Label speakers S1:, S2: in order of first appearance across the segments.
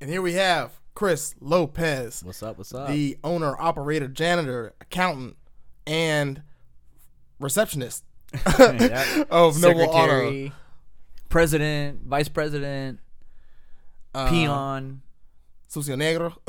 S1: And here we have Chris Lopez,
S2: What's up? What's up?
S1: the owner, operator, janitor, accountant, and receptionist
S2: Yeah.
S1: of Noble Auto.
S2: Secretary, president, vice president, Uh, peon.
S1: Uh, Sucio Negro.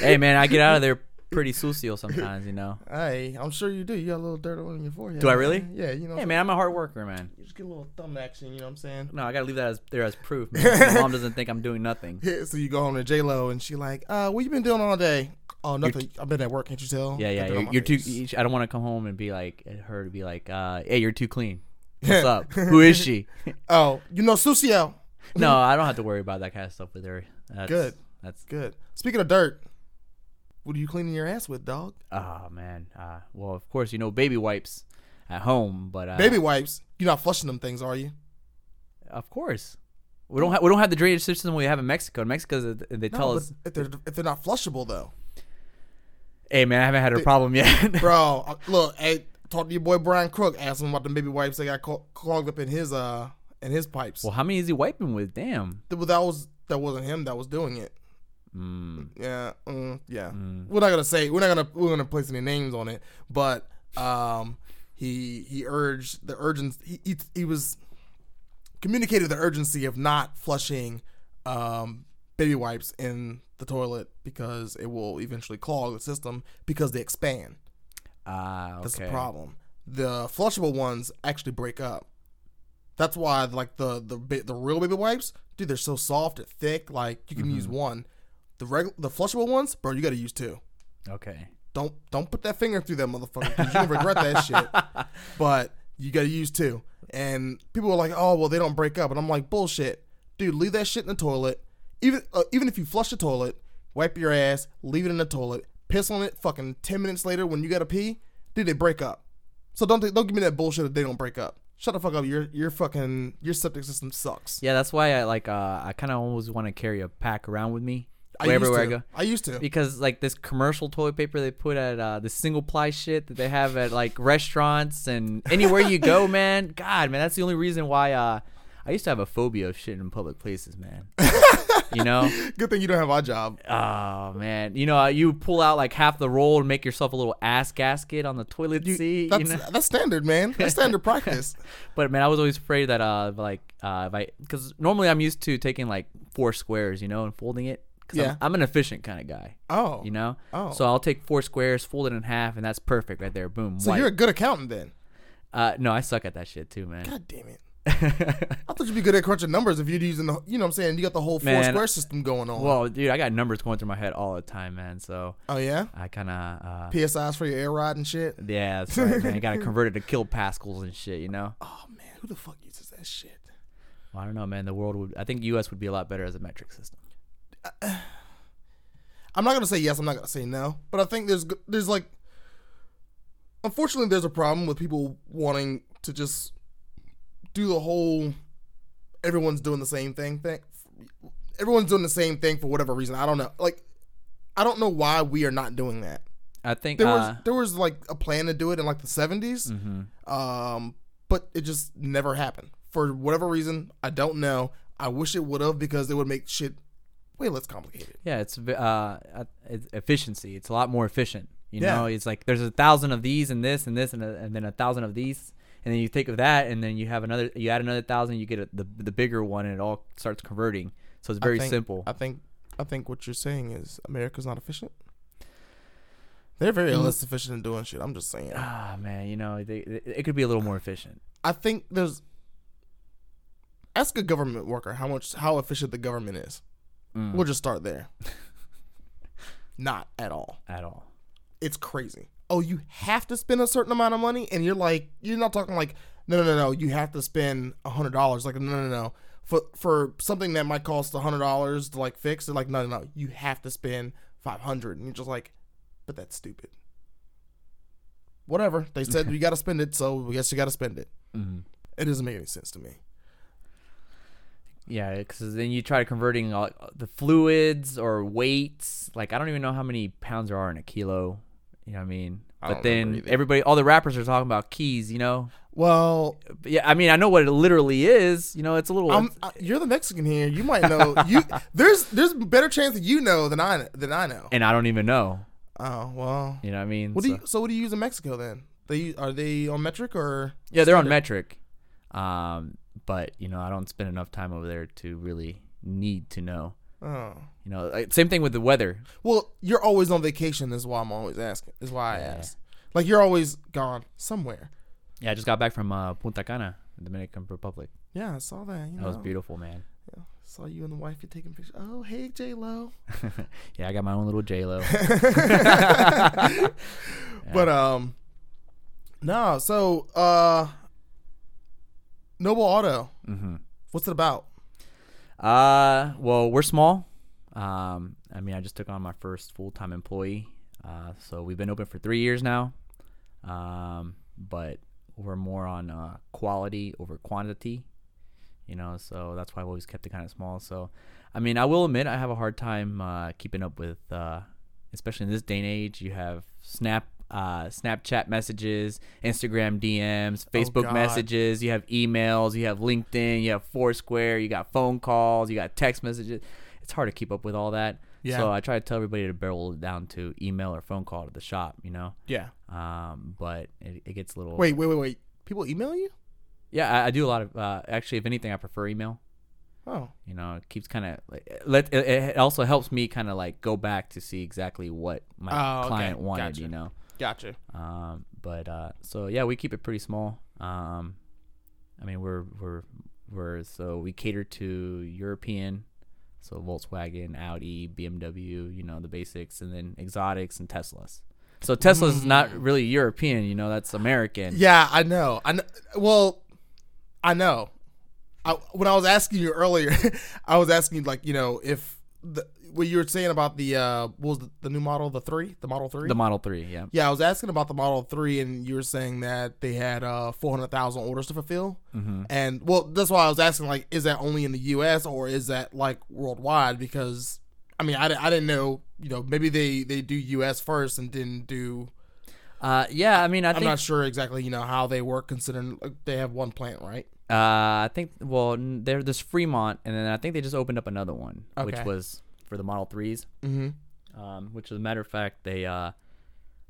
S2: Hey man, I get out of there pretty sucio sometimes, you know.
S1: hey, I'm sure you do. You got a little dirt on your forehead.
S2: Do I really?
S1: man. Yeah, you know. what
S2: Hey
S1: I'm
S2: man, I'm a hard worker, man.
S1: saying? You just get a little thumb action, you know what I'm saying?
S2: No, I gotta leave that as, there as proof. Man. My mom doesn't think I'm doing nothing.
S1: Yeah, so you go home to J Lo and she like, uh, what you been doing all day? Oh, nothing. I've been at work, can't you tell?
S2: Yeah,
S1: Got
S2: yeah.
S1: dirt on
S2: You're,
S1: my
S2: you're too. e
S1: face.
S2: you- I don't want to come home and be like her to be like, uh, "Hey, you're too clean. What's up? Who is she?"
S1: Oh, you know Sucio.
S2: no, I don't have to worry about that kind of stuff with her. That's,
S1: Good.
S2: That's
S1: Good. Speaking of dirt, what are you cleaning your ass with, dog?
S2: oh man. Uh, well, of course you know baby wipes at home, but uh,
S1: Baby wipes. You're not flushing them things, are you?
S2: Of course. We don't have we don't have the drainage system we have in Mexico. In Mexico, they- they tell
S1: but
S2: us,
S1: if they're if they're not flushable though,
S2: "Hey, man, I haven't had a problem yet."
S1: bro. uh, Look, hey, talk to your boy Brian Crook. Ask him about the baby wipes that got co- clogged up in his uh in his pipes.
S2: well, how many is he wiping with? Damn.
S1: Th- That was that wasn't him that was doing it.
S2: Mm.
S1: Yeah, mm, yeah. We're not gonna say we're not gonna we're gonna place any names on it, but um, he he urged the urgency. He, he he was communicated the urgency of not flushing um, baby wipes in the toilet because it will eventually clog the system because they expand.
S2: Ah, okay.
S1: That's the problem. The flushable ones actually break up. That's why like the the bi- the real baby wipes, dude, they're so soft and thick. Like you can
S2: Mm-hmm.
S1: use one. The reg the flushable ones, bro, you got to use two.
S2: Okay.
S1: Don't don't put that finger through that motherfucker. 'cause You're gonna regret that shit. But you got to use two. And people were like, oh well, they don't break up. And I'm like, bullshit, dude. Leave that shit in the toilet. Even uh, even if you flush the toilet, wipe your ass, leave it in the toilet, piss on it. Fucking ten minutes later, when you gotta pee, dude, they break up. So don't don't give me that bullshit if they don't break up. Shut the fuck up. Your your fucking your septic system sucks.
S2: Yeah, that's why I like. Uh, I kind of always want to carry a pack around with me
S1: I
S2: wherever
S1: used
S2: where I
S1: to.
S2: go.
S1: I used to.
S2: Because like this commercial toilet paper they put at uh, the single ply shit that they have at like restaurants and anywhere you go, man. God, man, that's the only reason why uh, I used to have a phobia of shit in public places, man. you know,
S1: Good thing you don't have our job.
S2: Oh man, you know you pull out like half the roll and make yourself a little ass gasket on the toilet seat.
S1: That's
S2: You know?
S1: that's standard, man. That's standard practice.
S2: But man, I was always afraid that uh like uh if I because normally I'm used to taking like four squares, you know, and folding it. Cause
S1: Yeah.
S2: I'm, I'm an efficient kind of guy,
S1: Oh,
S2: you know.
S1: Oh.
S2: So I'll take four squares, fold it in half, and that's perfect right there. Boom.
S1: So
S2: white.
S1: you're a good accountant then.
S2: uh no, I suck at that shit too, man.
S1: God damn it. I thought you'd be good at crunching numbers if you'd using the, you know what I'm saying? You got the whole four
S2: Man,
S1: square system going on.
S2: well, dude, I got numbers going through my head all the time, man. So
S1: oh, yeah?
S2: I kind of uh
S1: PSIs for your air rod and shit.
S2: yeah, that's right, man. I got to convert it to kilopascals and shit, you know.
S1: Oh, man. Who the fuck uses that shit?
S2: Well, I don't know, man. The world would. I think U.S. would be a lot better as a metric system.
S1: I'm not going to say yes. I'm not going to say no. But I think there's, g- there's like, unfortunately, there's a problem with people wanting to just do the whole everyone's doing the same thing thing. Everyone's doing the same thing for whatever reason. I don't know. Like, I don't know why we are not doing that.
S2: I think.
S1: there
S2: uh, Mm.
S1: was there was like a plan to do it in like the 70s
S2: Mm-hmm.
S1: um but it just never happened for whatever reason i don't know i wish it would have because it would make shit way less complicated
S2: yeah, it's ve- uh, it's efficiency. It's a lot more efficient. You
S1: Yeah.
S2: know, it's like there's a thousand of these and this and this and, a, and then a thousand of these, and then you take of that, and then you have another. You add another thousand, you get a, the the bigger one, and it all starts converting. So it's very
S1: I think-
S2: simple.
S1: i think i think what you're saying is america's not efficient they're very
S2: Mm.
S1: less efficient in doing shit i'm just saying
S2: ah, man, you know, they, it, it could be a little more efficient.
S1: i think there's ask a government worker how much how efficient the government is
S2: Mm.
S1: we'll just start there not at all
S2: At all.
S1: it's crazy. Oh, you have to spend a certain amount of money, and you're like, you're not talking like, no, no, no, no. You have to spend a hundred dollars. Like, no, no, no. For for something that might cost a hundred dollars to like fix, they're like, no, no, no. You have to spend five hundred, and you're just like, but that's stupid. Whatever they said, you got to spend it, so I guess you got to spend it.
S2: Mm-hmm.
S1: It doesn't make any sense to me.
S2: Yeah, because then you try converting all, the fluids or weights. Like I don't even know how many pounds there are in a kilo. You know what I mean?
S1: don't
S2: But then
S1: remember either.
S2: everybody, all the rappers are talking about keys, you know.
S1: Well,
S2: But yeah, I mean, I know what it literally is. You know, it's a little.
S1: I'm, I, you're the Mexican here. You might know. You there's there's better chance that you know than I than I know.
S2: and I don't even know.
S1: Oh well.
S2: You know what I mean?
S1: What do
S2: So-
S1: you? So what do you use in Mexico then? They are they on metric or?
S2: yeah, they're on metric. Um, but you know, I don't spend enough time over there to really need to know.
S1: Oh.
S2: You know, like, same thing with the weather.
S1: Well, you're always on vacation. Is why I'm always asking. Is why I ask. Like you're always gone somewhere.
S2: Yeah, I just got back from uh, Punta Cana, Dominican Republic.
S1: Yeah, I saw that. You
S2: That
S1: know.
S2: was beautiful, man.
S1: Saw you and the wife you taking pictures. Oh, hey J Lo.
S2: yeah, I got my own little J Lo.
S1: But um, no. So uh, Noble Auto.
S2: mm-hmm.
S1: What's it about?
S2: Uh, well, we're small. Um, I mean, I just took on my first full time employee. Uh, so we've been open for three years now. Um, but we're more on uh, quality over quantity. You know, so that's why I've always kept it kind of small. So, I mean, I will admit I have a hard time uh, keeping up with, uh, especially in this day and age. You have Snap, uh, Snapchat messages, Instagram DMs, Facebook
S1: God.
S2: messages. You have emails. You have LinkedIn. You have Foursquare. You got phone calls. You got text messages. It's hard to keep up with all that.
S1: Yeah.
S2: So I try to tell everybody to barrel it down to email or phone call to the shop. You know.
S1: Yeah.
S2: Um, but it, it gets a little.
S1: Wait, wait, wait, wait. People email you?
S2: Yeah, I, I do a lot of. Uh, actually, if anything, I prefer email.
S1: Oh,
S2: You know, it keeps kind of like let. It, it also helps me kind of like go back to see exactly what my
S1: Oh, okay.
S2: client wanted.
S1: Gotcha.
S2: You know.
S1: gotcha.
S2: Um, but uh, so yeah, we keep it pretty small. Um, I mean, we're we're we're so we cater to European, so Volkswagen, Audi, BMW, you know the basics, and then exotics and Teslas. So Tesla's is not really European, you know, that's American.
S1: Mm. Yeah, I know. I know. Well, I know. I, when I was asking you earlier, I was asking you like you know if the what you were saying about the uh what was the, the new model the three the model three
S2: The Model Three, yeah.
S1: yeah I was asking about the model three and you were saying that they had uh four hundred thousand orders to fulfill and well that's why I was asking like is that only in the U.S. or is that like worldwide because I mean I, di- I didn't know you know maybe they they do U.S. first and didn't do
S2: Uh, yeah, I mean, I
S1: I'm
S2: think
S1: not sure exactly, you know, how they work considering like, they have one plant, right?
S2: Uh, I think well, n- there there's Fremont, and then I think they just opened up another one, which
S1: Okay.
S2: was for the Model Threes.
S1: Mhm.
S2: Mm-hmm. Um, which, as a matter of fact, they uh,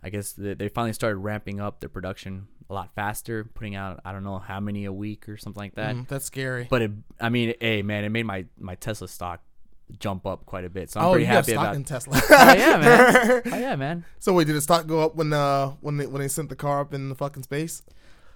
S2: I guess they, they finally started ramping up their production a lot faster, putting out I don't know how many a week or something like that.
S1: Mm, that's scary.
S2: But it, I mean, hey man, it made my my Tesla stock jump up quite a bit, so I'm
S1: oh,
S2: pretty
S1: you have
S2: happy
S1: stock
S2: about.
S1: in
S2: it.
S1: Tesla.
S2: oh yeah, man. Oh yeah, man.
S1: so wait, did the stock go up when uh when they when they sent the car up in the fucking space?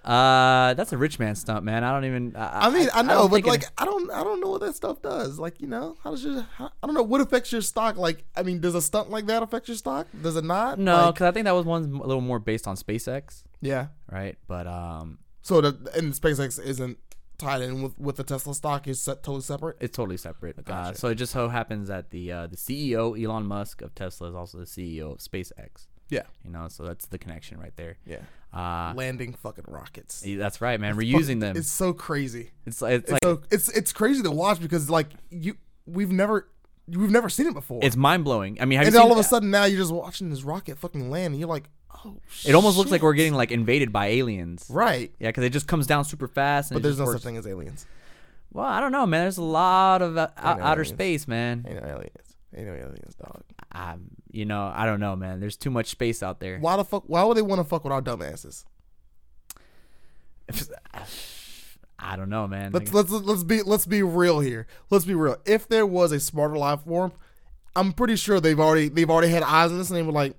S2: Uh, that's a rich man stunt, man. I don't even.
S1: I
S2: I,
S1: mean, I, know,
S2: don't
S1: but
S2: think it-
S1: like, I don't, I don't know what that stuff does. Like, you know, how does your, how, I don't know what affects your stock. Like, I mean, does a stunt like that affect your stock? Does it not?
S2: no,
S1: Like,
S2: because I think that was one a little more based on SpaceX,
S1: yeah.
S2: right? But um,
S1: So the and SpaceX isn't tied in with with the Tesla stock. It's set, totally separate.
S2: It's totally separate. Uh,
S1: Gotcha.
S2: so it just so happens that the uh, the CEO Elon Musk of Tesla is also the CEO of SpaceX.
S1: Yeah.
S2: You know, so that's the connection right there.
S1: Yeah.
S2: Uh,
S1: Landing fucking rockets.
S2: yeah, that's right, man. Reusing them.
S1: It's
S2: It's
S1: so crazy.
S2: it's, it's like
S1: so it's it's crazy to watch because like you we've never we've never seen it before.
S2: it's mind blowing. I mean, have
S1: and
S2: you
S1: then
S2: seen,
S1: all of a sudden now you're just watching this rocket fucking land and you're like, oh shit.
S2: it almost looks like we're getting like invaded by aliens.
S1: right.
S2: Yeah, because it just comes down super fast. And
S1: But
S2: it
S1: there's
S2: just
S1: no
S2: works.
S1: such thing as aliens.
S2: Well, I don't know, man. There's a lot of uh, out-
S1: know
S2: outer
S1: aliens.
S2: space, man.
S1: Ain't no aliens. Ain't no aliens, dog.
S2: Um, you know, I don't know, man. There's too much space out there.
S1: Why the fuck? Why would they want to fuck with our dumbasses?
S2: I don't know, man.
S1: Let's
S2: Like,
S1: let's let's be let's be real here. Let's be real. If there was a smarter life form, I'm pretty sure they've already they've already had eyes on this and they were like,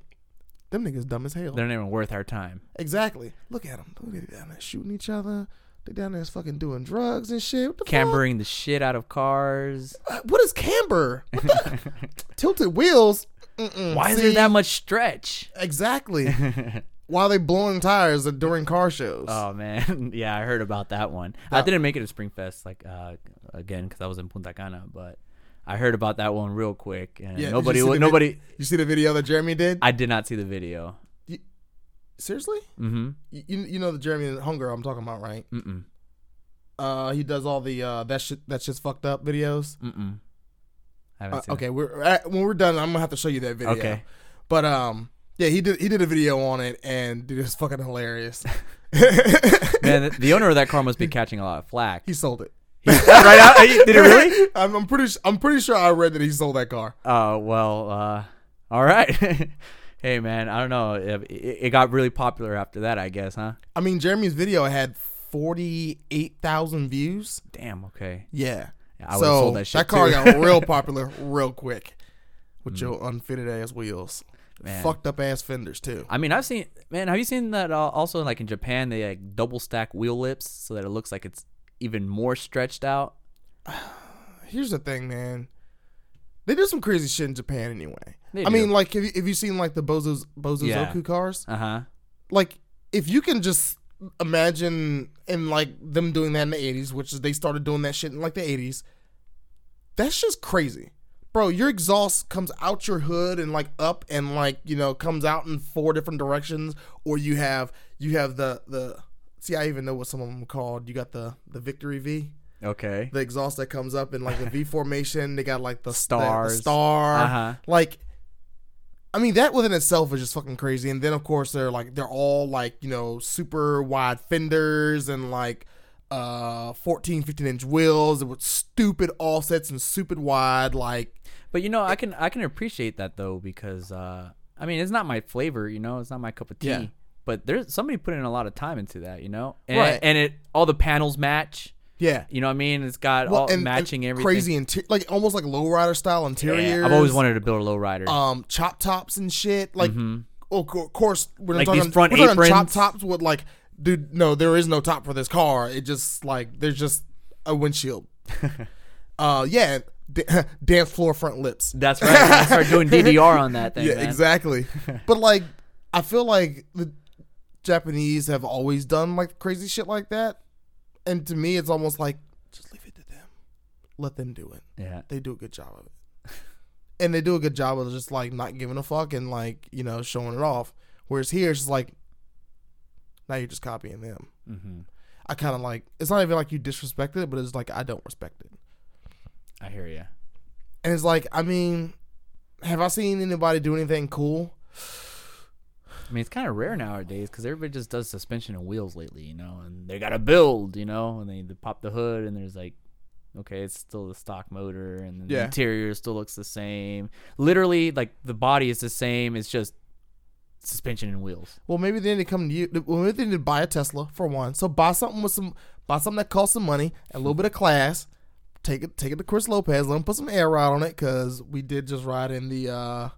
S1: them niggas dumb as hell.
S2: they're not even worth our time.
S1: Exactly. Look at them. Look at them down there shooting each other. They down there fucking doing drugs and shit. What the
S2: Cambering the shit out of cars.
S1: fuck? What is camber? What the- Tilted wheels. Mm-mm.
S2: Why is
S1: See?
S2: there that much stretch?
S1: Exactly. Why are they blowing tires during car shows?
S2: Oh man, yeah, I heard about that one. I didn't make it to Springfest like uh, again because I was in Punta Cana, but I heard about that one real quick, and
S1: Yeah, did you
S2: nobody,
S1: see the
S2: wa-
S1: vid-
S2: nobody,
S1: You see the video that Jeremy did?
S2: I did not see the video.
S1: Seriously?
S2: Mm-hmm.
S1: You, you you know the Jeremy Hunger I'm talking about, right?
S2: Mm-mm.
S1: Uh, he does all the uh that shit that shit's fucked up videos.
S2: Mm-mm. I haven't
S1: Uh,
S2: seen.
S1: okay, we're uh, when we're done, I'm gonna have to show you that
S2: It.
S1: video.
S2: Okay.
S1: But um, Yeah, he did. He did a video on it, and dude, it's fucking hilarious.
S2: Man, the- the owner of that car must be catching a lot of flack.
S1: he sold it.
S2: right out, did it really?
S1: I'm, I'm pretty. su- I'm pretty sure I read that he sold that car.
S2: Uh, well, uh, all right. hey, man, I don't know. It, it it got really popular after that, I guess, huh?
S1: I mean, Jeremy's video had forty eight thousand views.
S2: Damn. Okay.
S1: Yeah,
S2: I would've
S1: so
S2: sold that shit
S1: car
S2: too. Mm.
S1: got real popular real quick with your unfitted ass wheels,
S2: Man.
S1: fucked up ass fenders too.
S2: I mean, I've seen. Man, have you seen that? Uh, also, like in Japan, they like double stack wheel lips so that it looks like it's even more stretched out.
S1: Here's the thing, man. They do some crazy shit in Japan anyway.
S2: They
S1: I mean,
S2: do.
S1: like, have you, have you seen like the Bozo's Bozo
S2: Yeah.
S1: Zoku cars?
S2: Uh huh.
S1: Like, if you can just imagine and like them doing that in the '80s, which is they started doing that shit in like the '80s. That's just crazy, bro. Your exhaust comes out your hood and like up and like you know comes out in four different directions, or you have you have the the. See, I even know what some of them are called. You got the the Victory V
S2: Okay.
S1: the exhaust that comes up in like the V formation. They got like the the- the
S2: Stars.
S1: star.
S2: Uh-huh.
S1: Like, I mean, that within itself is just fucking crazy. And then of course they're like they're all like you know super wide fenders and like uh 14 15 inch wheels with stupid offsets and stupid wide like
S2: But you know, I can I can appreciate that though because uh, I mean, it's not my flavor, you know, it's not my cup of tea.
S1: Yeah.
S2: But there's somebody put in a lot of time into that, you know, and,
S1: Right.
S2: and it all the panels match.
S1: yeah
S2: You know what I mean? It's got all matching everything.
S1: crazy interior like almost like lowrider style interiors
S2: Yeah, I've always wanted to build a lowrider.
S1: um chop tops and shit. Like, oh, co- of course, we're
S2: Mm-hmm. Like
S1: talking,
S2: these front
S1: we're talking
S2: aprons.
S1: chop tops with like, dude, no, there is no top for this car. It just like there's just a windshield. uh, yeah, d- dance floor front lips.
S2: That's right. We're gonna start doing DDR on that thing.
S1: yeah,
S2: man.
S1: exactly. but like, I feel like the Japanese have always done like crazy shit like that, and to me, it's almost like just leave it to them, let them do it
S2: Yeah.
S1: they do a good job of it. And they do a good job of just like not giving a fuck and like, you know, showing it off. Whereas here it's just like now you're just copying them.
S2: hmm
S1: I kind of like it's not even like you disrespect it, but it's like I don't respect it.
S2: I hear you.
S1: And it's like, I mean, have I seen anybody do anything cool?
S2: I mean, it's kind of rare nowadays because everybody just does suspension and wheels lately, you know, and they got to build, you know, and they, they pop the hood and there's like, okay, it's still the stock motor and then the
S1: Yeah.
S2: interior still looks the same. Literally, like the body is the same. It's just suspension and wheels.
S1: Well, maybe they need to come to you. Well, maybe they need to buy a Tesla for one. So buy something with some, buy something that costs some money, a little bit of class. Take it, take it to Chris Lopez. Let him put some air ride on it because we did just ride in the, uh,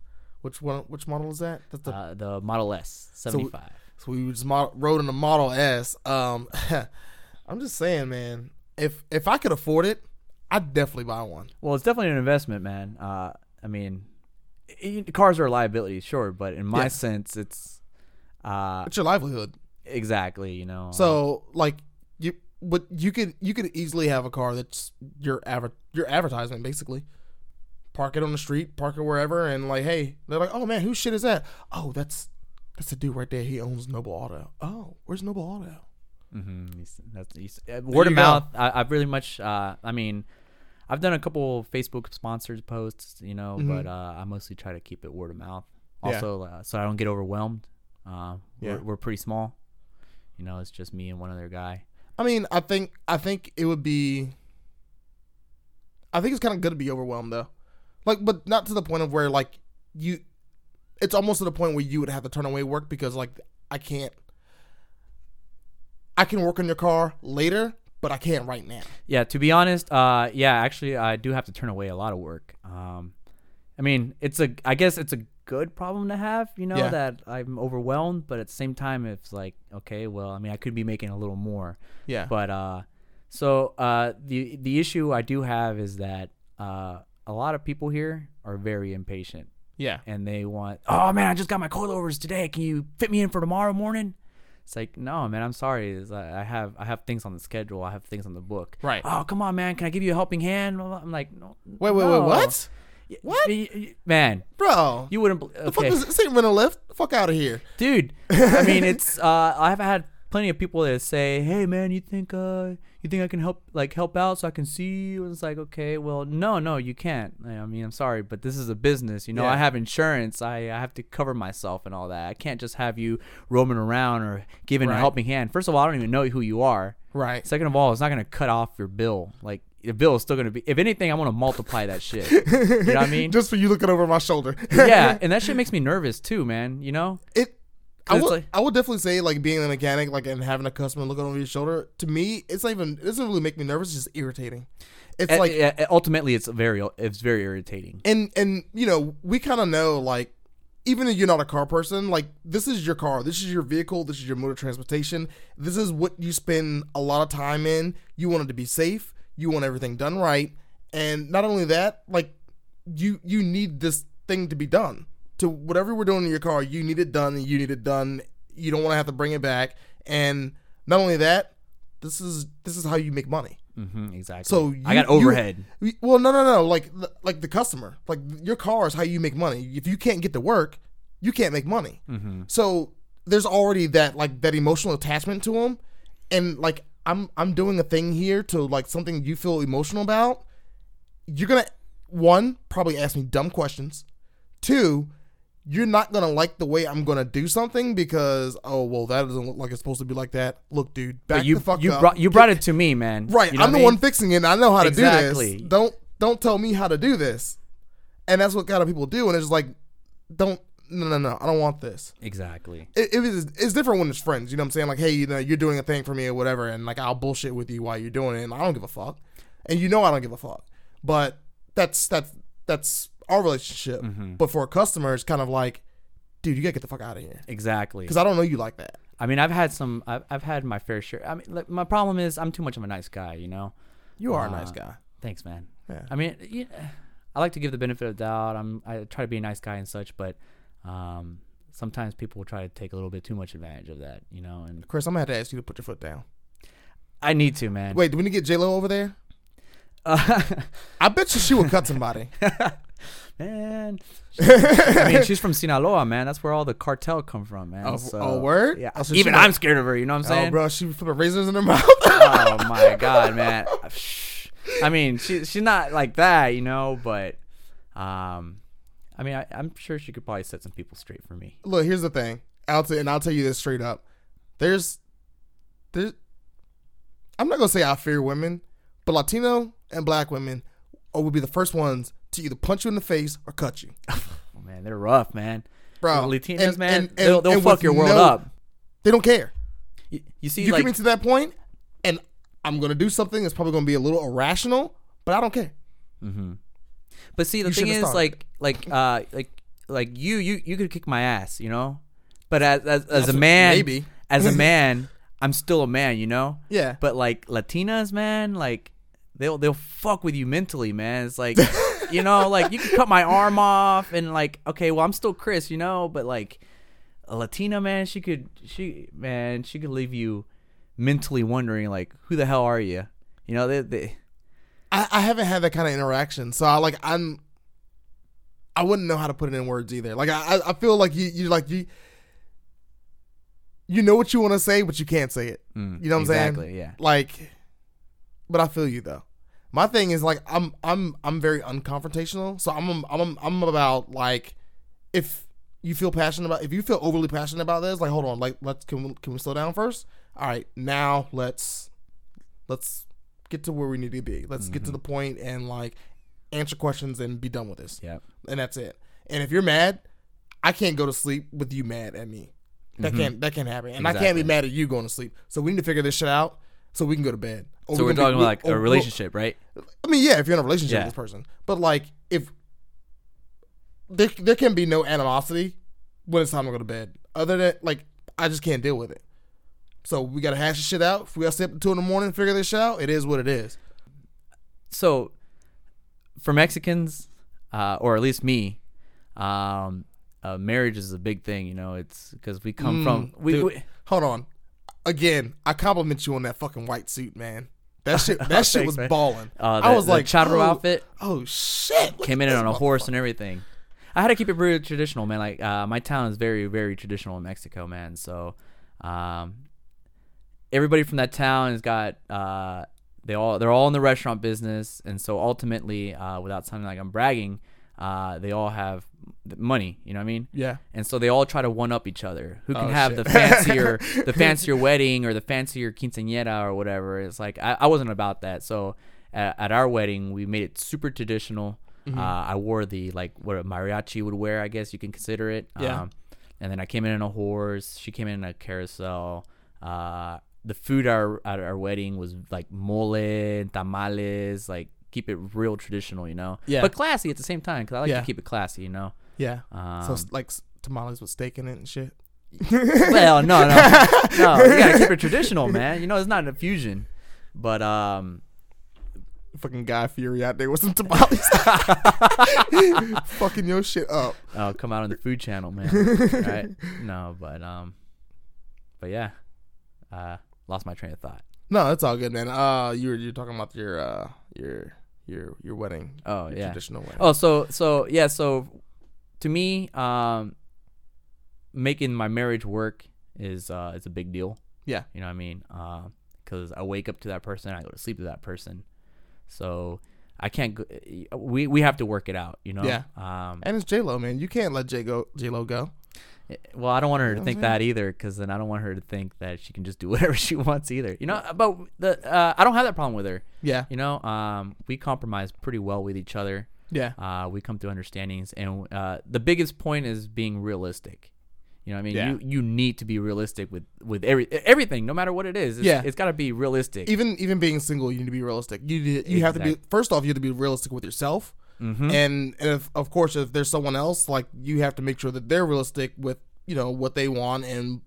S1: which one, which model is that? That's the.
S2: Uh, the Model S 75.
S1: so we just mod, rode in the Model S. Um, I'm just saying, man. If if I could afford it, I'd definitely buy one.
S2: well, it's definitely an investment, man. Uh, I mean, i- i- cars are a liability, sure, but in my
S1: Yeah.
S2: sense, it's uh,
S1: It's your livelihood.
S2: exactly, you know.
S1: So like you, but you could you could easily have a car that's your adver- your advertisement basically. Park it on the street, park it wherever, and like, hey, they're like, oh man, whose shit is that? Oh, that's that's the dude right there. He owns Noble Auto. Oh, where's Noble Auto?
S2: hmm That's, he's- uh, word of
S1: you go.
S2: mouth. I, I've really much. Uh, I mean, I've done a couple Facebook sponsored posts, you know, but uh, I mostly try to keep it word of mouth.
S1: Mm-hmm. Yeah.
S2: Also, uh, so I don't get overwhelmed. Uh,
S1: Yeah.
S2: we're, we're pretty small. You know, it's just me and one other guy.
S1: I mean, I think I think it would be. I think it's kind of good to be overwhelmed though, like, but not to the point of where like you. It's almost to the point where you would have to turn away work because like I can't. I can work on your car later, but I can't right now.
S2: Yeah, to be honest, uh, yeah, actually, I do have to turn away a lot of work. Um, I mean, it's a, I guess it's a good problem to have, you know,
S1: Yeah.
S2: that I'm overwhelmed, but at the same time, it's like, okay, well, I mean, I could be making a little more.
S1: Yeah.
S2: But uh, so uh, the the issue I do have is that uh, a lot of people here are very impatient,
S1: yeah.
S2: and they want, oh man, I just got my coilovers today. Can you fit me in for tomorrow morning? It's like, no, man, I'm sorry. It's like, I have I have things on the schedule. I have things on the book.
S1: Right.
S2: Oh, come on, man. Can I give you a helping hand? I'm like, no.
S1: Wait, wait,
S2: no.
S1: wait. What,
S2: Y-
S1: What?
S2: y- y- Man,
S1: bro?
S2: you wouldn't. bel-
S1: the fuck
S2: okay
S1: is this? Ain't rent a lift. The fuck out of here.
S2: dude i mean it's uh i've had plenty of people that say hey man you think uh you think I can help like help out so I can see you? And it's like, okay, well, no, no, you can't. I I mean, I'm sorry, but this is a business. You know,
S1: Yeah.
S2: I have insurance. I, I have to cover myself and all that. I can't just have you roaming around or giving
S1: Right.
S2: a helping hand. First of all, I don't even know who you are.
S1: Right.
S2: Second of all, it's not gonna cut off your bill. Like the bill is still gonna be. If anything, I want to multiply that shit. you know what I mean?
S1: Just for you looking over my shoulder.
S2: yeah, and that shit makes me nervous too, man. You know?
S1: It. I
S2: It's
S1: would,
S2: like-
S1: I would definitely say like being a mechanic like and having a customer looking over your shoulder to me it's not even it doesn't really make me nervous it's just irritating it's
S2: Like
S1: like
S2: ultimately, it's very it's very irritating.
S1: and and you know we kind of know like even if you're not a car person like this is your car this is your vehicle this is your mode of transportation this is what you spend a lot of time in you want it to be safe you want everything done right and not only that like you you need this thing to be done to whatever we're doing in your car you need it done and you need it done you don't want to have to bring it back and not only that this is this is how you make money
S2: hmm exactly.
S1: so you,
S2: I got
S1: you-
S2: overhead.
S1: we- well, no, no, no. Like, th- like the customer. Like your car is how you make money. If you can't get to work, you can't make money.
S2: Mm-hmm.
S1: So there's already that like that emotional attachment to them, and like I'm I'm doing a thing here to like something you feel emotional about. You're gonna one probably ask me dumb questions. Two, you're not gonna like the way I'm gonna do something because oh well that doesn't look like it's supposed to be like that. Look, dude, back
S2: But you
S1: the fuck
S2: you
S1: up.
S2: brought you brought it to me, man.
S1: Right.
S2: You know
S1: I'm the
S2: what I
S1: one
S2: mean?
S1: fixing it. And I know how to do
S2: Exactly.
S1: this. Don't don't tell me how to do this. And that's what kind of people do. And it's just like, don't no no no. I don't want this.
S2: Exactly.
S1: It, it is it's different when it's friends. You know what I'm saying? Like, hey, you know, you're doing a thing for me or whatever, and like I'll bullshit with you while you're doing it, and I don't give a fuck. And you know I don't give a fuck. But that's that's that's our relationship.
S2: Mm-hmm.
S1: But for a customer, it's kind of like, dude, you gotta get the fuck out of here
S2: Exactly.
S1: because I don't know you like that.
S2: I mean, I've had some. I've, I've had my fair share. I mean, like, my problem is I'm too much of a nice guy. You know.
S1: You are a
S2: Uh,
S1: nice guy.
S2: Thanks, man.
S1: Yeah.
S2: I mean, you, I like to give the benefit of the doubt. I'm I try to be a nice guy and such, but um, sometimes people will try to take a little bit too much advantage of that. You know, and
S1: Chris, I'm gonna have to ask you to put your foot down.
S2: I need to, man.
S1: Wait, do we need to get J Lo over there?
S2: Uh,
S1: I bet you she would cut somebody.
S2: man. I mean, she's from Sinaloa, man. That's where all the cartel come from, man.
S1: Oh,
S2: so,
S1: oh, word?
S2: Yeah.
S1: Oh, so she
S2: Even
S1: like-
S2: I'm scared of her. You know what I'm saying?
S1: Oh, bro, she was flipping razors in her mouth.
S2: oh my god, man. Shh. I mean, she she's not like that, you know, but um I mean, I, I'm sure she could probably set some people straight for me.
S1: Look, here's the thing. I'll t- and I'll tell you this straight up. There's, there's. I'm not gonna say I fear women, but Latino and Black women are, will be the first ones to either punch you in the face or cut you,
S2: Oh, man, they're rough, man.
S1: bro.
S2: The Latinos,
S1: and-
S2: man,
S1: and- and-
S2: they'll, they'll
S1: and
S2: fuck
S1: with
S2: your world
S1: no-
S2: up.
S1: They don't care.
S2: You, you see,
S1: You
S2: like,
S1: get me to that point, and I'm gonna do something that's probably gonna be a little irrational, but I don't care.
S2: but see, the thing
S1: should've
S2: is,
S1: started.
S2: like, like, uh, like, like you, you, you could kick my ass, you know. But as as, as a man,
S1: maybe.
S2: as a man, I'm still a man, you know.
S1: Yeah.
S2: But like Latinas, man, like they'll they'll fuck with you mentally, man. It's like you know, like you can cut my arm off and like, okay, well I'm still Chris, you know, but like a Latina man, she could she man, she could leave you mentally wondering like, who the hell are you? You know, they, they
S1: I, I haven't had that kind of interaction, so I like I'm. I wouldn't know how to put it in words either. Like I, I- I feel like you, you like you. You know what you want to say, but you can't say it.
S2: Mm,
S1: you know what I'm saying?
S2: exactly, yeah.
S1: Like, but I feel you though. My thing is like I'm I'm I'm very unconfrontational, so I'm I'm I'm about like if you feel passionate about if you feel overly passionate about this, like hold on, like let's can we, can we slow down first? All right, now let's let's get to where we need to be. Let's
S2: Mm-hmm.
S1: get to the point and like answer questions and be done with this.
S2: Yep.
S1: And that's it. And if you're mad, I can't go to sleep with you mad at me. That can't that can't happen. And I can't be
S2: Mm-hmm. Exactly.
S1: mad at you going to sleep. So we need to figure this shit out so we can go to bed. Or we oh,
S2: So we're
S1: can be-
S2: talking about like
S1: or-
S2: a
S1: or-
S2: relationship, right?
S1: I mean, yeah, if you're in a relationship
S2: Yeah.
S1: with this person, but like if there there can be no animosity when it's time to go to bed. Other than like, I just can't deal with it. So we gotta hash this shit out. If we gotta stay up at two in the morning and figure this shit out, it is what it is.
S2: so for Mexicans, uh, or at least me, um, uh, marriage is a big thing. You know, it's because we come from we,
S1: Mm. Dude,
S2: we
S1: hold on. Again, I compliment you on that fucking white suit, man. That shit, that shit was
S2: man.
S1: balling.
S2: uh, the,
S1: I was
S2: the
S1: like,
S2: charro
S1: oh,
S2: outfit
S1: Oh shit!
S2: came in on a horse and everything. I had to keep it very traditional, man. Like uh, my town is very very traditional in Mexico, man. So um, everybody from that town has got uh, they all they're all in the restaurant business, and so ultimately, uh, without sounding like I'm bragging, uh, they all have th- money. You know what I mean?
S1: Yeah.
S2: And so they all try to one up each other. Who can
S1: Oh,
S2: have
S1: shit.
S2: the fancier the fancier wedding or the fancier quinceañera or whatever? It's like I, I wasn't about that. So at, at our wedding, we made it super traditional.
S1: Mm-hmm.
S2: Uh, I wore the like what a mariachi would wear, I guess you can consider it. Um,
S1: Yeah.
S2: and then I came in on a horse. She came in on a carousel. Uh, the food our, at our wedding was like mole, and tamales, like keep it real traditional, you know.
S1: Yeah.
S2: But classy at the same time because I like
S1: Yeah.
S2: to keep it classy, you know.
S1: Yeah.
S2: Um,
S1: so it's like s- tamales with steak in it and shit.
S2: well, no, no, no. You gotta keep it traditional, man. You know, it's not an fusion, but um,
S1: Fucking Guy Fury out there with some tamales. Fucking your shit up.
S2: uh, come out on the food channel, man. right? No, but um, but yeah, uh, lost my train of thought.
S1: No, it's all good, man. Uh, you were you were talking about your uh your your your wedding,
S2: Oh
S1: your
S2: yeah.
S1: traditional wedding.
S2: Oh, so so yeah, so to me, um, making my marriage work is uh is a big deal.
S1: Yeah.
S2: you know what I mean. Because I wake up to that person, I go to sleep to that person, so. I can't. Go, we we have to work it out, you know.
S1: Yeah.
S2: Um,
S1: And it's J Lo, man. You can't let J go J Lo go.
S2: Well, I don't want her to
S1: know
S2: think
S1: what I'm
S2: that either, because then I don't want her to think that she can just do whatever she wants either. You know, but the uh, I don't have that problem with her.
S1: Yeah,
S2: You know, um, we compromise pretty well with each other.
S1: yeah,
S2: Uh, we come to understandings, and uh, the biggest point is being realistic. You know, what I mean,
S1: Yeah.
S2: you you need to be realistic with with every everything, no matter what it is. It's,
S1: Yeah.
S2: it's got to be realistic.
S1: even even being single, you need to be realistic. You need, you have to be
S2: Exact-
S1: first off, you have to be realistic with yourself,
S2: Mhm.
S1: and and if, of course, if there's someone else, like you have to make sure that they're realistic with you know what they want and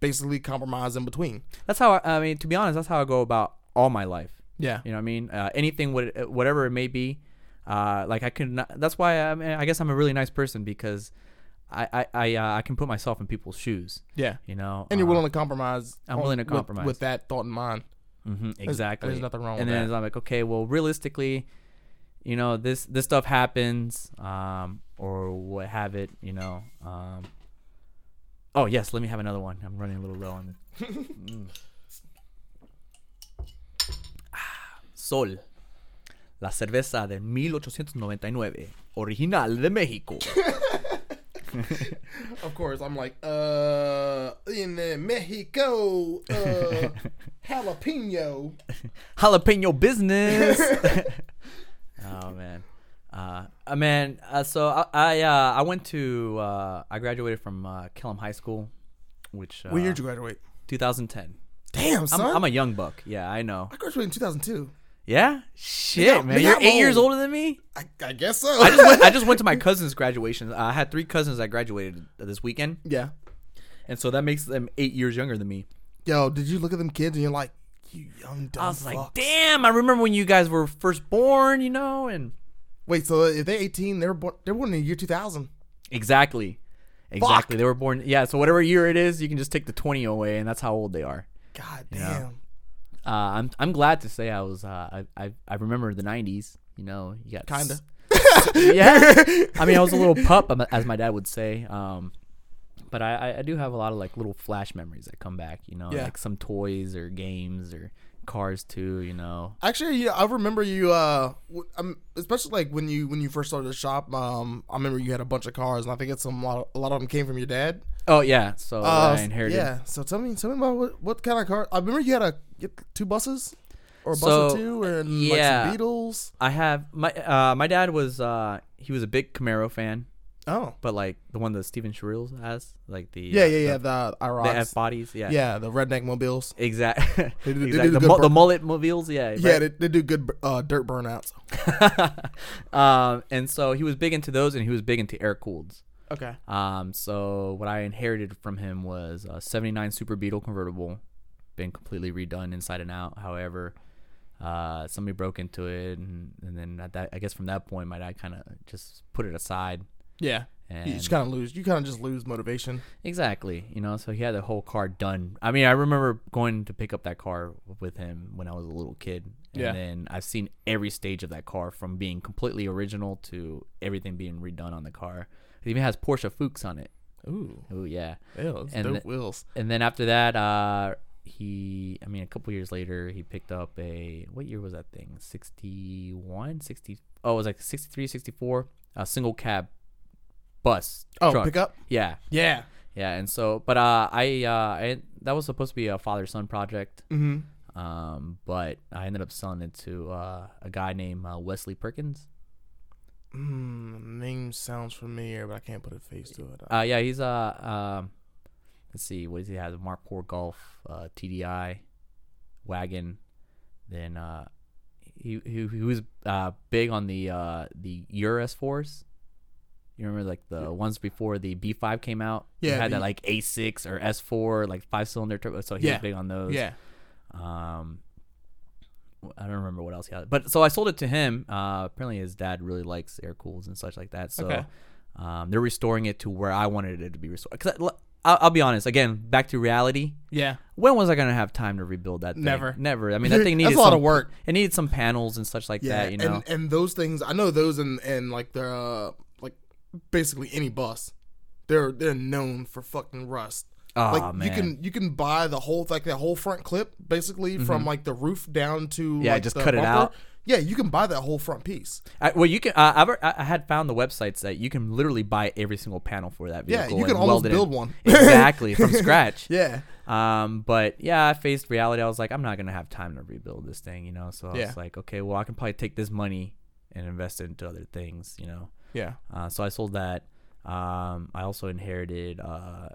S1: basically compromise in between.
S2: That's how I, I mean. To be honest, that's how I go about all my life.
S1: Yeah,
S2: You know what I mean? Uh, anything, what, whatever it may be. Uh, like I can. Not, that's why I, mean, I guess I'm a really nice person because I I I, uh, I can put myself in people's shoes.
S1: yeah.
S2: You know,
S1: And you're
S2: Uh,
S1: willing to compromise.
S2: I'm
S1: on-
S2: willing to
S1: with-
S2: compromise.
S1: with, that thought in mind.
S2: mhm, exactly.
S1: there's nothing wrong
S2: And
S1: with
S2: then I'm like, okay, well, realistically, you know, this this stuff happens, um, or what have it, you know. Um, oh yes, let me have another one. I'm running a little low on. Mm. Ah, Sol. La cerveza de 1899, original de México.
S1: Of course, I'm like, uh, in uh, Mexico, uh, jalapeno.
S2: jalapeno business. oh man, uh, uh, man. Uh, so I I, uh, I went to uh, I graduated from uh, Killam High School, which uh,
S1: What year did you graduate?
S2: 2010.
S1: Damn,
S2: I'm,
S1: son.
S2: I'm a young buck. Yeah, I know.
S1: I graduated in 2002.
S2: Yeah, shit,
S1: Yeah,
S2: man.
S1: man,
S2: You're
S1: I'm
S2: eight years
S1: old.
S2: older than me.
S1: I, I guess so.
S2: I just went, I just went to my cousin's graduation. I had three cousins that graduated this weekend,
S1: yeah.
S2: and so that makes them eight years younger than me.
S1: Yo, did you look at them kids and you're like, you young dumb
S2: I was like,
S1: fuck.
S2: damn, I remember when you guys were first born, you know, and
S1: Wait, so if they're 18, they were born, they were born in the year 2000.
S2: Exactly. Exactly. They were born. Yeah. So whatever year it is, you can just take the twenty away, and that's how old they are.
S1: God
S2: Yeah.
S1: damn.
S2: Uh, I'm I'm glad to say I was. Uh, I, I I remember the '90s. You know, you got
S1: Kinda.
S2: s- yeah. I mean, I was a little pup, um, as my dad would say. Um, but I, I- I do have a lot of like little flash memories that come back. You know,
S1: Yeah.
S2: like some toys or games or cars too. You know.
S1: Actually, yeah, I remember you. Uh, w- um, especially like when you when you first started the shop. Um, I remember you had a bunch of cars, and I think it's some a lot, a lot of them came from your dad.
S2: Oh yeah. So
S1: Uh,
S2: I inherited.
S1: Yeah. So tell me, tell me about what, what kind of car. I remember you had a you had two buses, or a bus
S2: So,
S1: or two, and
S2: yeah.
S1: like some Beatles.
S2: I have my uh, my dad was uh, he was a big Camaro fan.
S1: Oh,
S2: But like the one that Steven Sherrills has, like the
S1: yeah,
S2: uh,
S1: yeah, yeah.
S2: the,
S1: The
S2: the
S1: Iraq.
S2: F bodies, yeah,
S1: Yeah, the redneck mobiles.
S2: exactly,
S1: do- they do
S2: exactly. The,
S1: good
S2: mu-
S1: for-
S2: the mullet mobiles, yeah, right.
S1: Yeah, they, they do good uh, dirt burnouts.
S2: um, and so he was big into those, and he was big into air cooleds.
S1: Okay.
S2: Um, so what I inherited from him was a '79 Super Beetle convertible, been completely redone inside and out. However, uh, somebody broke into it, and, and then at that, I guess from that point, my dad kind of just put it aside.
S1: Yeah.
S2: And
S1: You just kind of lose. You kind of just lose motivation.
S2: Exactly. You know, so he had the whole car done. I mean, I remember going to pick up that car with him when I was a little kid. And
S1: Yeah.
S2: then I've seen every stage of that car from being completely original to everything being redone on the car. It even has Porsche Fuchs on it.
S1: Ooh,
S2: Oh yeah.
S1: ew, those
S2: And
S1: dope
S2: th-
S1: wheels.
S2: And then after that, uh he i mean a couple years later he picked up a what year was that thing 61 60 oh it was like 63 64 a single cab bus
S1: Oh,
S2: truck.
S1: pick up.
S2: yeah
S1: Yeah.
S2: yeah and so but uh i uh I, that was supposed to be a father son project
S1: Mm-hmm.
S2: um but i ended up selling it to uh a guy named uh, wesley perkins
S1: Mm, name sounds familiar, but I can't put a face to it.
S2: uh yeah he's uh um let's see what does he have mark poor golf uh tdi wagon then uh he, he, he was uh, big on the uh, the Urus Force. You remember like the ones before the B5 came out? They
S1: Yeah,
S2: had
S1: the-
S2: that like A6 or S4, like five cylinder turbo. So he
S1: Yeah.
S2: was big on those.
S1: yeah.
S2: Um, I don't remember what else he had, but so I sold it to him. Uh, apparently his dad really likes air cools and such like that. So,
S1: Okay.
S2: um, they're restoring it to where I wanted it to be restored. Cause I, I'll, I'll be honest, again, back to reality.
S1: Yeah.
S2: When was I gonna have time to rebuild that? Thing?
S1: Never.
S2: never. I mean, that thing needed
S1: That's a lot
S2: some-
S1: of work.
S2: It needed some panels and such like
S1: Yeah.
S2: that. You know,
S1: And and those things, I know those and and like the uh, like basically any bus, they're they're known for fucking rust.
S2: Aw,
S1: like you
S2: man.
S1: can you can buy the whole like that whole front clip basically from like the roof down to
S2: Mm-hmm. Yeah,
S1: like,
S2: just
S1: the
S2: cut it
S1: bumper.
S2: out.
S1: Yeah, you can buy that whole front piece.
S2: I, well, you can. Uh, I've, al- I I had found the websites that you can literally buy every single panel for that
S1: Yeah,
S2: vehicle.
S1: you can
S2: and
S1: almost
S2: weld it
S1: build
S2: in.
S1: one.
S2: exactly from scratch.
S1: Yeah,
S2: Um, but yeah, I faced reality. I was like, I'm not gonna have time to rebuild this thing, you know. So I
S1: Yeah.
S2: was like, okay, well, I can probably take this money and invest it into other things, you know.
S1: yeah.
S2: Uh, so I sold that. Um, I also inherited. Uh,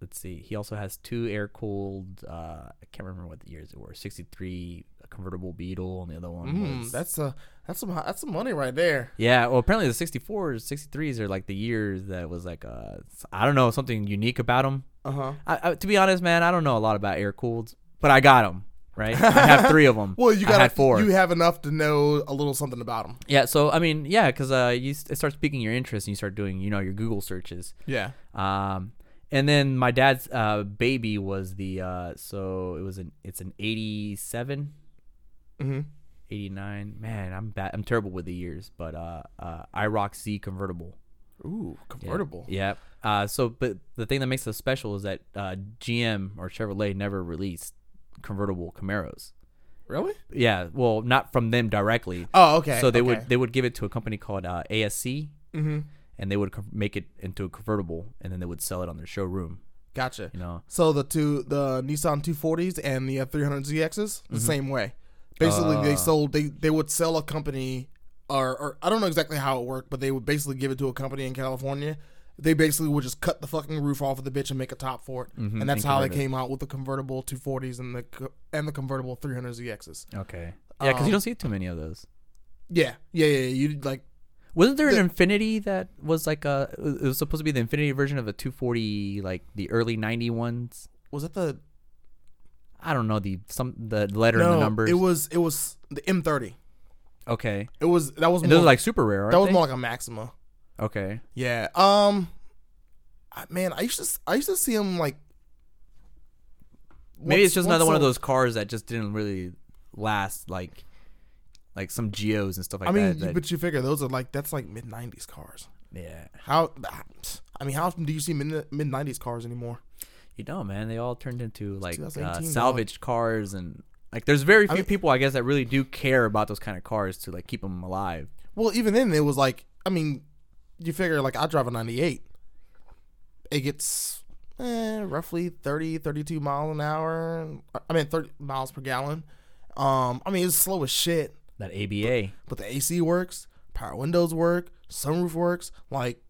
S2: let's see. He also has two air cooled. Uh, I can't remember what the years it were. Sixty three convertible Beetle, and the other one
S1: Mm,
S2: was.
S1: that's a that's some that's some money right there.
S2: yeah, well, apparently the 64s, 63s are like the years that was like, uh, I don't know, something unique about them.
S1: Uh huh.
S2: I, I, to be honest, man, I don't know a lot about air cooled, but I got them. Right, I have three of them.
S1: Well, you got
S2: I had four.
S1: You have enough to know a little something about them.
S2: yeah, so I mean, yeah, because uh, you s- it starts piquing your interest, and you start doing, you know, your Google searches.
S1: Yeah.
S2: Um, and then my dad's uh, baby was the uh, so it was an it's an 87,
S1: Mm-hmm.
S2: 89. Man, I'm bad. I'm terrible with the years, but uh, uh, IROC Z convertible.
S1: Ooh,
S2: Yeah.
S1: convertible.
S2: Yeah. Uh, so, but the thing that makes it special is that uh, GM or Chevrolet never released convertible Camaros.
S1: Really?
S2: Yeah, well, not from them directly.
S1: Oh, okay.
S2: so they would
S1: okay.
S2: they would give it to a company called uh, ASC,
S1: Mhm.
S2: and they would co- make it into a convertible, and then they would sell it on their showroom.
S1: Gotcha.
S2: You know,
S1: So the two, the Nissan 240s and the uh, 300ZXs, the
S2: Mm-hmm.
S1: same way. Basically,
S2: Uh.
S1: they sold. They they would sell a company, or, or I don't know exactly how it worked, but they would basically give it to a company in California. They basically would just cut the fucking roof off of the bitch and make a top for it, and that's
S2: Mm-hmm, and
S1: how they
S2: convert it.
S1: came out with the convertible 240s and the co- and the convertible 300ZXs.
S2: okay, yeah, because
S1: Um,
S2: you don't see too many of those.
S1: Yeah, yeah, yeah. yeah. You like
S2: Wasn't there an Infinity that was like a? It was supposed to be the Infinity version of a 240, like the early 90 ones.
S1: was that the
S2: I don't know the some the letter and
S1: no?
S2: the numbers.
S1: It was it was the M30.
S2: okay,
S1: It was that was
S2: and those
S1: more,
S2: are like super rare. Aren't
S1: that was
S2: they?
S1: more like a Maxima.
S2: okay.
S1: Yeah. Um. I- Man, I used to I used to see him like.
S2: Maybe it's
S1: once-
S2: just another
S1: once
S2: one of
S1: a-
S2: those cars that just didn't really last, like like some Geos and stuff like
S1: I mean,
S2: that.
S1: you-
S2: that-
S1: but you figure those are like that's like mid '90s cars.
S2: yeah,
S1: How? I mean, how often do you see mid mid '90s cars anymore?
S2: you don't, man. They all turned into like uh,
S1: 2018, dog.
S2: salvaged cars, and like there's very few
S1: mean-
S2: people, I guess, that really do care about those kind of cars to like keep them alive.
S1: Well, even then, it was like I mean, you figure like I drive a '98. It gets eh, roughly 30, 32 miles an hour. I mean, 30 miles per gallon. Um, I mean, it's slow as shit.
S2: That ABA.
S1: but the AC works, power windows work, sunroof works. Like,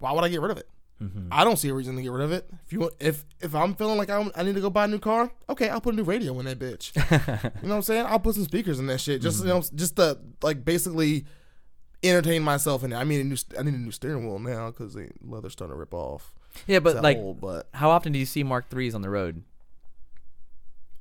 S1: why would I get rid of it?
S2: Mm-hmm.
S1: I don't see a reason to get rid of it. If you want, if if I'm feeling like I'm, I need to go buy a new car, okay, I'll put a new radio in that bitch. you know what I'm saying? I'll put some speakers in that shit. Just you know,
S2: Mm-hmm.
S1: just to like basically entertain myself in it. I mean, a new st- I need a new steering wheel now because the leather's starting to rip off.
S2: Yeah, but
S1: It's
S2: like,
S1: old, but
S2: how often do you see Mark threes on the road?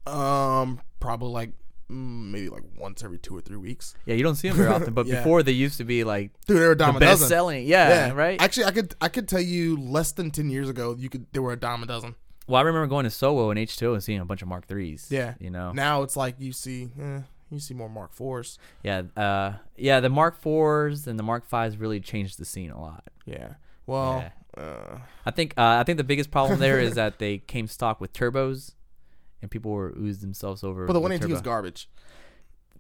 S1: um, probably like mm, maybe like once every two or three weeks.
S2: Yeah, you don't see them very often. But
S1: Yeah.
S2: before they used to be like
S1: Dude, they're a dime
S2: the
S1: a
S2: best
S1: dozen.
S2: selling. Yeah, right.
S1: Actually, I could I could tell you less than ten years ago, you could there were a dime a dozen.
S2: well, I remember going to Soho and H two O and seeing a bunch of Mark threes.
S1: Yeah.
S2: you know.
S1: Now it's like you see, eh, you see more Mark Force.
S2: Yeah, uh, yeah. The Mark fours and the Mark fives really changed the scene a lot.
S1: Yeah. Well, Uh,
S2: I think uh, I think the biggest problem there is that they came stock with turbos, and people were oozed themselves over.
S1: But the
S2: with
S1: 118 is
S2: turbo.
S1: garbage.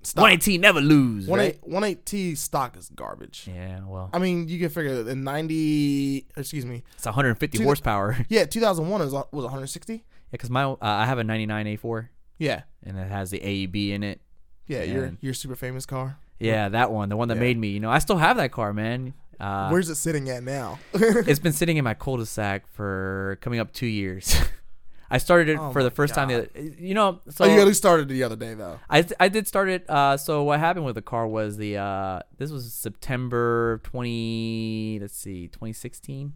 S1: Stop.
S2: 118 never lose, right?
S1: 118 stock is garbage.
S2: Yeah, well,
S1: I mean, you can figure in 90, excuse me,
S2: it's 150
S1: Dude,
S2: horsepower. Yeah,
S1: yeah, 2001 was was 160.
S2: because my uh, I have a 99 A4
S1: Yeah,
S2: and it has the AEB in it.
S1: yeah, your
S2: Man.
S1: your super famous car.
S2: Yeah, that one, the one that
S1: Yeah.
S2: made me. You know, I still have that car, man. Uh,
S1: Where's it sitting at now?
S2: it's been sitting in my cul-de-sac for coming up two years. I started it
S1: Oh
S2: for the
S1: my
S2: first time. The other, you know, so
S1: oh, you only started the other day though.
S2: I, I did start it. Uh, so what happened with the car was the uh, this was September twenty. Let's see, twenty sixteen.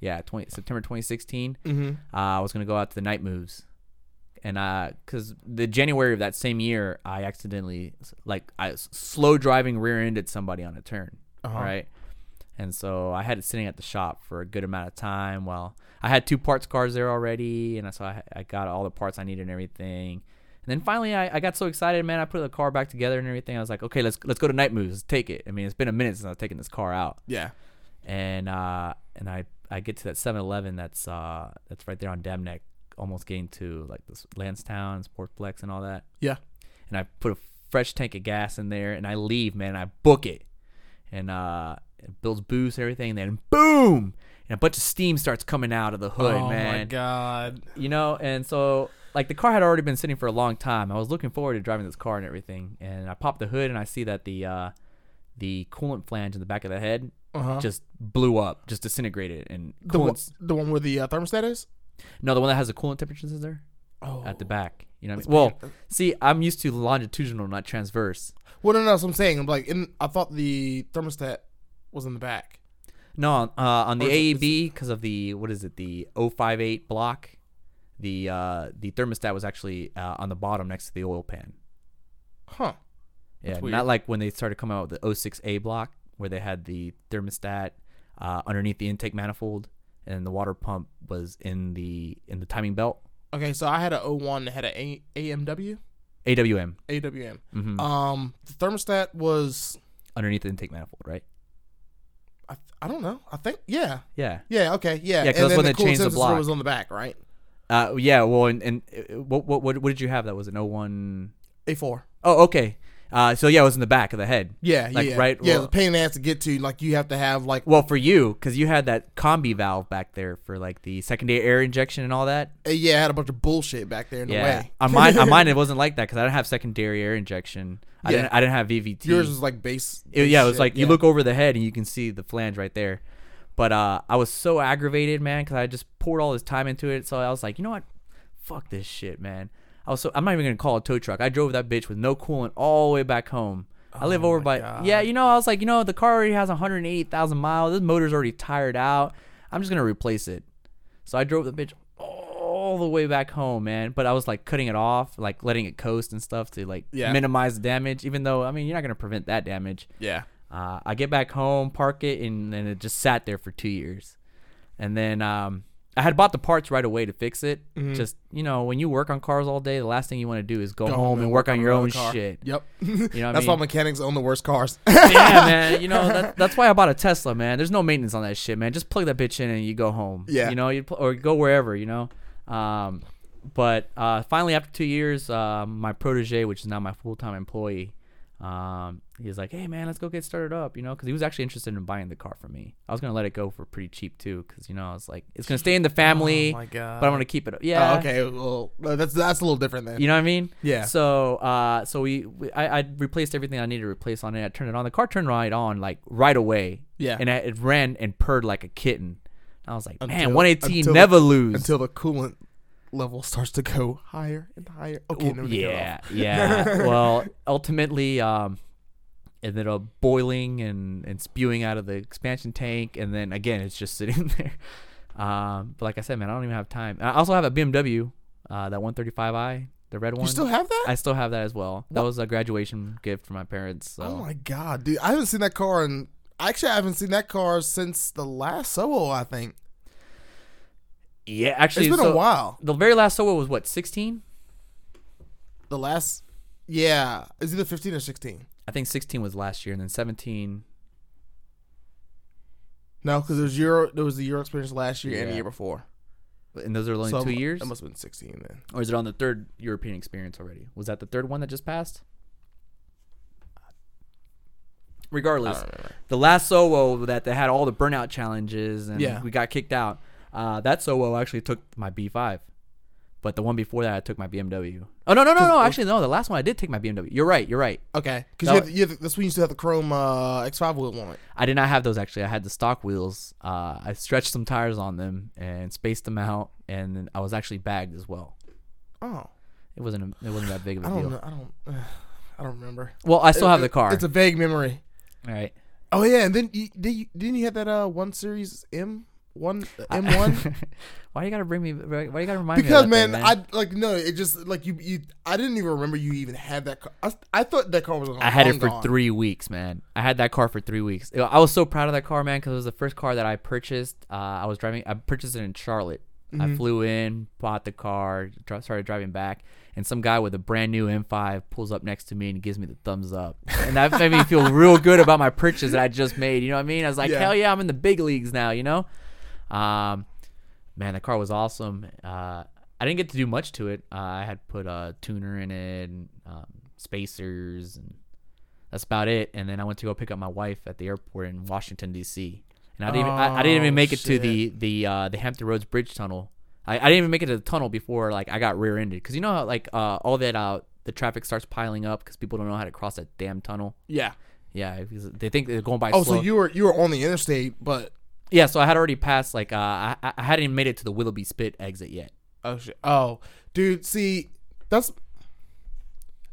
S2: Yeah, twenty September twenty sixteen.
S1: Mm-hmm.
S2: Uh, I was gonna go out to the night moves, and uh, cause the January of that same year, I accidentally like I s- slow driving rear ended somebody on a turn.
S1: Uh-huh.
S2: All right. And so I had it sitting at the shop for a good amount of time. Well, I had two parts cars there already, and so I, I got all the parts I needed and everything. And then finally, I, I got so excited, man! I put the car back together and everything. I was like, okay, let's let's go to Night Moves. Let's take it. I mean, it's been a minute since I've taken this car out,
S1: Yeah.
S2: and uh, and I I get to that 7-Eleven that's uh that's right there on Demneck, almost getting to like this Lansdowne Sportplex and all that
S1: Yeah.
S2: and I put a fresh tank of gas in there and I leave, man, and I book it. And uh it builds boost and everything, and then boom! And a bunch of steam starts coming out of the hood, Oh, man.
S1: Oh, god.
S2: You know, and so like the car had already been sitting for a long time. I was looking forward to driving this car and everything. And I pop the hood and I see that the uh the coolant flange in the back of the head
S1: Uh-huh.
S2: just blew up, just disintegrated and
S1: The, one,
S2: coolant's
S1: the one where the uh, thermostat is.
S2: no, the one that has the coolant temperature sensor
S1: Oh.
S2: at the back. You know what I mean? Well, see, I'm used to longitudinal, not transverse.
S1: Well, no, no. That's what I'm saying. I'm like, in, I thought the thermostat was in the back.
S2: No, uh, on the
S1: Or is it- is
S2: AEB because of the what is it the 058 block, the uh, the thermostat was actually uh, on the bottom next to the oil pan.
S1: Huh.
S2: Yeah,
S1: weird.
S2: not like when they started coming out with the 06A block where they had the thermostat uh, underneath the intake manifold and the water pump was in the in the timing belt.
S1: Okay, so I had a 01 that had an a- AMW,
S2: AWM
S1: AWM.
S2: mhm,
S1: Um, the thermostat was
S2: underneath the intake manifold, right?
S1: I, I don't know. I think yeah,
S2: Yeah,
S1: yeah. Okay, yeah.
S2: Yeah, 'cause that's when they changed the
S1: sensor
S2: block.
S1: was on the back, right?
S2: uh, yeah. Well, and, and uh, what, what what what did you have? That was an 01.
S1: A four.
S2: Oh, okay. Uh, so yeah, it was in the back of the head.
S1: Yeah,
S2: Like,
S1: yeah,
S2: right-
S1: Yeah,
S2: well-
S1: the pain in the ass to get to. Like you have to have like
S2: Well, for you, because you had that combi valve back there for like the secondary air injection and all that.
S1: uh, yeah, I had a bunch of bullshit back there in the
S2: Yeah,
S1: way.
S2: on mine, on mine, it wasn't like that because I didn't have secondary air injection. I
S1: Yeah.
S2: didn't, I didn't have VVT.
S1: Yours was like base.
S2: It- yeah, it was
S1: shit,
S2: like you
S1: yeah.
S2: look over the head and you can see the flange right there. But uh, I was so aggravated, man, because I just poured all this time into it. So I was like, you know what? Fuck this shit, man. I was so I'm not even gonna call a tow truck. I drove that bitch with no coolant all the way back home. I live
S1: Oh
S2: over by yeah, you know. I was like, you know, the car already has 180,000 miles. This motor's already tired out. I'm just gonna replace it. So I drove the bitch all the way back home, man. But I was like cutting it off, like letting it coast and stuff to like
S1: Yeah.
S2: minimize the damage. Even though I mean, you're not gonna prevent that damage.
S1: Yeah.
S2: Uh, I get back home, park it, and then it just sat there for two years. And then um, I had bought the parts right away to fix it. Just you know, when you work on cars all day, the last thing you want to do is Mm-hmm. go, home and work on your own
S1: another car.
S2: shit.
S1: Yep.
S2: You know what I
S1: That's why
S2: mean?
S1: mechanics own the worst cars. Oh
S2: yeah, man. You know that, that's why I bought a Tesla, man. There's no maintenance on that shit, man. Just plug that bitch in and you go home.
S1: Yeah.
S2: You know, you pl- or go wherever. You know. Um, but uh, finally, after two years, uh, my protege, which is now my full time employee, um, he was like, "Hey, man, let's go get started up." You know, because he was actually interested in buying the car from me. I was gonna let it go for pretty cheap too, because you know I was like, it's gonna stay in the family,
S1: Oh god.
S2: but I'm gonna keep it. Yeah.
S1: Oh, okay. Well, that's that's a little different then.
S2: You know what I mean?
S1: Yeah.
S2: So, uh, so we, we I, I replaced everything I needed to replace on it. I turned it on. The car turned right on, like right away.
S1: Yeah.
S2: And I, it ran and purred like a kitten. I was like, man,
S1: Until-
S2: 118
S1: until-
S2: never lose.
S1: until the coolant level starts to go higher and higher. Okay, no,
S2: yeah, yeah. Well, ultimately, um, it ended up boiling and and spewing out of the expansion tank, and then again, it's just sitting there. Um, but like I said, man, I don't even have time. I also have a BMW, uh, that 135i, the red one.
S1: You still have that?
S2: I still have that as well. That was a graduation gift from my parents. So
S1: oh my god, dude! I haven't seen that car, and actually, I haven't seen that car since the last Soho. I think
S2: yeah,
S1: it's
S2: actually,
S1: been
S2: so
S1: a while.
S2: The very last solo was what sixteen?
S1: The last, yeah, it's either fifteen or sixteen.
S2: I think sixteen was last year, and then seventeen.
S1: No, because there was Euro. There was the Euro experience last year and the
S2: Yeah.
S1: year before.
S2: and those are only
S1: So
S2: two
S1: I'm-
S2: years,
S1: That must have been 16 then.
S2: or is it on the third European experience already? Was that the third one that just passed? Regardless, the last Sowo that they had all the burnout challenges and
S1: Yeah.
S2: we got kicked out. Uh, that Sowo actually took my B5, but the one before that I took my BMW. Oh no no no no! Actually no, the last one I did take my BMW. You're right. You're right.
S1: Okay, because
S2: That
S1: you had, you had, that's when you still have the chrome uh, X5 wheel on it.
S2: I did not have those actually. I had the stock wheels. Uh, I stretched some tires on them and spaced them out, and then I was actually bagged as well.
S1: Oh,
S2: It wasn't a, it wasn't that big of a
S1: I
S2: deal.
S1: don't know. I don't. I don't remember.
S2: Well, I still have the
S1: It-
S2: car.
S1: It's a vague memory.
S2: All right.
S1: Oh yeah, and then you, did you, didn't you have that uh one series M one M one?
S2: why you gotta bring me? Why you gotta remind
S1: Because
S2: me? of
S1: man,
S2: that thing,
S1: I like no. It just like you, you. I didn't even remember you even had that car. I, I thought that car was.
S2: I had it
S1: long
S2: for
S1: gone.
S2: three weeks, man. I had that car for three weeks. I I was so proud of that car, man, because it was the first car that I purchased. Uh, I was driving. I purchased it in Charlotte. I flew in, bought the car, dri- started driving back, and some guy with a brand new M5 pulls up next to me and gives me the thumbs up, and that made me feel real good about my purchase that I just made. You know what I mean? I was like,
S1: Yeah.
S2: hell yeah, I'm in the big leagues now. You know, um, man, the car was awesome. Uh, I didn't get to do much to it. Uh, I had put a tuner in it, and, um, spacers, and that's about it. And then I went to go pick up my wife at the airport in Washington D.C. And I didn't, even, I, I didn't
S1: Oh,
S2: even make it to the the uh, the Hampton Roads Bridge Tunnel. I, I didn't even make it to the tunnel before like I got rear-ended because you know how like uh, all that uh, the traffic starts piling up because people don't know how to cross that damn tunnel.
S1: Yeah.
S2: Yeah, because they think they're going by.
S1: Oh,
S2: slow.
S1: so you were you were on the interstate, but
S2: Yeah, so I had already passed like uh, I I I hadn't even made it to the Willoughby Spit exit yet.
S1: oh shit. Oh, dude. See, that's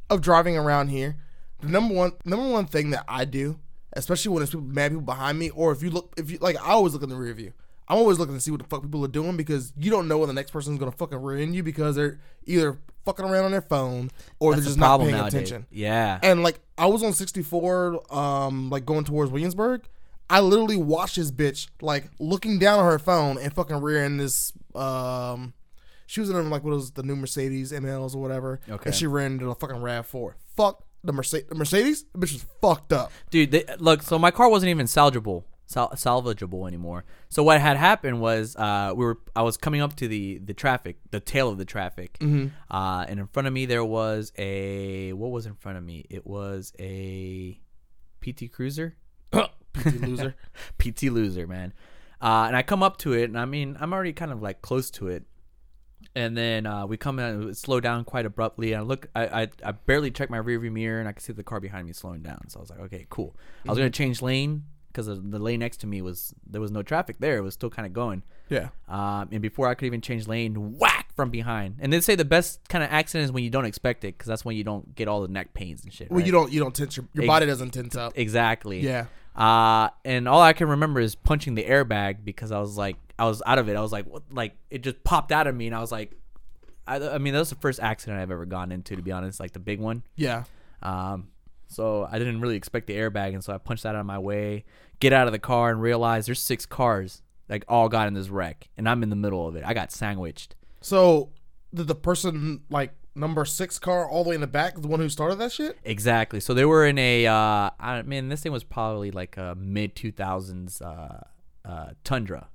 S1: of driving around here. The number one number one thing that I do, especially when there's people, mad people behind me, or if you look, if you like, I always look in the rear view. I'm always looking to see what the fuck people are doing because you don't know when the next person's gonna fucking rear end you because they're either fucking around on their phone or
S2: That's
S1: they're
S2: the
S1: just not
S2: problem
S1: paying
S2: nowadays.
S1: attention.
S2: Yeah.
S1: And like I was on 64, um, like going towards Williamsburg. I literally watched this bitch like looking down on her phone and fucking rear end this. Um, she was in like what was the new Mercedes MLs or whatever,
S2: Okay.
S1: and she ran into a fucking Rav Four. Fuck the Mercedes. The Mercedes, the bitch was fucked up.
S2: dude they, look so my car wasn't even salvageable sal- salvageable anymore so what had happened was uh we were i was coming up to the the traffic the tail of the traffic
S1: Mm-hmm.
S2: uh and in front of me there was a what was in front of me it was a pt cruiser
S1: You loser.
S2: PT loser, man. Uh, and I come up to it, and I mean, I'm already kind of like close to it. And then uh, we come in, it slowed down quite abruptly. And I look, I, I, I barely checked my rearview mirror, and I could see the car behind me slowing down. So I was like, okay, cool. I was gonna change lane because the lane next to me was there was no traffic there. It was still kind of going.
S1: Yeah.
S2: Um, and before I could even change lane, whack from behind. And they say the best kind of accident is when you don't expect it, because that's when you don't get all the neck pains and shit.
S1: Well,
S2: right?
S1: you don't you don't tense your your
S2: Ex-
S1: body doesn't tense up.
S2: Exactly.
S1: Yeah.
S2: Uh, and all I can remember is punching the airbag because I was like, I was out of it. I was like, what? Like it just popped out of me, and I was like, I, I mean, that was the first accident I've ever gone into, to be honest, like the big one.
S1: Yeah.
S2: Um, so I didn't really expect the airbag, and so I punched that out of my way, get out of the car, and realize there's six cars like all got in this wreck, and I'm in the middle of it. I got sandwiched.
S1: So did the person like number six car all the way in the back, the one who started that shit? Exactly.
S2: Exactly. So they were in a. Uh, I mean, this thing was probably like a mid 2000s uh, uh, Tundra.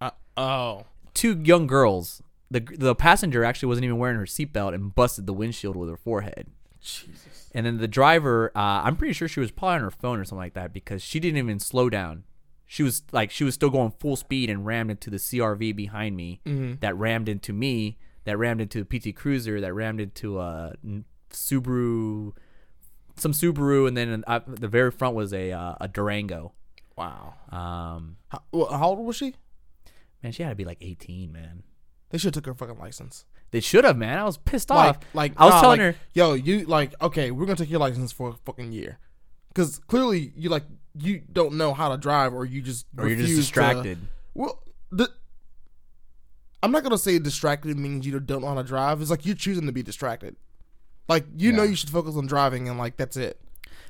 S1: Uh, oh.
S2: two young girls. The the passenger actually wasn't even wearing her seatbelt and busted the windshield with her forehead.
S1: Jesus.
S2: And then the driver, uh, I'm pretty sure she was probably on her phone or something like that because she didn't even slow down. She was like she was still going full speed and rammed into the CRV behind me. That rammed into me. That rammed into the PT Cruiser. That rammed into a n- Subaru, some Subaru, and then uh, the very front was a uh, a Durango.
S1: Wow.
S2: Um,
S1: How, well, how old was she?
S2: man, she had to be like 18, man.
S1: They should have took her fucking license.
S2: They should have, man. I was pissed
S1: Like,
S2: off.
S1: like
S2: I was
S1: nah,
S2: telling
S1: like,
S2: her,
S1: yo, you like okay, we're gonna take your license for a fucking year, because clearly you like you don't know how to drive, or you just
S2: or you're just
S1: refuse to-
S2: distracted.
S1: well, the, I'm not gonna say distracted means you don't know how to drive. It's like you're choosing to be distracted. Like you know
S2: Yeah.
S1: you should focus on driving, and like that's it.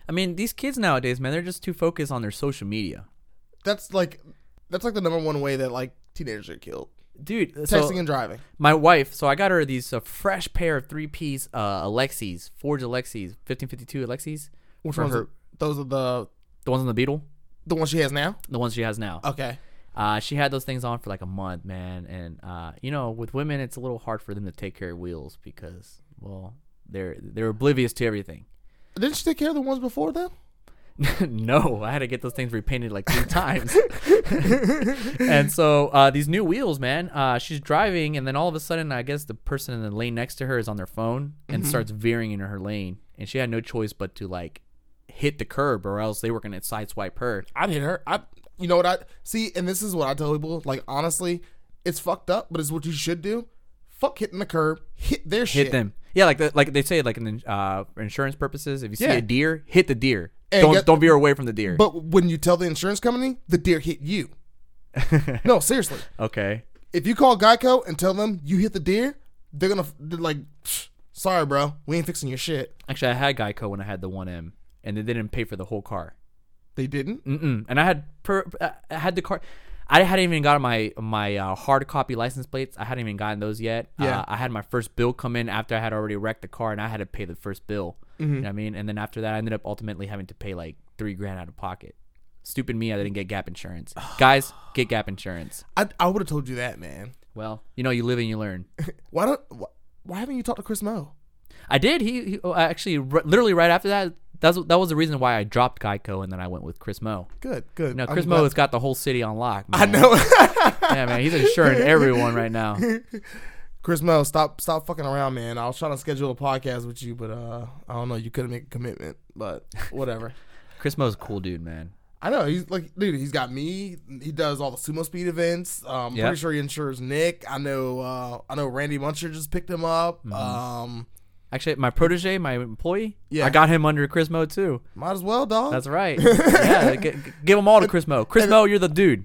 S2: I mean, these kids nowadays, man, they're just too focused on their social media,
S1: That's like that's like the number one way that like teenagers are killed:
S2: dude. uh,
S1: texting
S2: So
S1: and driving.
S2: my wife, so I got her these uh, fresh pair of three piece uh, Alexis, forged Alexis, fifteen fifty two Alexis,
S1: Which
S2: for
S1: ones?
S2: her-
S1: are- those are the
S2: the ones on the Beetle,
S1: the ones she has now. Oh.
S2: the ones she has now.
S1: Okay.
S2: Uh, she had those things on for like a month, man. And uh, you know, with women, it's a little hard for them to take care of wheels because, well, they're they're oblivious to everything.
S1: Didn't she take care of the ones before then?
S2: no, I had to get those things repainted like three times. and so uh, these new wheels, man. Uh, she's driving, and then all of a sudden, I guess the person in the lane next to her is on their phone and
S1: Mm-hmm.
S2: starts veering into her lane, and she had no choice but to like hit the curb, or else they were gonna sideswipe her.
S1: I'd hit her. I, you know what I see, and this is what I tell people. Like honestly, it's fucked up, but it's what you should do. Fuck hitting the curb. Hit their shit.
S2: Hit them. Yeah, like the, like they say, like in uh, for insurance purposes, if you see
S1: Yeah.
S2: a deer, hit the deer.
S1: And
S2: don't
S1: get-
S2: don't veer away from the deer.
S1: But when you tell the insurance company, the deer hit you. no, seriously.
S2: okay.
S1: If you call Geico and tell them you hit the deer, they're gonna they're like, "Psh, sorry, bro, we ain't fixing your shit.
S2: Actually, I had Geico when I had the 1M, and they didn't pay for the whole car.
S1: They didn't.
S2: Mm-mm. And I had per, uh, I had the car. I hadn't even gotten my my uh, hard copy license plates. I hadn't even gotten those yet.
S1: Yeah.
S2: Uh, I had my first bill come in after I had already wrecked the car, and I had to pay the first bill.
S1: Mm-hmm.
S2: You know what I mean? And then after that, I ended up ultimately having to pay like three grand out of pocket. Stupid me, I didn't get Gap insurance. Guys, get Gap insurance.
S1: I I would have told you that, man.
S2: Well, you know, you live and you learn.
S1: Why don't wh- why haven't you talked to Chris Mo?
S2: I did. He, he oh, actually, r- literally right after that, that's that was the reason why I dropped Geico, and then I went with Chris Mo.
S1: Good, good.
S2: No,
S1: I'm
S2: Chris
S1: glad-
S2: Mo has got the whole city on lock. Man.
S1: I know.
S2: Yeah, man, he's insuring everyone right now.
S1: Chris Mo, stop stop fucking around, man. I was trying to schedule a podcast with you, but uh, I don't know. You couldn't make a commitment, but whatever.
S2: Chris Mo's a cool dude, man.
S1: I know he's like, dude, he's got me. He does all the sumo speed events. Um,
S2: Yeah.
S1: Pretty sure he insures Nick. I know. Uh, I know Randy Muncher just picked him up.
S2: Mm-hmm.
S1: Um,
S2: Actually, my protege, my employee,
S1: Yeah.
S2: I got him under Chris Mo too.
S1: might as well, dog.
S2: That's right. yeah, g- g- give them all to Chris Mo. Chris Mo, you're the dude.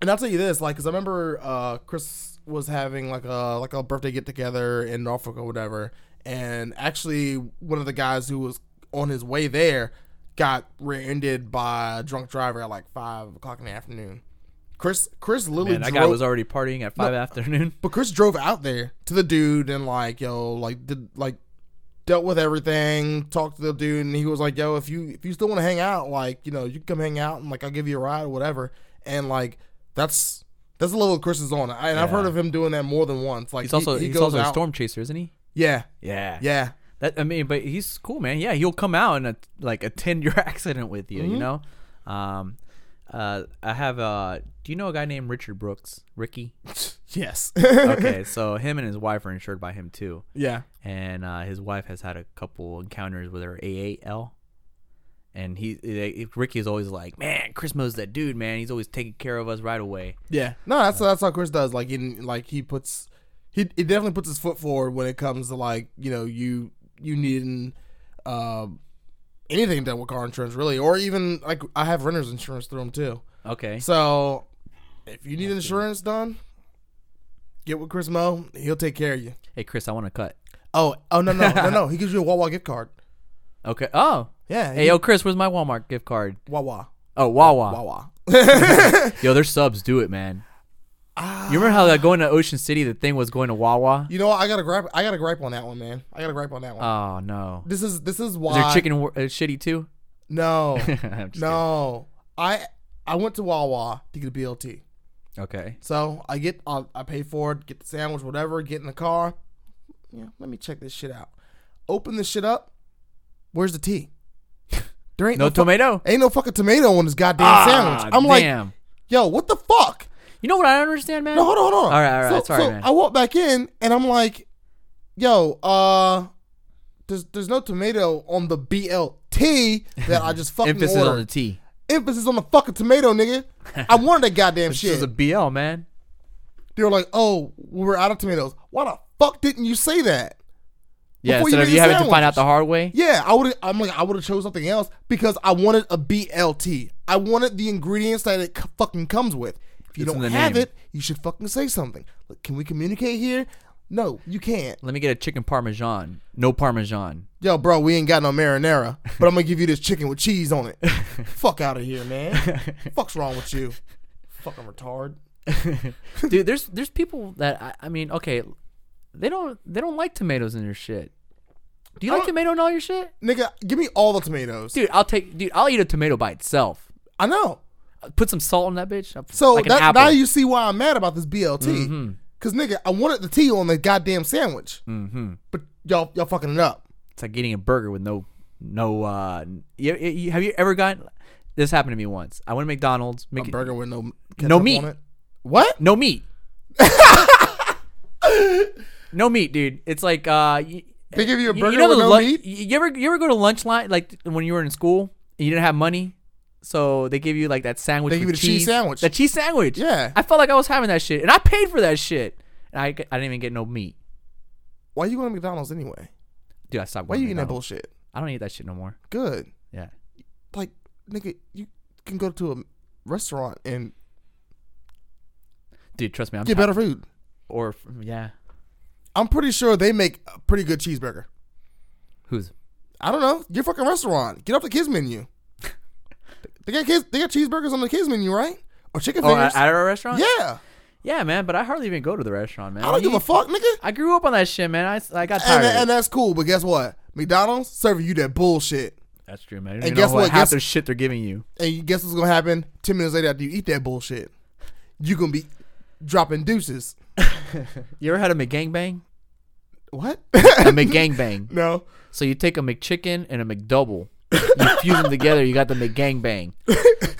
S1: And I'll tell you this, like, 'cause I remember uh, Chris was having like a like a birthday get together in Norfolk or whatever, and actually one of the guys who was on his way there got rear-ended by a drunk driver at like five o'clock in the afternoon. Chris Chris literally
S2: Man, that guy
S1: drove,
S2: was already partying at five afternoon.
S1: but Chris drove out there to the dude and like yo like did like dealt with everything, talked to the dude, and he was like, "Yo, if you if you still want to hang out, like you know, you can come hang out, and like I'll give you a ride or whatever." And like that's that's the level Chris is on, I, and I've heard of him doing that more than once. Like
S2: He's also
S1: he, he
S2: he's
S1: goes
S2: also a
S1: out,
S2: storm chaser, isn't he?
S1: yeah,
S2: Yeah.
S1: yeah.
S2: That I mean, but he's cool, man. Yeah, he'll come out and uh, like attend your accident with you.
S1: Mm-hmm.
S2: You know. Um, uh, I have uh, do you know a guy named Richard Brooks, Ricky?
S1: Yes.
S2: Okay, so him and his wife are insured by him too.
S1: yeah.
S2: and uh, his wife has had a couple encounters with her AAL. And he, they, Ricky is always like, man, Chris Mo's that dude, man. He's always taking care of us right away.
S1: Yeah. No, that's that's how Chris does. Like in like he puts he he definitely puts his foot forward when it comes to like, you know, you you needing um anything done with car insurance really. Or even like I have renter's insurance through him too.
S2: Okay.
S1: So if you need insurance done, get with Chris Mo, he'll take care of you.
S2: Hey, Chris, I want to cut.
S1: Oh oh no no no no. He gives you a Wawa gift card.
S2: Okay. Oh.
S1: Yeah.
S2: Hey, yo, Chris, where's my Walmart gift card?
S1: Wawa.
S2: Oh, Wawa.
S1: Wawa.
S2: Yo, their subs do it, man. You remember how that going to Ocean City, the thing was going to Wawa?
S1: Ah. You know what? I got a gripe I got a gripe on that one, man. I got a gripe on that one.
S2: Oh, no.
S1: this is this Uh, is
S2: Is their
S1: why
S2: chicken wor- uh, shitty too?
S1: No.
S2: I'm just
S1: No, I I went to Wawa to get a BLT.
S2: kidding. Okay.
S1: So I get I, I pay for it, get the sandwich, whatever, get in the car. Yeah, let me check this shit out. Open this shit up. Where's the tea? There ain't no,
S2: No
S1: fu-
S2: tomato? Ah,
S1: ain't no fucking tomato on this goddamn sandwich. I'm like,
S2: damn.
S1: yo, what the fuck?
S2: you know what I don't understand, man?
S1: No, hold on, hold on.
S2: All right, all right,
S1: So,
S2: sorry,
S1: so
S2: man.
S1: I walk back in and I'm like, yo, uh, there's there's no tomato on the BLT that I just fucking
S2: Emphasis
S1: ordered
S2: on the T.
S1: emphasis on the fucking tomato, nigga. I wanted that goddamn
S2: This
S1: shit.
S2: is a BL, man.
S1: they were like, "Oh, we're out of tomatoes. Why the fuck didn't you say that?"
S2: Yeah,
S1: Before you
S2: instead of
S1: make
S2: you
S1: the
S2: having to find
S1: sandwich.
S2: out the hard way.
S1: Yeah, I would. I'm like, I would have chose something else because I wanted a BLT. I wanted the ingredients that it c- fucking comes with. If you
S2: It's in
S1: don't
S2: the
S1: have
S2: name.
S1: it, you should fucking say something. Like, can we communicate here? No, you can't.
S2: Let me get a chicken parmesan. No parmesan.
S1: Yo, bro, we ain't got no marinara, but I'm gonna give you this chicken with cheese on it. Fuck out of here, man. Fuck's wrong with you? Fucking retard.
S2: Dude, there's there's people that I, I mean, okay, they don't they don't like tomatoes in their shit. Do
S1: Oh.
S2: you like tomato in all your shit?
S1: Nigga, give me all the tomatoes.
S2: Dude, I'll take dude, I'll eat a tomato by itself.
S1: I know.
S2: Put some salt on that bitch. I'm-
S1: So
S2: like an
S1: that,
S2: apple. Mm-hmm.
S1: now you see why I'm mad about this BLT. Cause nigga, I wanted the tea on the goddamn sandwich,
S2: Mhm.
S1: but y'all y'all fucking it up.
S2: It's like getting a burger with no no. uh you, you- you- Have you ever gotten? This happened to me once. I went to McDonald's. Mc,
S1: A burger with no
S2: No
S1: ketchup
S2: meat.
S1: On it. What?
S2: No meat. no meat, dude. It's like uh. You,
S1: They give you a
S2: you-
S1: burger
S2: you know
S1: with
S2: the
S1: no
S2: lun-
S1: meat.
S2: You ever you ever go to lunch line like when you were in school and you didn't have money, so they give you like that sandwich.
S1: They give
S2: with
S1: you the cheese sandwich.
S2: The cheese sandwich.
S1: Yeah.
S2: I felt like I was having that shit, and I paid for that shit, and I, g- I didn't even get no meat.
S1: Why you going to McDonald's anyway?
S2: Dude, I stopped.
S1: Why
S2: going
S1: you
S2: to
S1: eating that
S2: McDonald's.
S1: bullshit?
S2: I don't eat that shit no more.
S1: Good.
S2: Yeah.
S1: Like nigga, you can go to a restaurant and
S2: Dude, trust me. I'm
S1: get better food.
S2: or yeah.
S1: I'm pretty sure they make a pretty good cheeseburger.
S2: Who's?
S1: I don't know. Your fucking restaurant. Get off the kids menu. they got kids. They got cheeseburgers on the kids menu, right? Or chicken
S2: Oh,
S1: fingers.
S2: at, at our restaurant?
S1: yeah.
S2: Yeah, man. But I hardly even go to the restaurant, man.
S1: I don't give a fuck, nigga.
S2: I grew up on that shit, man. I, s- I got tired.
S1: And,
S2: of it.
S1: and that's cool, but guess what? McDonald's serving you that bullshit.
S2: That's true, man. And
S1: guess what?
S2: Half
S1: Guess-
S2: the shit they're giving you.
S1: And you guess what's gonna happen? Ten minutes later after you eat that bullshit, you gonna be dropping deuces.
S2: You ever had a McGangbang?
S1: What?
S2: A McGangbang.
S1: no.
S2: So you take a McChicken and a McDouble. You fuse them together. You got the McGangbang.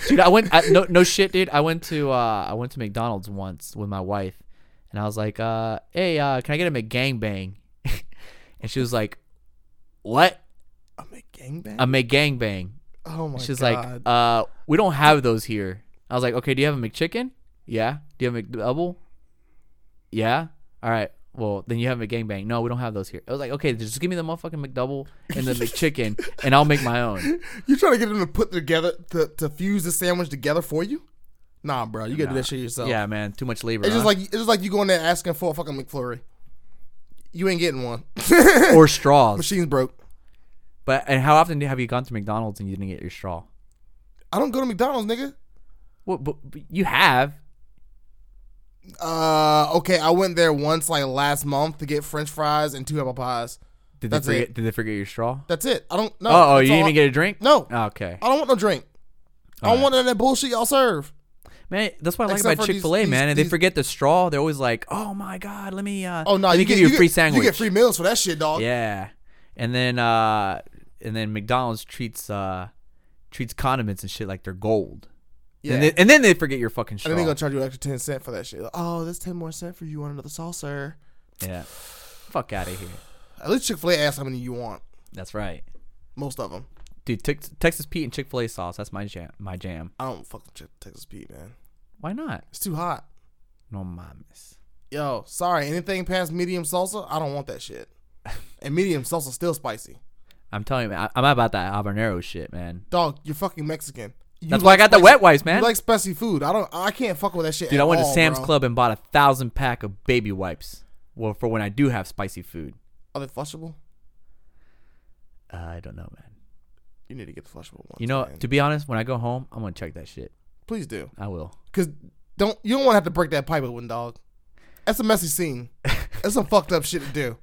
S2: Dude, I went. I, no, no shit, dude. I went to uh, I went to McDonald's once with my wife, and I was like, uh, "Hey, uh, can I get a McGangbang?" and she was like, "What?
S1: A McGangbang?
S2: A McGangbang?"
S1: oh my
S2: She's
S1: god.
S2: like, uh, we don't have those here. I was like, okay, do you have a McChicken? Yeah. Do you have a McDouble? Yeah. All right. Well, then you have a gangbang. No, we don't have those here. I was like, okay, just give me the motherfucking McDouble and the McChicken, and I'll make my own.
S1: you trying to get them to put together to, to fuse the sandwich together for you? Nah, bro. You gotta do that shit yourself.
S2: Yeah, man, too much labor.
S1: It's just
S2: huh?
S1: like it's just like you going there asking for a fucking McFlurry. You ain't getting one.
S2: or straws.
S1: Machine's broke.
S2: But and how often have you gone to McDonald's and you didn't get your straw?
S1: I don't go to McDonald's, nigga.
S2: Well, but, but you have.
S1: Uh, okay. I went there once, like last month, to get French fries and two apple pies.
S2: Did
S1: That's
S2: they forget?
S1: it.
S2: Did they forget your straw?
S1: That's it. I don't know.
S2: oh, oh, you didn't even get a drink?
S1: No,
S2: Okay,
S1: I don't want no drink. I don't want none of that bullshit y'all serve.
S2: man. That's what I like
S1: Except
S2: about
S1: for these-
S2: Chick Fil A,
S1: these-
S2: man. And they
S1: these-
S2: forget the straw. They're always like, "Oh my God, let me." Uh,
S1: Oh no,
S2: let me
S1: you
S2: give
S1: get
S2: you a
S1: get-
S2: free sandwich.
S1: You get free meals for that shit, dog.
S2: Yeah, and then uh, and then McDonald's treats uh, treats condiments and shit like they're gold.
S1: Yeah.
S2: And, Oh. then, and then they forget your fucking
S1: and
S2: straw.
S1: then they gonna charge you an extra ten cent for that shit. Like, oh, that's ten more cent for you on another saucer.
S2: yeah, fuck out of here.
S1: At least Chick Fil A asks how many you want.
S2: That's right,
S1: Most of them.
S2: dude. Tex Texas Pete and Chick Fil A sauce. That's my jam. My jam.
S1: I don't fuck with Chick- Texas Pete, man.
S2: Why not?
S1: It's too hot.
S2: No mames.
S1: Yo, sorry. Anything past medium salsa, I don't want that shit. And medium salsa still spicy.
S2: I'm telling you, man, I, I'm about that habanero shit, man.
S1: Dog, you're fucking Mexican. You
S2: That's why I got the
S1: spicy-
S2: wet wipes, man.
S1: You like spicy food. I don't. I can't fuck with that shit.
S2: Dude,
S1: at
S2: I went to
S1: all,
S2: Sam's
S1: bro.
S2: Club and bought a thousand pack of baby wipes. Well, for when I do have spicy food.
S1: Are they flushable?
S2: Uh, I don't know, man.
S1: You need to get the flushable ones.
S2: You know,
S1: man.
S2: to be honest, when I go home, I'm gonna check that shit.
S1: please do,
S2: I will.
S1: because don't you don't want to have to break that pipe open, dog. That's a messy scene. That's some fucked up shit to do.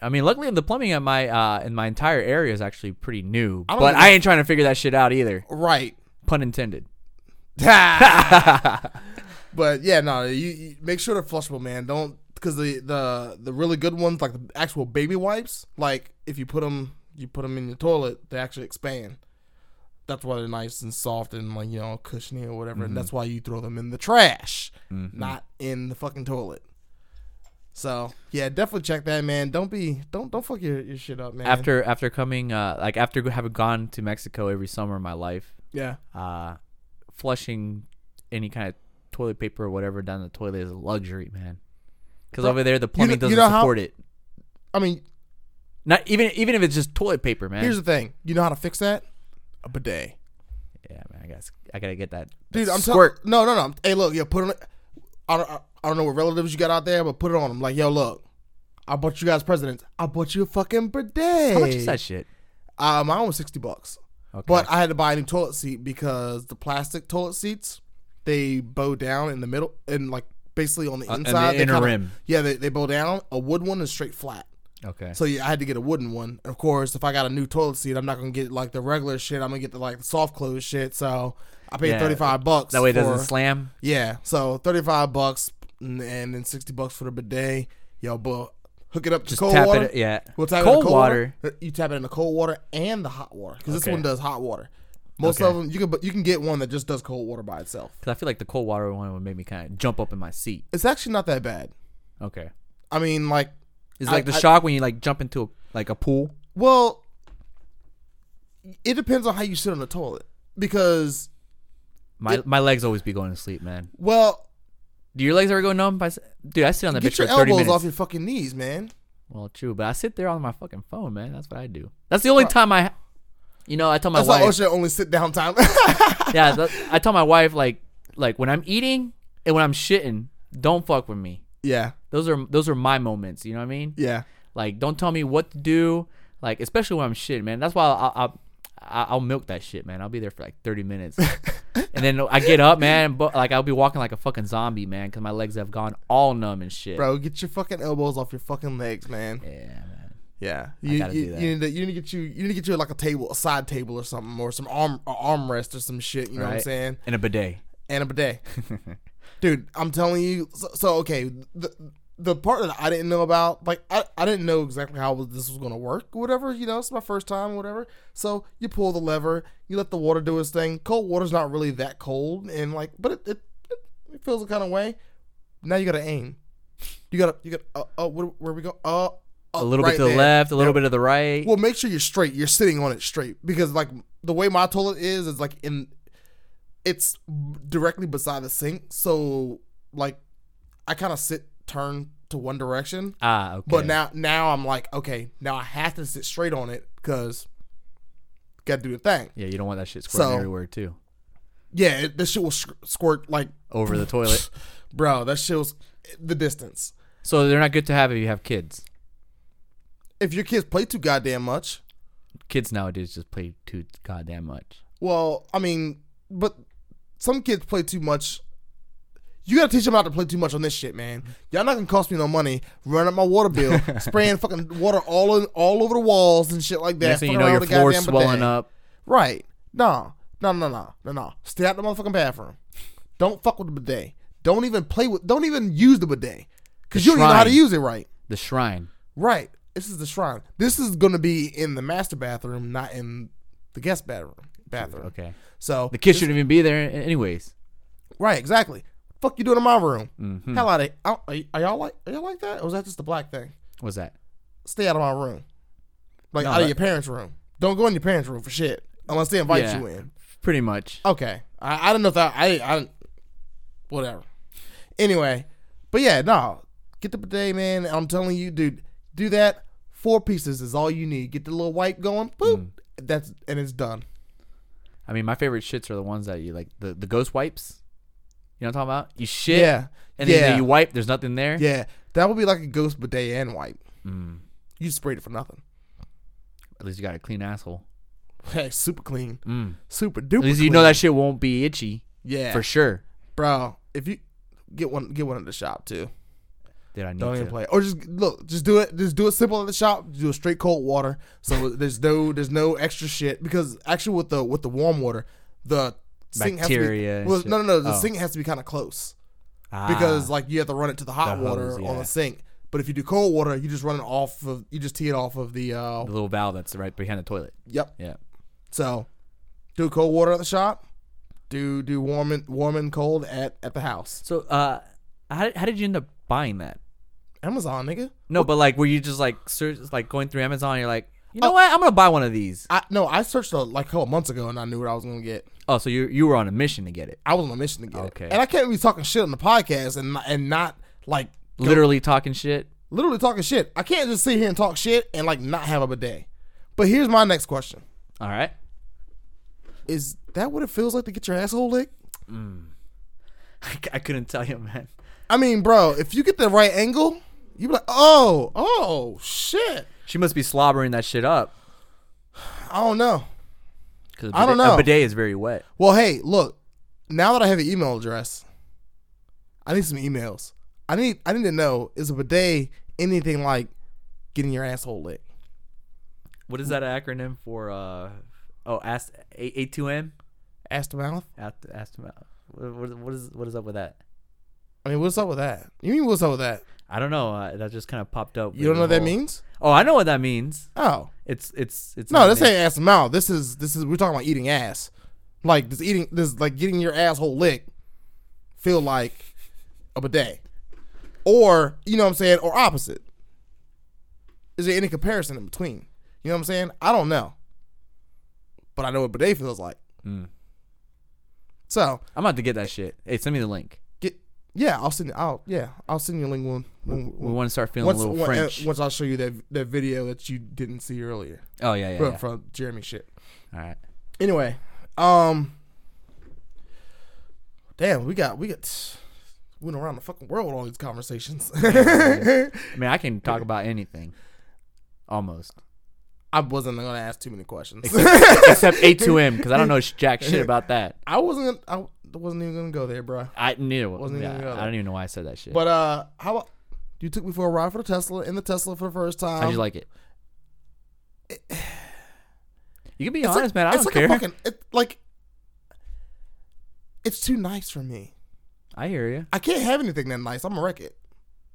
S2: I mean, luckily the plumbing at my uh, in my entire area is actually pretty new,
S1: I don't
S2: but
S1: think-
S2: I ain't trying to figure that shit out either.
S1: Right.
S2: Pun intended.
S1: But yeah, no. You, you make sure they're flushable, man. Don't because the the the really good ones, like the actual baby wipes, like if you put them you put them in your toilet, they actually expand. That's why they're nice and soft and like you know cushiony or whatever, and that's why you throw them in the trash, not in the fucking toilet. So yeah, definitely check that, man. Don't be don't don't fuck your, your shit up, man.
S2: after after coming, uh, like after go- having gone to Mexico every summer of my life,
S1: yeah,
S2: uh, flushing any kind of toilet paper or whatever down the toilet is a luxury, man. Because
S1: Bro,
S2: over there the
S1: kn-
S2: plumbing
S1: you
S2: doesn't
S1: know how-
S2: support it.
S1: I mean
S2: Not even even if it's just toilet paper, man.
S1: here's the thing, you know how to fix that? A bidet.
S2: yeah, man. I guess I gotta get that.
S1: Dude,
S2: that
S1: I'm telling.
S2: squirt.
S1: No, no, no. Hey, look, yeah, put on. I don't, I I don't know what relatives you got out there, but put it on them. Like, yo, look, I bought you guys presidents. I bought you a fucking bidet.
S2: How much is that shit?
S1: Uh, mine was sixty bucks,
S2: Okay.
S1: but I had to buy a new toilet seat because the plastic toilet seats they bow down in the middle and like basically on the
S2: and
S1: inside.
S2: Uh, the
S1: they
S2: inner
S1: kinda-
S2: rim.
S1: Yeah, they, they bow down. A wood one is straight flat.
S2: Okay.
S1: So yeah, I had to get a wooden one. Of course, if I got a new toilet seat, I'm not gonna get like the regular shit. I'm gonna get the like the soft close shit. So I paid
S2: Yeah,
S1: thirty five bucks.
S2: that way it
S1: for-
S2: doesn't slam.
S1: Yeah, so thirty five bucks and and then sixty bucks for the bidet. Yo, but hook it up to
S2: Just
S1: cold
S2: tap
S1: water.
S2: it. Yeah.
S1: We'll tap it in
S2: cold
S1: the cold
S2: water.
S1: water. Uh, You tap it in the cold water and the hot water because this
S2: Okay.
S1: one does hot water. Most
S2: Okay.
S1: of them you can but you can get one that just does cold water by itself.
S2: Because I feel like the cold water one would make me kind of jump up in my seat.
S1: It's actually not that bad.
S2: Okay.
S1: I mean, like,
S2: It's
S1: I-
S2: like the
S1: I-
S2: shock when you like jump into a, like a pool.
S1: well, it depends on how you sit on the toilet because
S2: My my legs always be going to sleep, man.
S1: well,
S2: Do your legs ever go numb? By, s- dude, I sit on that
S1: get
S2: bitch for
S1: your
S2: 30
S1: elbows
S2: minutes.
S1: off your fucking knees, man.
S2: Well, true, but I sit there on my fucking phone, man. That's what I do. That's the only time I, you know, I tell my
S1: That's why
S2: wife.
S1: OSHA only sit down time.
S2: yeah, that, I tell my wife like like when I'm eating and when I'm shitting, don't fuck with me.
S1: yeah,
S2: Those are those are my moments. You know what I mean?
S1: yeah.
S2: Like, don't tell me what to do. Like, especially when I'm shitting, man. That's why I'll I'll, I'll, I'll milk that shit, man. I'll be there for like 30 minutes. And then I get up, man. But like I'll be walking like a fucking zombie, man, because my legs have gone all numb and shit.
S1: Bro, get your fucking elbows off your fucking legs, man.
S2: Yeah, man.
S1: Yeah, you,
S2: gotta
S1: you,
S2: do that.
S1: you need to you need to get you you need to get you like a table, a side table or something, or some arm a armrest or some shit. You know what I'm
S2: Right.
S1: saying?
S2: And a bidet.
S1: And a bidet, dude. I'm telling you. So, so okay, the the part that I didn't know about, like I, I didn't know exactly how this was gonna work, or whatever. You know, it's my first time, whatever. So you pull the lever, you let the water do its thing. Cold water's not really that cold, and like, but it it, it feels a kind of way. Now you gotta aim. You gotta you gotta uh, uh where, where we go? Uh,
S2: A little bit to the
S1: left.
S2: left, a little bit to the right.
S1: Well, make sure you're straight. You're sitting on it straight because like the way my toilet is is like in, it's directly beside the sink. So like, I kind of sit turn to one direction.
S2: ah, okay.
S1: But now now I'm like okay now I have to sit straight on it because got to do the thing.
S2: yeah, you don't want that shit squirting
S1: So-
S2: everywhere too.
S1: Yeah, it, this shit will squ- squirt like
S2: Over the toilet.
S1: bro. That shit was the distance.
S2: So they're not good to have if you have kids.
S1: If your kids play too goddamn much,
S2: Kids nowadays just play too goddamn much.
S1: Well, I mean, but some kids play too much. You gotta teach them not to play too much on this shit, man. Y'all not gonna cost me no money. Run up my water bill, spraying fucking water all in, all over the walls and shit like that.
S2: Next thing you
S1: Fucking
S2: know, your
S1: around with a
S2: floor's
S1: goddamn
S2: swelling
S1: bidet.
S2: up.
S1: Right? No, no, no, no, no, no. Stay out the motherfucking bathroom. Don't fuck with the bidet. Don't even play with. Don't even use the bidet because you don't even know how to
S2: shrine.
S1: use it right.
S2: The shrine.
S1: Right. This is the shrine. This is gonna be in the master bathroom, not in the guest bathroom. Bathroom.
S2: Okay.
S1: So
S2: The kids shouldn't even be there, a- anyways.
S1: Right, exactly. Fuck you doing in my room?
S2: Mm-hmm.
S1: Hell out of are, y- are y'all like are y'all like that? Or was that just the black thing?
S2: What's that?
S1: Stay out of my room, like
S2: No,
S1: out of
S2: that-
S1: your parents' room. Don't go in your parents' room for shit unless they invite
S2: Yeah.
S1: you in.
S2: Pretty much.
S1: Okay, I, I don't know if that I I didn't- whatever. Anyway, but yeah, no, get the bidet, man. I'm telling you, dude, do that. Four pieces is all you need. Get the little wipe going, boop.
S2: Mm.
S1: That's and it's done.
S2: I mean, my favorite shits are the ones that you like the, the ghost wipes. You know what I'm talking about? You shit.
S1: Yeah,
S2: And
S1: yeah.
S2: then you wipe, there's nothing there.
S1: Yeah, that would be like a ghost bidet and wipe.
S2: Mm.
S1: You sprayed it for nothing.
S2: At least you got a clean asshole.
S1: Hey, super clean,
S2: Mm.
S1: super duper.
S2: At least you
S1: clean.
S2: know that shit won't be itchy
S1: yeah,
S2: for sure.
S1: bro. If you get one, get one at the shop too.
S2: Did I need
S1: Don't
S2: to?
S1: even play, or just look, just do it, just do it simple at the shop. Do a straight cold water, so there's no, there's no extra shit. Because actually, with the with the warm water, the sink
S2: Bacteria
S1: Has to
S2: and
S1: be, well,
S2: shit.
S1: no, no, no. The
S2: Oh.
S1: sink has to be kind of close
S2: Ah,
S1: because like you have to run it to the hot
S2: The
S1: water
S2: hose,
S1: on
S2: yeah.
S1: the sink. But if you do cold water, you just run it off of, you just tee it off of the. Uh,
S2: the little valve that's right behind the toilet.
S1: yep.
S2: Yeah.
S1: So, do cold water at the shop. Do do warm and warm and cold at at the house.
S2: So, uh, how, how did you end up buying that?
S1: Amazon, nigga.
S2: No, but like, were you just like, search, like going through Amazon? And you're like, "Oh, you know what? I'm gonna buy one of these.
S1: I no, I searched uh, like a couple months ago and I knew what I was gonna get.
S2: Oh, so you you were on a mission to get it.
S1: I was on a mission to get
S2: Okay.
S1: it, and I can't be talking shit on the podcast and and not like
S2: Literally talking shit.
S1: literally talking shit. I can't just sit here and talk shit and like not have a bidet. But here's my next question:
S2: All right.
S1: Is that what it feels like to get your asshole licked?
S2: I, c- I couldn't tell you, man.
S1: I mean, bro, if you get the right angle, you be like, oh, oh, shit.
S2: She must be slobbering that shit up.
S1: I don't know.
S2: 'cause a
S1: I don't
S2: bidet-
S1: know.
S2: A bidet is very wet.
S1: Well, hey, look. Now that I have an email address, I need some emails. I need I need to know is a bidet anything like getting your asshole licked.
S2: What is that acronym for? Uh, oh, ask A two M.
S1: Ass to mouth.
S2: Ask ask them out. What, what, what is what is up with that?
S1: I mean, what's up with that? You mean what's up with that?
S2: I don't know. Uh, that just kind of popped up.
S1: You don't know what
S2: with the
S1: that
S2: whole-
S1: means?
S2: Oh, I know what that means.
S1: Oh
S2: It's it's it's
S1: no,
S2: not
S1: this
S2: an-
S1: ain't ass to mouth. This is this is we're talking about eating ass. Like this eating this like getting your asshole licked feel like a bidet, or you know what I'm saying, or opposite. Is there any comparison in between? You know what I'm saying? I don't know, but I know what bidet feels like.
S2: Mm.
S1: So
S2: I'm about to get that shit. Hey, send me the link.
S1: get yeah, I'll send I'll yeah I'll send you a link when, when,
S2: We want to start feeling
S1: once
S2: a little
S1: when- uh,
S2: French.
S1: once I'll show you that that video that you didn't see earlier
S2: oh yeah, yeah.
S1: from,
S2: yeah.
S1: from Jeremy shit.
S2: All right.
S1: Anyway, um, damn, we got we got went around the fucking world on these conversations. I
S2: I mean, I can talk about anything, almost,
S1: wasn't gonna ask too many questions.
S2: except A2M because I don't know sh- jack shit about that.
S1: I wasn't. I wasn't even gonna go there, bro.
S2: I knew.
S1: Wasn't even
S2: Yeah,
S1: gonna-
S2: I don't even know why I said that shit.
S1: But uh, how you took me for a ride for the Tesla in the Tesla for the first time?
S2: How'd you like it? You can be
S1: It's like-
S2: honest, man. I
S1: it's
S2: don't
S1: like
S2: care.
S1: A fucking, it, like it's too nice for me.
S2: I hear you.
S1: I can't have anything that nice. I'm gonna wreck it.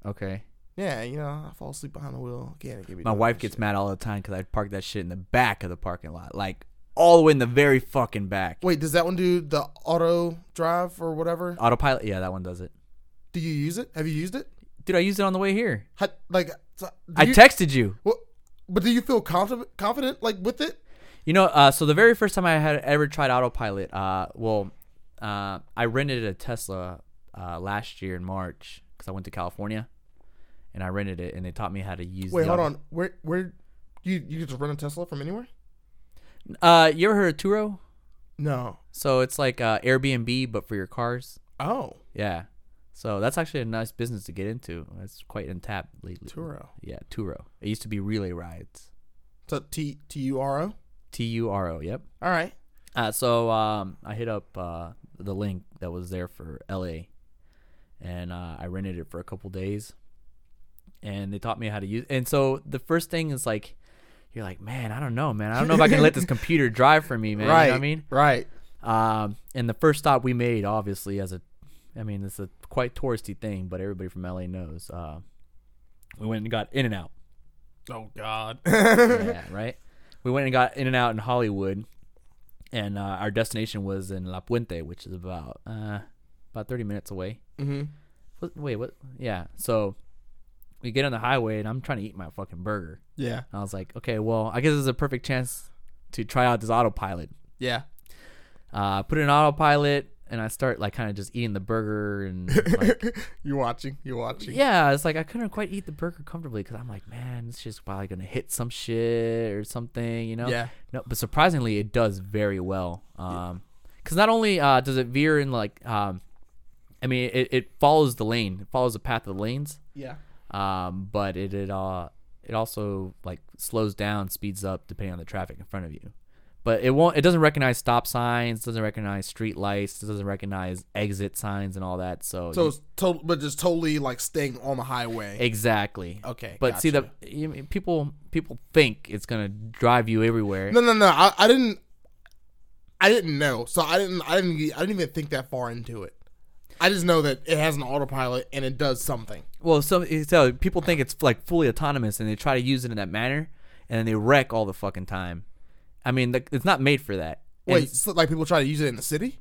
S2: Okay.
S1: Yeah, you know, I fall asleep behind the wheel. Can't give me
S2: My
S1: none of
S2: wife
S1: that
S2: gets
S1: shit.
S2: mad all the time because I park that shit in the back of the parking lot, like all the way in the very fucking back.
S1: Wait, does that one do the auto drive or whatever?
S2: Autopilot. Yeah, that one does it.
S1: Do you use it? Have you used it?
S2: Dude, I used it on the way here.
S1: How, like, so- do
S2: I
S1: you-
S2: texted you.
S1: What, but do you feel confident, confident like with it?
S2: You know, uh, so the very first time I had ever tried autopilot, uh, well, uh, I rented a Tesla uh, last year in March because I went to California, and I rented it, and they taught me how to use.
S1: Wait,
S2: the
S1: hold
S2: auto-
S1: on. Where, where you you just run a Tesla from anywhere?
S2: Uh, you ever heard of Turo?
S1: No.
S2: So it's like uh, Airbnb but for your cars.
S1: Oh,
S2: Yeah. So that's actually a nice business to get into. That's quite untapped lately.
S1: Turo.
S2: Yeah, Turo. It used to be Relay Rides.
S1: So T T U R O.
S2: T U R O. Yep.
S1: All right.
S2: Uh, so um, I hit up uh, the link that was there for LA, and uh, I rented it for a couple days, and they taught me how to use. And so the first thing is like, you're like, man, I don't know, man, I don't know if I can let this computer drive for me, man.
S1: right.
S2: You know what I mean?
S1: Right.
S2: Um, and the first stop we made, obviously, as a, I mean, it's a quite touristy thing, but everybody from LA knows. Uh, we went and got In and Out.
S1: Oh God.
S2: yeah, right. We went and got In and Out in Hollywood, and uh, our destination was in La Puente, which is about uh, about thirty minutes away.
S1: hmm
S2: What, wait, what? Yeah. So we get on the highway, and I'm trying to eat my fucking burger.
S1: Yeah.
S2: And I was like, okay, well, I guess this is a perfect chance to try out this autopilot.
S1: Yeah.
S2: Uh, put it in autopilot, and I start like kind of just eating the burger and like,
S1: you're watching. You're watching.
S2: Yeah, it's like I couldn't quite eat the burger comfortably because I'm like, man, this shit's probably gonna hit some shit or something, you know?
S1: Yeah.
S2: No, but surprisingly, it does very well. Um, because not only uh does it veer in like um, I mean, it, it follows the lane, it follows the path of the lanes.
S1: Yeah.
S2: Um, but it it uh it also like slows down, speeds up depending on the traffic in front of you. But it won't. It doesn't recognize stop signs. Doesn't recognize street lights. Doesn't recognize exit signs and all that. So
S1: So
S2: you-
S1: it's total, but just totally like staying on the highway.
S2: Exactly.
S1: Okay,
S2: But see, the
S1: Eh, gotcha.
S2: you mean, people people think it's gonna drive you everywhere.
S1: No, no, no. I, I didn't. I didn't know, so I didn't. I didn't. I didn't even think that far into it. I just know that it has an autopilot and it does something.
S2: Well, so, so people think it's like fully autonomous, and they try to use it in that manner, and then they wreck all the fucking time. I mean, like, it's not made for that. And
S1: Wait,
S2: it's-
S1: so, like people try to use it in the city?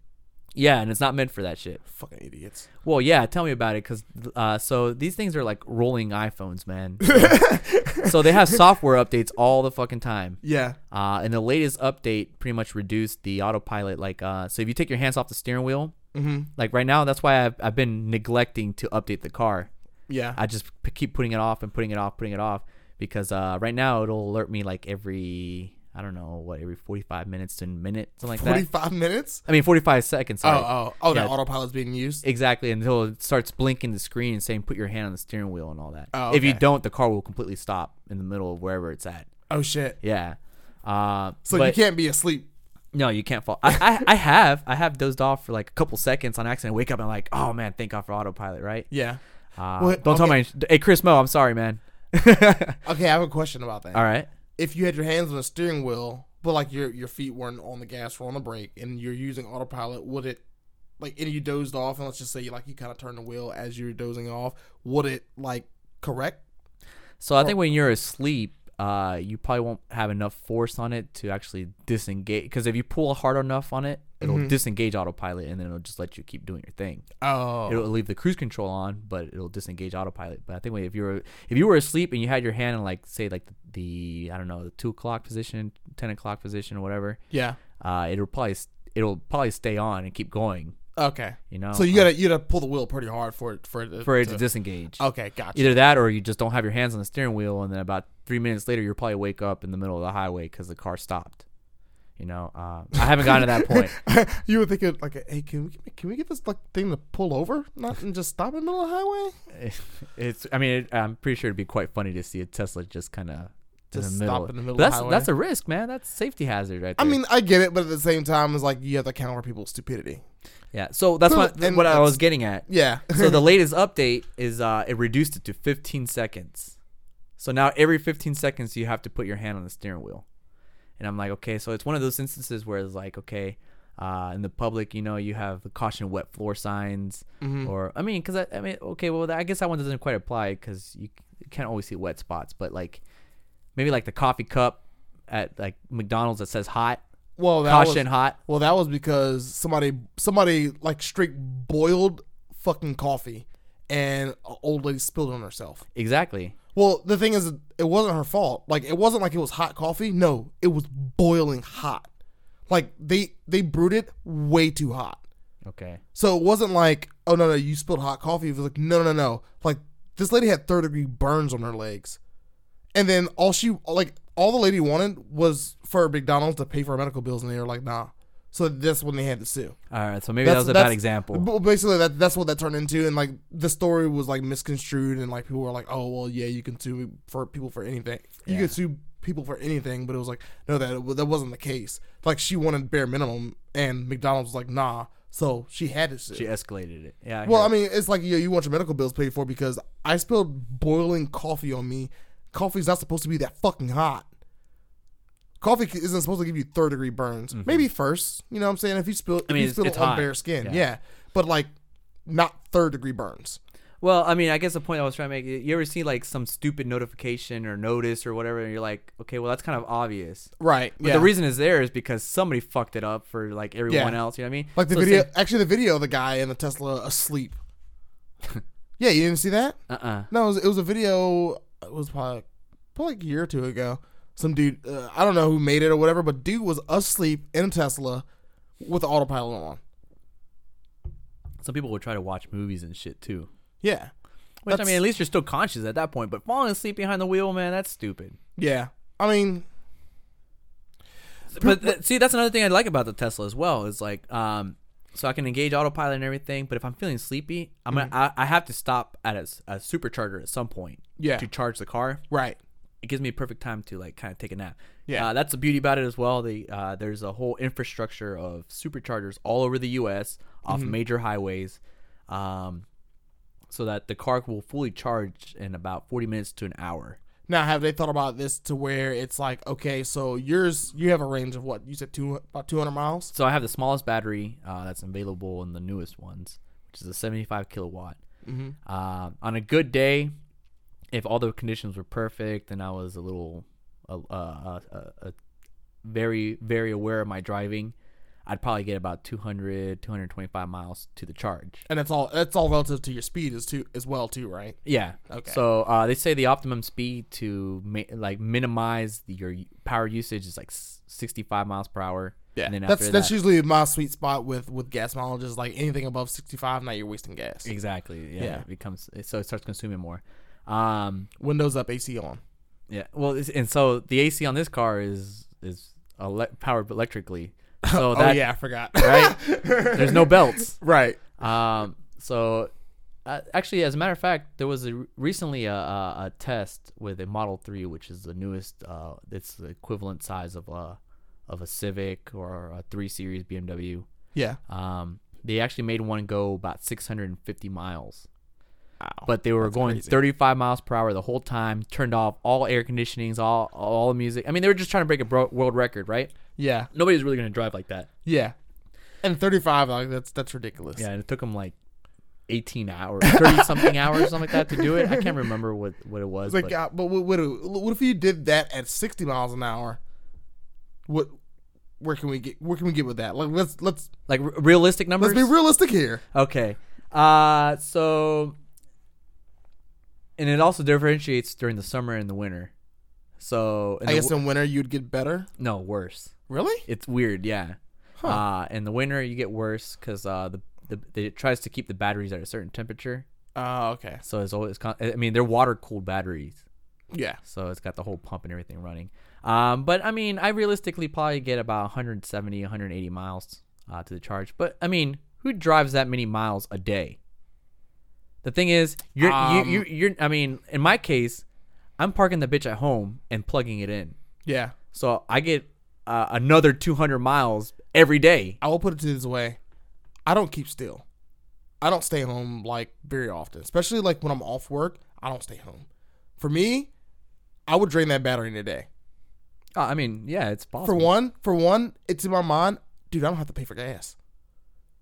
S2: yeah, and it's not meant for that shit.
S1: Fucking idiots.
S2: Well, yeah, tell me about it, cause uh, so these things are like rolling iPhones, man. so they have software updates all the fucking time.
S1: Yeah.
S2: Uh, and the latest update pretty much reduced the autopilot. Like, uh, so if you take your hands off the steering wheel,
S1: Mhm.
S2: like right now, that's why I've, I've been neglecting to update the car.
S1: Yeah.
S2: I just p- keep putting it off and putting it off, putting it off because uh, right now it'll alert me like every, I don't know, what, every 45 minutes to a minute, something like that.
S1: Forty-five minutes.
S2: I mean, 45 seconds.
S1: Oh,
S2: Sorry.
S1: oh, oh! That
S2: Yeah.
S1: autopilot's being used.
S2: Exactly, until it starts blinking the screen and saying, put your hand on the steering wheel and all that.
S1: Oh,
S2: If you
S1: okay.
S2: don't, the car will completely stop in the middle of wherever it's at.
S1: Oh shit!
S2: Yeah. Uh,
S1: So
S2: but-
S1: you can't be asleep.
S2: No, you can't fall. I, I, I have. I have dozed off for like a couple seconds on accident. Wake up and like, oh man, thank God for autopilot, right?
S1: Yeah.
S2: Uh,
S1: Well,
S2: don't tell my. Hey, Chris Mo, I'm sorry, man.
S1: Okay, I have a question about that.
S2: All right.
S1: If you had your hands on the steering wheel, but like your your feet weren't on the gas or on the brake, and you're using autopilot, would it like and you dozed off, and let's just say like you kind of turned the wheel as you're dozing off, would it like correct?
S2: So I think when you're asleep, uh, you probably won't have enough force on it to actually disengage. Because if you pull hard enough on it, it'll disengage autopilot, and then it'll just let you keep doing your thing.
S1: Oh,
S2: It'll leave the cruise control on, but it'll disengage autopilot. But I think when- if you're if you were asleep and you had your hand in like say like the, I don't know the two o'clock position, ten o'clock position, or whatever,
S1: yeah.
S2: uh, it'll probably s- it'll probably stay on and keep going.
S1: Okay.
S2: You know.
S1: So you
S2: uh,
S1: gotta you gotta pull the wheel pretty hard for it for it to-
S2: for it to disengage.
S1: Okay, gotcha.
S2: Either that, or you just don't have your hands on the steering wheel, and then about three minutes later, you'll probably wake up in the middle of the highway because the car stopped. You know, uh, I haven't gotten to that point.
S1: you would think it like, hey, can we can we get this like thing to pull over, not and just stop in the middle of the highway?
S2: It's, I mean, it, I'm pretty sure it'd be quite funny to see a Tesla just kind of
S1: Just
S2: in the middle.
S1: stop in the middle of
S2: That's
S1: the
S2: that's a risk, man. That's a safety hazard, right
S1: I
S2: there.
S1: mean, I get it, but at the same time, it's like you have to counter people's stupidity.
S2: yeah. So that's
S1: Well,
S2: what
S1: and
S2: what I
S1: that's-
S2: was getting at.
S1: Yeah.
S2: So the latest update is uh, it reduced it to 15 seconds. So now every 15 seconds you have to put your hand on the steering wheel. And I'm like, okay, so it's one of those instances where it's like, okay, uh, in the public, you know, you have the caution wet floor signs,
S1: Mm-hmm.
S2: or I mean, because I, I mean, okay, well, I guess that one doesn't quite apply because you c- can't always see wet spots, but like maybe like the coffee cup at like McDonald's that says hot,
S1: well, that
S2: caution
S1: Was,
S2: hot.
S1: well, that was because somebody somebody like straight boiled fucking coffee, and an old lady spilled it on herself.
S2: Exactly.
S1: Well, the thing is, it wasn't her fault. Like, it wasn't like it was hot coffee. No, it was boiling hot. Like they they brewed it way too hot.
S2: Okay.
S1: So it wasn't like, oh no no, you spilled hot coffee. It was like, no no no, like this lady had third degree burns on her legs, and then all she like all the lady wanted was for McDonald's to pay for her medical bills, and they were like, nah. So that's when they had to sue.
S2: All right. So maybe
S1: That's-
S2: that was a
S1: that's-
S2: bad example.
S1: But basically, that that's what that turned into, and like the story was like misconstrued, and like people were like, oh well, yeah, you can sue for people for anything. You
S2: Yeah.
S1: can sue people for anything, but it was like, no, that that wasn't the case. Like she wanted bare minimum, and McDonald's was like, nah. So she had to sue.
S2: she escalated it. Yeah. I
S1: Well,
S2: hear
S1: I mean, it's like you, you want your medical bills paid for because I spilled boiling coffee on me. Coffee's not supposed to be that fucking hot. Coffee c- isn't supposed to give you third degree burns. Maybe first, you know what I'm saying? If you spill, if
S2: Mm-hmm. mean,
S1: you
S2: it's-
S1: spill
S2: it's
S1: it on
S2: hot.
S1: bare skin,
S2: Yeah.
S1: yeah. But like, not third degree burns.
S2: Well, I mean, I guess the point I was trying to make, you ever see like some stupid notification or notice or whatever, and you're like, okay, well, that's kind of obvious.
S1: Right.
S2: But the reason it's there is because somebody fucked it up for like everyone
S1: Yeah.
S2: else. You know what I mean?
S1: like the
S2: So it's
S1: video, actually, the video of the guy in the Tesla asleep. yeah, you didn't see that?
S2: Like, uh-uh.
S1: No, it was, it was a video. It was probably probably like a year or two ago. Some dude, uh, I don't know who made it or whatever, but dude was asleep in a Tesla with the autopilot on.
S2: Some people would try to watch movies and shit too.
S1: Yeah,
S2: Which I
S1: That's-
S2: mean, at least you're still conscious at that point. But falling asleep behind the wheel, man, that's stupid.
S1: yeah. I mean,
S2: But th- see, that's another thing I like about the Tesla as well. Is like, um, so I can engage autopilot and everything. But if I'm feeling sleepy, I'm
S1: Mm.
S2: gonna, I, I have to stop at a, s- a supercharger at some point
S1: Yeah.
S2: to charge the car.
S1: right.
S2: it gives me perfect time to like kind of take a nap.
S1: Yeah.
S2: uh, that's the beauty about it as well. The uh, there's a whole infrastructure of superchargers all over the U.S. off major highways, um, so that the car will fully charge in about 40 minutes to an hour.
S1: Now, have they thought about this to where it's like, okay, so yours, you have a range of what you said, two about two hundred miles.
S2: So I have the smallest battery uh, that's available in the newest ones, which is a 75 kilowatt. Uh, on a good day, if all the conditions were perfect and I was a little, uh, uh, uh, uh, very, very aware of my driving, I'd probably get about 200, 225 miles to the charge.
S1: And that's all. That's all relative to your speed is too as well too, right?
S2: Yeah. Okay. So uh, they say the optimum speed to ma- like minimize the, your power usage is like s- 65 miles per hour. And then
S1: that's
S2: after
S1: that's
S2: that,
S1: usually my sweet spot with with gas mileage is like anything above sixty five. Now you're wasting gas.
S2: Exactly. Yeah.
S1: Yeah.
S2: It becomes so it starts consuming more. Um.
S1: Windows up, AC on.
S2: Yeah. Well, it's, and so the AC on this car is is ele- powered electrically. So
S1: oh
S2: that
S1: yeah, I forgot.
S2: right. There's no belts.
S1: right.
S2: Um. So. Uh, actually, as a matter of fact, there was a, recently a, a, a test with a Model Three, which is the newest. Uh, it's the equivalent size of a of a Civic or a Three Series BMW.
S1: Yeah.
S2: Um, they actually made one go about 650 miles. but they were going
S3: crazy.
S2: 35 miles per hour the whole time. Turned off all air conditionings, all all the music. I mean, they were just trying to break a bro- world record, right?
S1: Yeah,
S2: Nobody's really gonna drive like that.
S1: yeah. And 35, like that's that's ridiculous.
S2: Yeah, and it took them like 18 hours, 30 something hours, something like that, to do it. I can't remember what what it
S1: It's
S2: was.
S1: like,
S2: but-
S1: uh, but what, what, what if you did that at 60 miles an hour? What? Where can we get? Where can we get with that? Like, let's let's
S2: like r- realistic numbers.
S1: let's be realistic here.
S2: Okay. Uh so and it also differentiates during the summer and the winter. So in
S1: I
S2: the
S1: guess
S2: w-
S1: in winter you'd get better.
S2: no, worse.
S1: Really?
S2: It's weird, yeah. Uh in the winter you get worse cuz uh the, the it tries to keep the batteries at a certain temperature.
S1: Oh, okay.
S2: So it's always con- I mean, they're water-cooled batteries.
S1: Yeah.
S2: So it's got the whole pump and everything running. Um, but I mean, I realistically probably get about 170, 180 miles uh, to the charge. But I mean, who drives that many miles a day? The thing is, you're,
S1: Um,
S2: you, you, you're, I mean, in my case, I'm parking the bitch at home and plugging it in.
S1: Yeah.
S2: So I get uh, another 200 miles every day.
S1: I will put it to this way: I don't keep still. I don't stay home like very often, especially like when I'm off work. I don't stay home. For me, I would drain that battery in a day.
S2: Uh, I mean, yeah, it's
S1: For
S2: possible.
S1: one, for one, it's in my mind, dude. I don't have to pay for gas.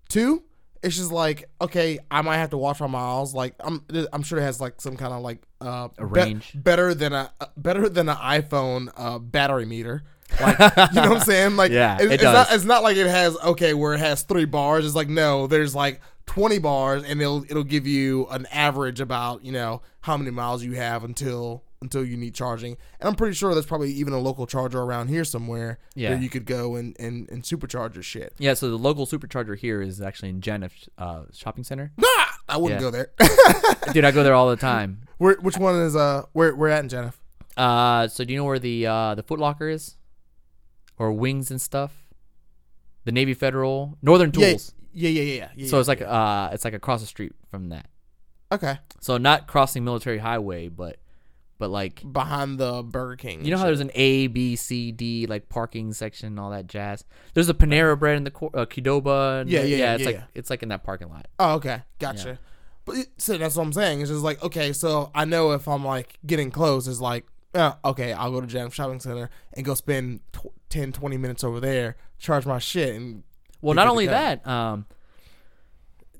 S1: Two, it's just like okay, I might have to watch my miles. Like I'm, I'm sure it has like some kind of like uh,
S2: A
S1: be-
S2: range.
S1: better than a uh, better than an iPhone uh, battery meter. Like you know what I'm saying? Like
S2: Yeah,
S1: it's,
S2: it
S1: it's
S2: does.
S1: not it's not like it has okay where it has three bars. It's like no, there's like 20 bars, and it'll it'll give you an average about you know how many miles you have until until you need charging. And I'm pretty sure there's probably even a local charger around here somewhere
S2: Yeah.
S1: where you could go and and and supercharge your shit.
S2: Yeah, so the local supercharger here is actually in Jenna uh, Shopping Center.
S1: Nah, I wouldn't go
S2: Yeah.
S1: there.
S2: Dude, I go there all the time.
S1: where, which one is uh where we're at in Jennifer?
S2: Uh, so do you know where the uh the Foot Locker is, or Wings and stuff? The Navy Federal Northern
S1: Yeah,
S2: Tools.
S1: yeah, yeah, yeah. yeah
S2: so it's like uh it's like across the street from that.
S1: okay
S2: So not crossing Military Highway, but but like
S1: behind the Burger King.
S2: you know
S1: and
S2: how
S1: shit.
S2: there's an A B C D like parking section and all that jazz. There's a Panera Bread in the cor- uh, Qdoba. And
S1: Yeah,
S2: the-
S1: yeah, yeah,
S2: It's
S1: yeah,
S2: like
S1: yeah.
S2: it's like in that parking lot.
S1: Oh, okay, gotcha. But it, so that's what I'm saying. It's just like okay, so I know if I'm like getting close, it's like uh, okay, I'll go to Jam Shopping Center and go spend tw- 10, 20 minutes over there, charge my shit, and
S2: Well,
S1: Pick
S2: not
S1: up the
S2: only
S1: tab.
S2: that, um,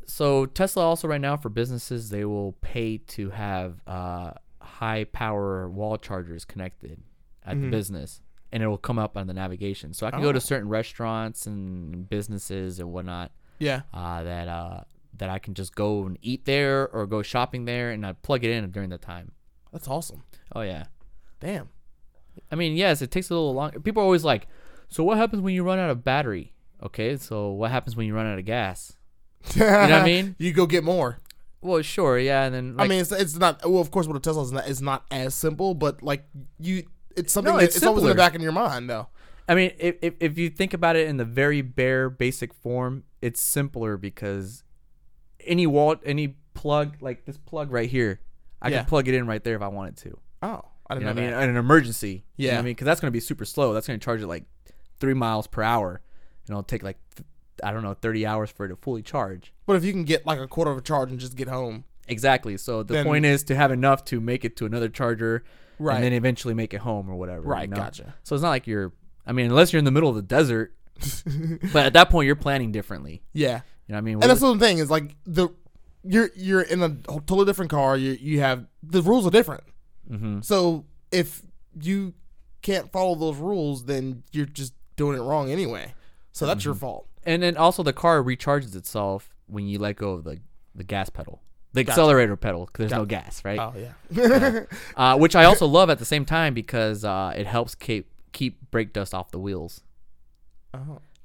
S2: so Tesla also right now for businesses they will pay to have uh, high power wall chargers connected at the business, and it will come up on the navigation. So I can go to certain restaurants and businesses and whatnot
S1: yeah,
S2: uh, that uh, that I can just go and eat there or go shopping there, and I plug it in during the time.
S1: that's awesome.
S2: Oh yeah,
S1: Damn.
S2: I mean, yes, it takes a little long. People are always like, "So what happens when you run out of battery?" Okay, so what happens when you run out of gas?
S1: you know
S2: what I mean?
S1: You go get more.
S2: Well, sure, yeah, and then like,
S1: I mean, it's, it's not well, of course, with a Tesla, it's not, it's not as simple, but like you, it's something.
S2: No,
S1: that,
S2: it's
S1: it's, always in the
S2: simpler.
S1: back of your mind, though.
S2: I mean, if, if if you think about it in the very bare, basic form, it's simpler because any wall, any plug, like this plug right here, I
S1: Yeah.
S2: can plug it in right there if I wanted to.
S1: Oh, I didn't
S2: You know what I
S1: know
S2: mean?
S1: that.
S2: In an emergency. You know what
S1: Yeah.
S2: I mean, because that's gonna be super slow. That's gonna charge it like three miles per hour, and it'll take like th- I don't know, thirty hours for it to fully charge.
S1: But if you can get like a quarter of a charge and just get home,
S2: Exactly. So the
S1: Then-
S2: point is to have enough to make it to another charger,
S1: Right.
S2: And then eventually make it home or whatever. you
S1: Right,
S2: know?
S1: gotcha.
S2: So it's not like you're. I mean, unless you're in the middle of the desert, but at that point you're planning differently.
S1: yeah,
S2: You know what I mean?
S1: And
S2: We're-
S1: that's the thing is like the you're you're in a totally different car. You you have the rules are different. So if you can't follow those rules, then you're just doing it wrong anyway. So that's your fault.
S2: and then also the car recharges itself when you let go of the, the gas pedal, the accelerator pedal, because there's no gas, right?
S1: Oh. yeah.
S2: Uh, which I also love at the same time because uh, it helps keep keep brake dust off the wheels.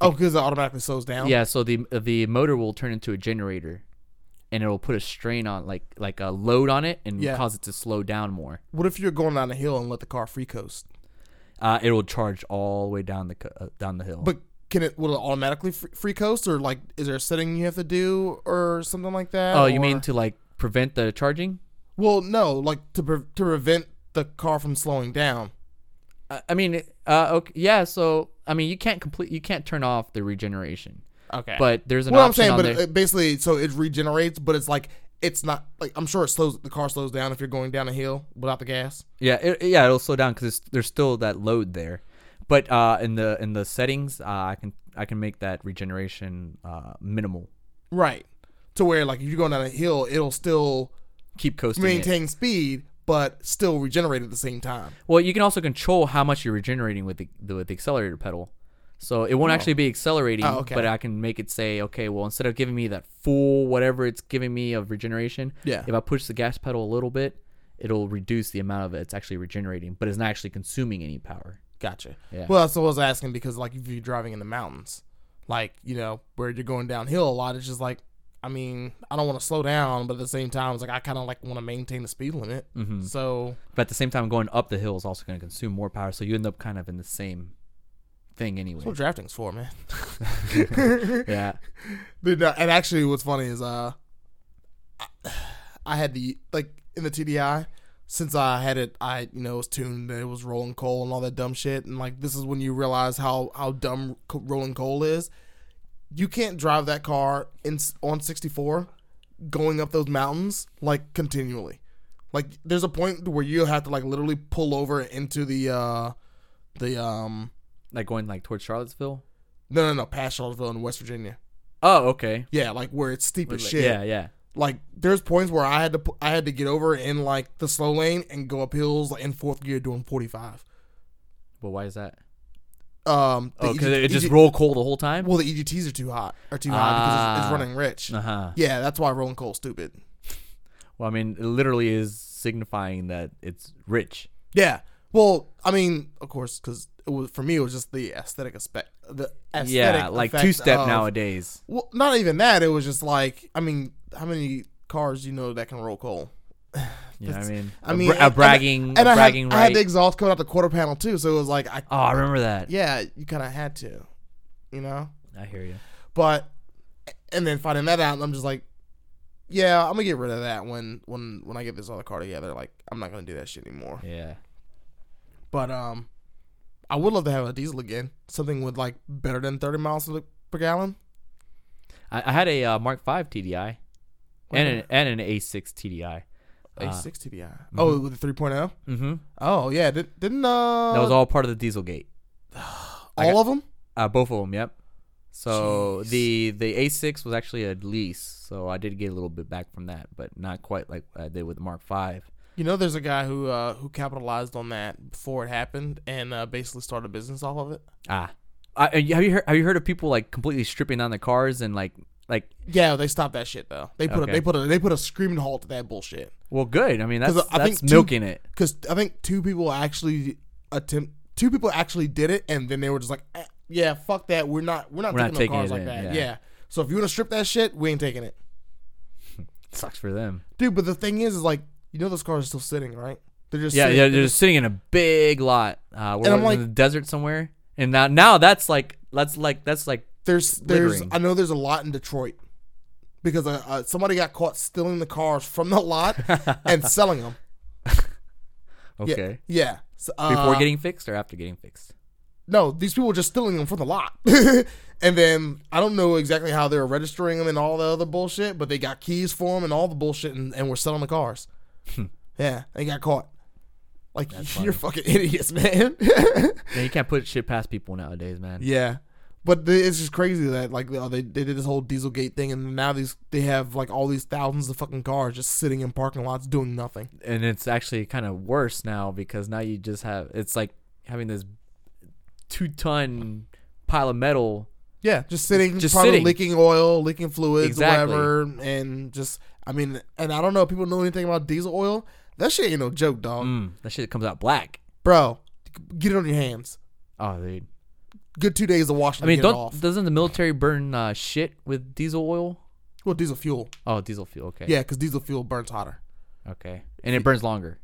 S1: oh, because it automatically slows down.
S2: Yeah, so the the motor will turn into a generator, and it'll put a strain on like like a load on it and
S1: Yeah.
S2: cause it to slow down more.
S1: What if you're going down a hill and let the car free coast?
S2: Uh, it'll charge all the way down the co- uh, down the hill.
S1: But can it will it automatically fr- free coast or like is there a setting you have to do or something like that?
S2: oh, you
S1: or-
S2: mean to like prevent the charging?
S1: well, no, like to pre- to prevent the car from slowing down.
S2: I, I mean, uh, okay, yeah. So I mean, you can't complete you can't turn off the regeneration,
S1: Okay,
S2: but there's an
S1: Well, I'm
S2: option
S1: saying,
S2: on
S1: but uh,
S2: there.
S1: it, basically, so it regenerates, but it's like it's not like I'm sure it slows the car slows down if you're going down a hill without the gas.
S2: Yeah, it, yeah, it'll slow down because there's still that load there. But uh, in the in the settings, uh, I can I can make that regeneration uh, minimal.
S1: Right. To where like if you're going down a hill, it'll still
S2: Keep coasting. it.
S1: maintain speed but still regenerate at the same time.
S2: Well, you can also control how much you're regenerating with the, the with the accelerator pedal. So it won't actually be accelerating,
S1: Oh, okay.
S2: but I can make it say, okay, well, instead of giving me that full whatever it's giving me of regeneration,
S1: Yeah.
S2: if I push the gas pedal a little bit, it'll reduce the amount of it it's actually regenerating, but it's not actually consuming any power.
S1: Gotcha.
S2: Yeah.
S1: Well, that's what I was asking because like if you're driving in the mountains, like you know where you're going downhill a lot, it's just like I mean I don't want to slow down, but at the same time it's like I kind of like want to maintain the speed limit.
S2: Mm-hmm.
S1: So
S2: But at the same time, going up the hill is also going to consume more power, so you end up kind of in the same thing anyway.
S1: that's what drafting's for, man.
S2: yeah.
S1: Dude, no, and actually, what's funny is uh, I- I had the like in the TDI since I had it, I you know it was tuned and it was rolling coal and all that dumb shit, and like this is when you realize how how dumb co- rolling coal is. You can't drive that car in on sixty four, going up those mountains like continually. Like there's a point where you have to like literally pull over into the uh, the um
S2: Like going like towards Charlottesville.
S1: no no no past Charlottesville in West Virginia.
S2: Oh, okay.
S1: Yeah, like where it's steep as shit
S2: Yeah, yeah.
S1: like there's points where I had to pu- I had to get over in like the slow lane and go up hills like, in fourth gear doing 45.
S2: But why is that?
S1: Um, the
S2: Oh, 'cause
S1: EG
S2: it just
S1: EG
S2: roll coal the whole time.
S1: well, the EGTs are too hot are too high because it's,
S2: Ah.
S1: it's running rich.
S2: Uh huh.
S1: Yeah, that's why rolling coal's stupid.
S2: Well, I mean, it literally is signifying that it's rich.
S1: Yeah. Well, I mean, of course, because was, for me it was just the aesthetic aspect. The aesthetic
S2: Yeah, like
S1: effect
S2: two step
S1: of-
S2: nowadays.
S1: Well, not even that. It was just like I mean, how many cars do you know that can roll coal?
S2: You know what I mean?
S1: I
S2: A
S1: mean,
S2: bra- a, bragging,
S1: and
S2: a
S1: I had,
S2: bragging
S1: I had the
S2: right.
S1: exhaust coming out the quarter panel too, so it was like I
S2: Oh, I remember that.
S1: yeah, you kind of had to, you know.
S2: I hear you.
S1: But and then finding that out, I'm just like, yeah, I'm gonna get rid of that when when when I get this other car together. Like, I'm not gonna do that shit anymore.
S2: Yeah.
S1: But um, I would love to have a diesel again, something with like better than 30 miles per gallon.
S2: I, I had a uh, Mark V TDI and an, and an A6 TDI. Uh,
S1: A6 TDI. Oh, with the 3.0.
S2: Mm-hmm.
S1: Oh yeah, Did, didn't uh
S2: That was all part of the Dieselgate.
S1: all of them?
S2: Uh, both of them, yep. So the the A6 was actually a lease, so I did get a little bit back from that, but not quite like I did with the Mark V.
S1: You know, there's a guy who uh, who capitalized on that before it happened and uh, basically started a business off of it.
S2: Ah, I, have you heard, have you heard of people like completely stripping down their cars and like like
S1: Yeah, they stopped that shit though. They put
S2: Okay.
S1: a they put a they put a screaming halt to that bullshit.
S2: Well, good. I mean, that's
S1: 'Cause I
S2: that's
S1: think two-
S2: milking it.
S1: Because I think two people actually attempt two people actually did it, and then they were just like, eh, "Yeah, fuck that. We're not we're not
S2: We're not
S1: taking no
S2: taking
S1: cars
S2: it
S1: like
S2: in,
S1: that."
S2: yeah.
S1: Yeah. So if you want to strip that shit, we ain't taking it,
S2: Sucks for them.
S1: dude. But the thing is, is like you know those cars are still sitting, right? They're just
S2: Yeah,
S1: sitting.
S2: yeah. They're just sitting in a big lot. Uh, we're
S1: And I'm
S2: in the desert somewhere, and now now that's like that's like that's like
S1: There's there's
S2: littering.
S1: I know there's a lot in Detroit because uh, uh, somebody got caught stealing the cars from the lot and selling them. Yeah,
S2: okay.
S1: yeah. So, uh,
S2: Before getting fixed or after getting fixed?
S1: No, these people were just stealing them from the lot. and then I don't know exactly how they were registering them and all the other bullshit, but they got keys for them and all the bullshit and, and were selling the cars. yeah, they got caught. Like, you're fucking idiots, man.
S2: Man, you can't put shit past people nowadays, man.
S1: yeah. But the, it's just crazy that, like, oh, they, they did this whole Dieselgate thing, and now these they have, like, all these thousands of fucking cars just sitting in parking lots doing nothing.
S2: And it's actually kind of worse now because now you just have it's like having this two ton pile of metal.
S1: Yeah, just sitting,
S2: Just
S1: just probably
S2: sitting.
S1: leaking oil, leaking fluids,
S2: Exactly.
S1: whatever, and just I mean, and I don't know if people know anything about diesel oil. That shit ain't no joke, dog.
S2: Mm, that shit comes out black.
S1: Bro, get it on your hands.
S2: Oh, dude.
S1: Good two days of washing.
S2: I mean,
S1: to get it
S2: don't
S1: off.
S2: doesn't the military burn uh, shit with diesel oil?
S1: well diesel fuel.
S2: Oh, diesel fuel. Okay.
S1: Yeah, because diesel fuel burns hotter.
S2: Okay. And it burns longer,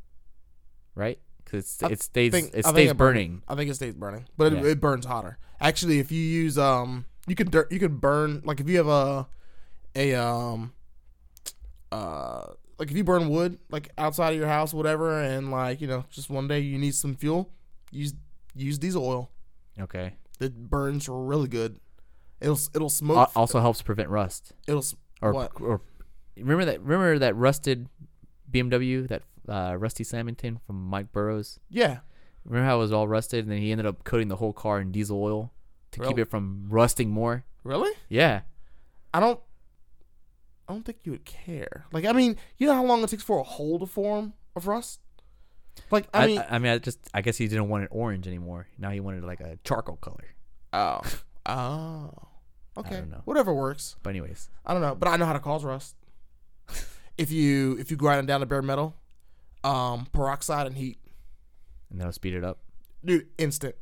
S2: right? Because
S1: I
S2: it stays
S1: think- I
S2: it
S1: think
S2: stays
S1: it burn-
S2: burning.
S1: I think it stays burning, but it,
S2: Yeah.
S1: it burns hotter. Actually, if you use um, you could dir- you could burn like if you have a a um uh like if you burn wood like outside of your house, whatever, and like you know just one day you need some fuel, use use diesel oil.
S2: Okay.
S1: It burns really good. It'll it'll smoke.
S2: Al- also helps prevent rust
S1: it'll s-
S2: Uh, or
S1: what?
S2: or remember that remember that rusted BMW that uh, rusty Salmonton from Mike Burrows.
S1: Yeah.
S2: Remember how it was all rusted, and then he ended up coating the whole car in diesel oil to keep
S1: Really?
S2: it from rusting more.
S1: Really?
S2: Yeah,
S1: I don't. I don't think you would care. Like, I mean, you know how long it takes for a hole to form of rust. Like, I,
S2: I,
S1: mean,
S2: I, mean, I just I guess he didn't want it orange anymore. Now he wanted like a charcoal color.
S1: oh, oh, okay,
S2: don't know.
S1: whatever works.
S2: But anyways,
S1: I don't know, but I know how to cause rust. if you if you grind it down to bare metal, um, peroxide and heat,
S2: and that'll speed it up.
S1: dude, instant.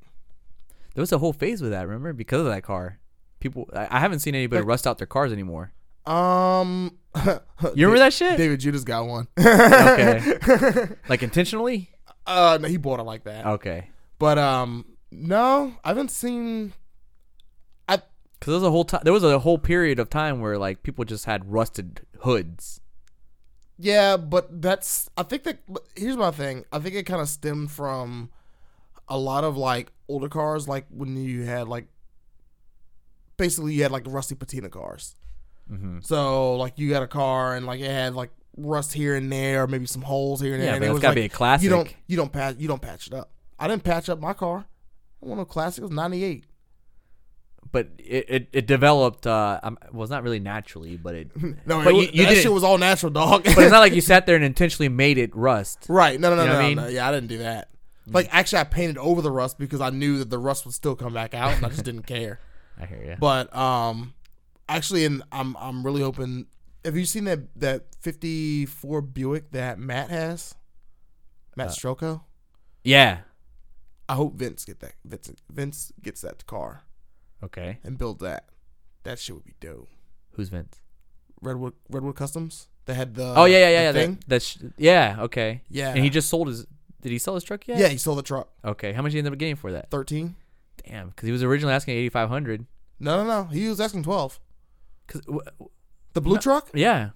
S2: There was a whole phase with that, remember, because of that car. People, I, I haven't seen anybody rust out their cars anymore.
S1: Um,
S2: You remember that shit?
S1: David Judas got one.
S2: Okay. like intentionally?
S1: uh, no, he bought it like that.
S2: Okay,
S1: But um, no, I haven't seen. I
S2: because there was a whole time. There was a whole period of time where like people just had rusted hoods.
S1: Yeah, but that's I think that but here's my thing. I think it kind of stemmed from a lot of like older cars, like when you had like basically you had like rusty patina cars.
S2: Mm-hmm.
S1: So like you got a car and like it had like rust here and there, or maybe some holes here and there.
S2: Yeah, but
S1: and it
S2: that's
S1: was,
S2: gotta
S1: like,
S2: be a classic.
S1: You don't you don't patch you don't patch it up. I didn't patch up my car. I want no classic. It was ninety eight.
S2: but it, it, it developed. Uh, um, well, it's not really naturally, but it.
S1: No, it
S2: But you-
S1: was,
S2: you
S1: that shit
S2: didn't-
S1: was all natural, dog.
S2: But it's not like you sat there and intentionally made it rust.
S1: Right. No, no, no,
S2: You know
S1: no,
S2: what I
S1: no.
S2: mean? Mm.
S1: Yeah, I didn't do that. Like, actually, I painted over the rust because I knew that the rust would still come back out, and I just didn't care.
S2: I hear you.
S1: But um, actually, and I'm I'm really hoping. Have you seen that that 54 Buick that Matt has? Matt
S2: Uh.
S1: Stroko.
S2: Yeah.
S1: I hope Vince get that. Vince Vince gets that car
S2: Okay.
S1: and build that. That shit would be dope.
S2: Who's Vince?
S1: Redwood Redwood Customs. They had the
S2: oh yeah, yeah,
S1: the
S2: yeah, yeah.
S1: thing.
S2: That, that sh- yeah. Okay.
S1: yeah
S2: And he just sold his. Did he sell his truck yet?
S1: yeah he sold the truck
S2: Okay. How much did he end up getting for that?
S1: 13.
S2: Damn, because he was originally asking eighty five hundred.
S1: No no no he was asking 12.
S2: Cause w- w-
S1: The blue truck.
S2: yeah,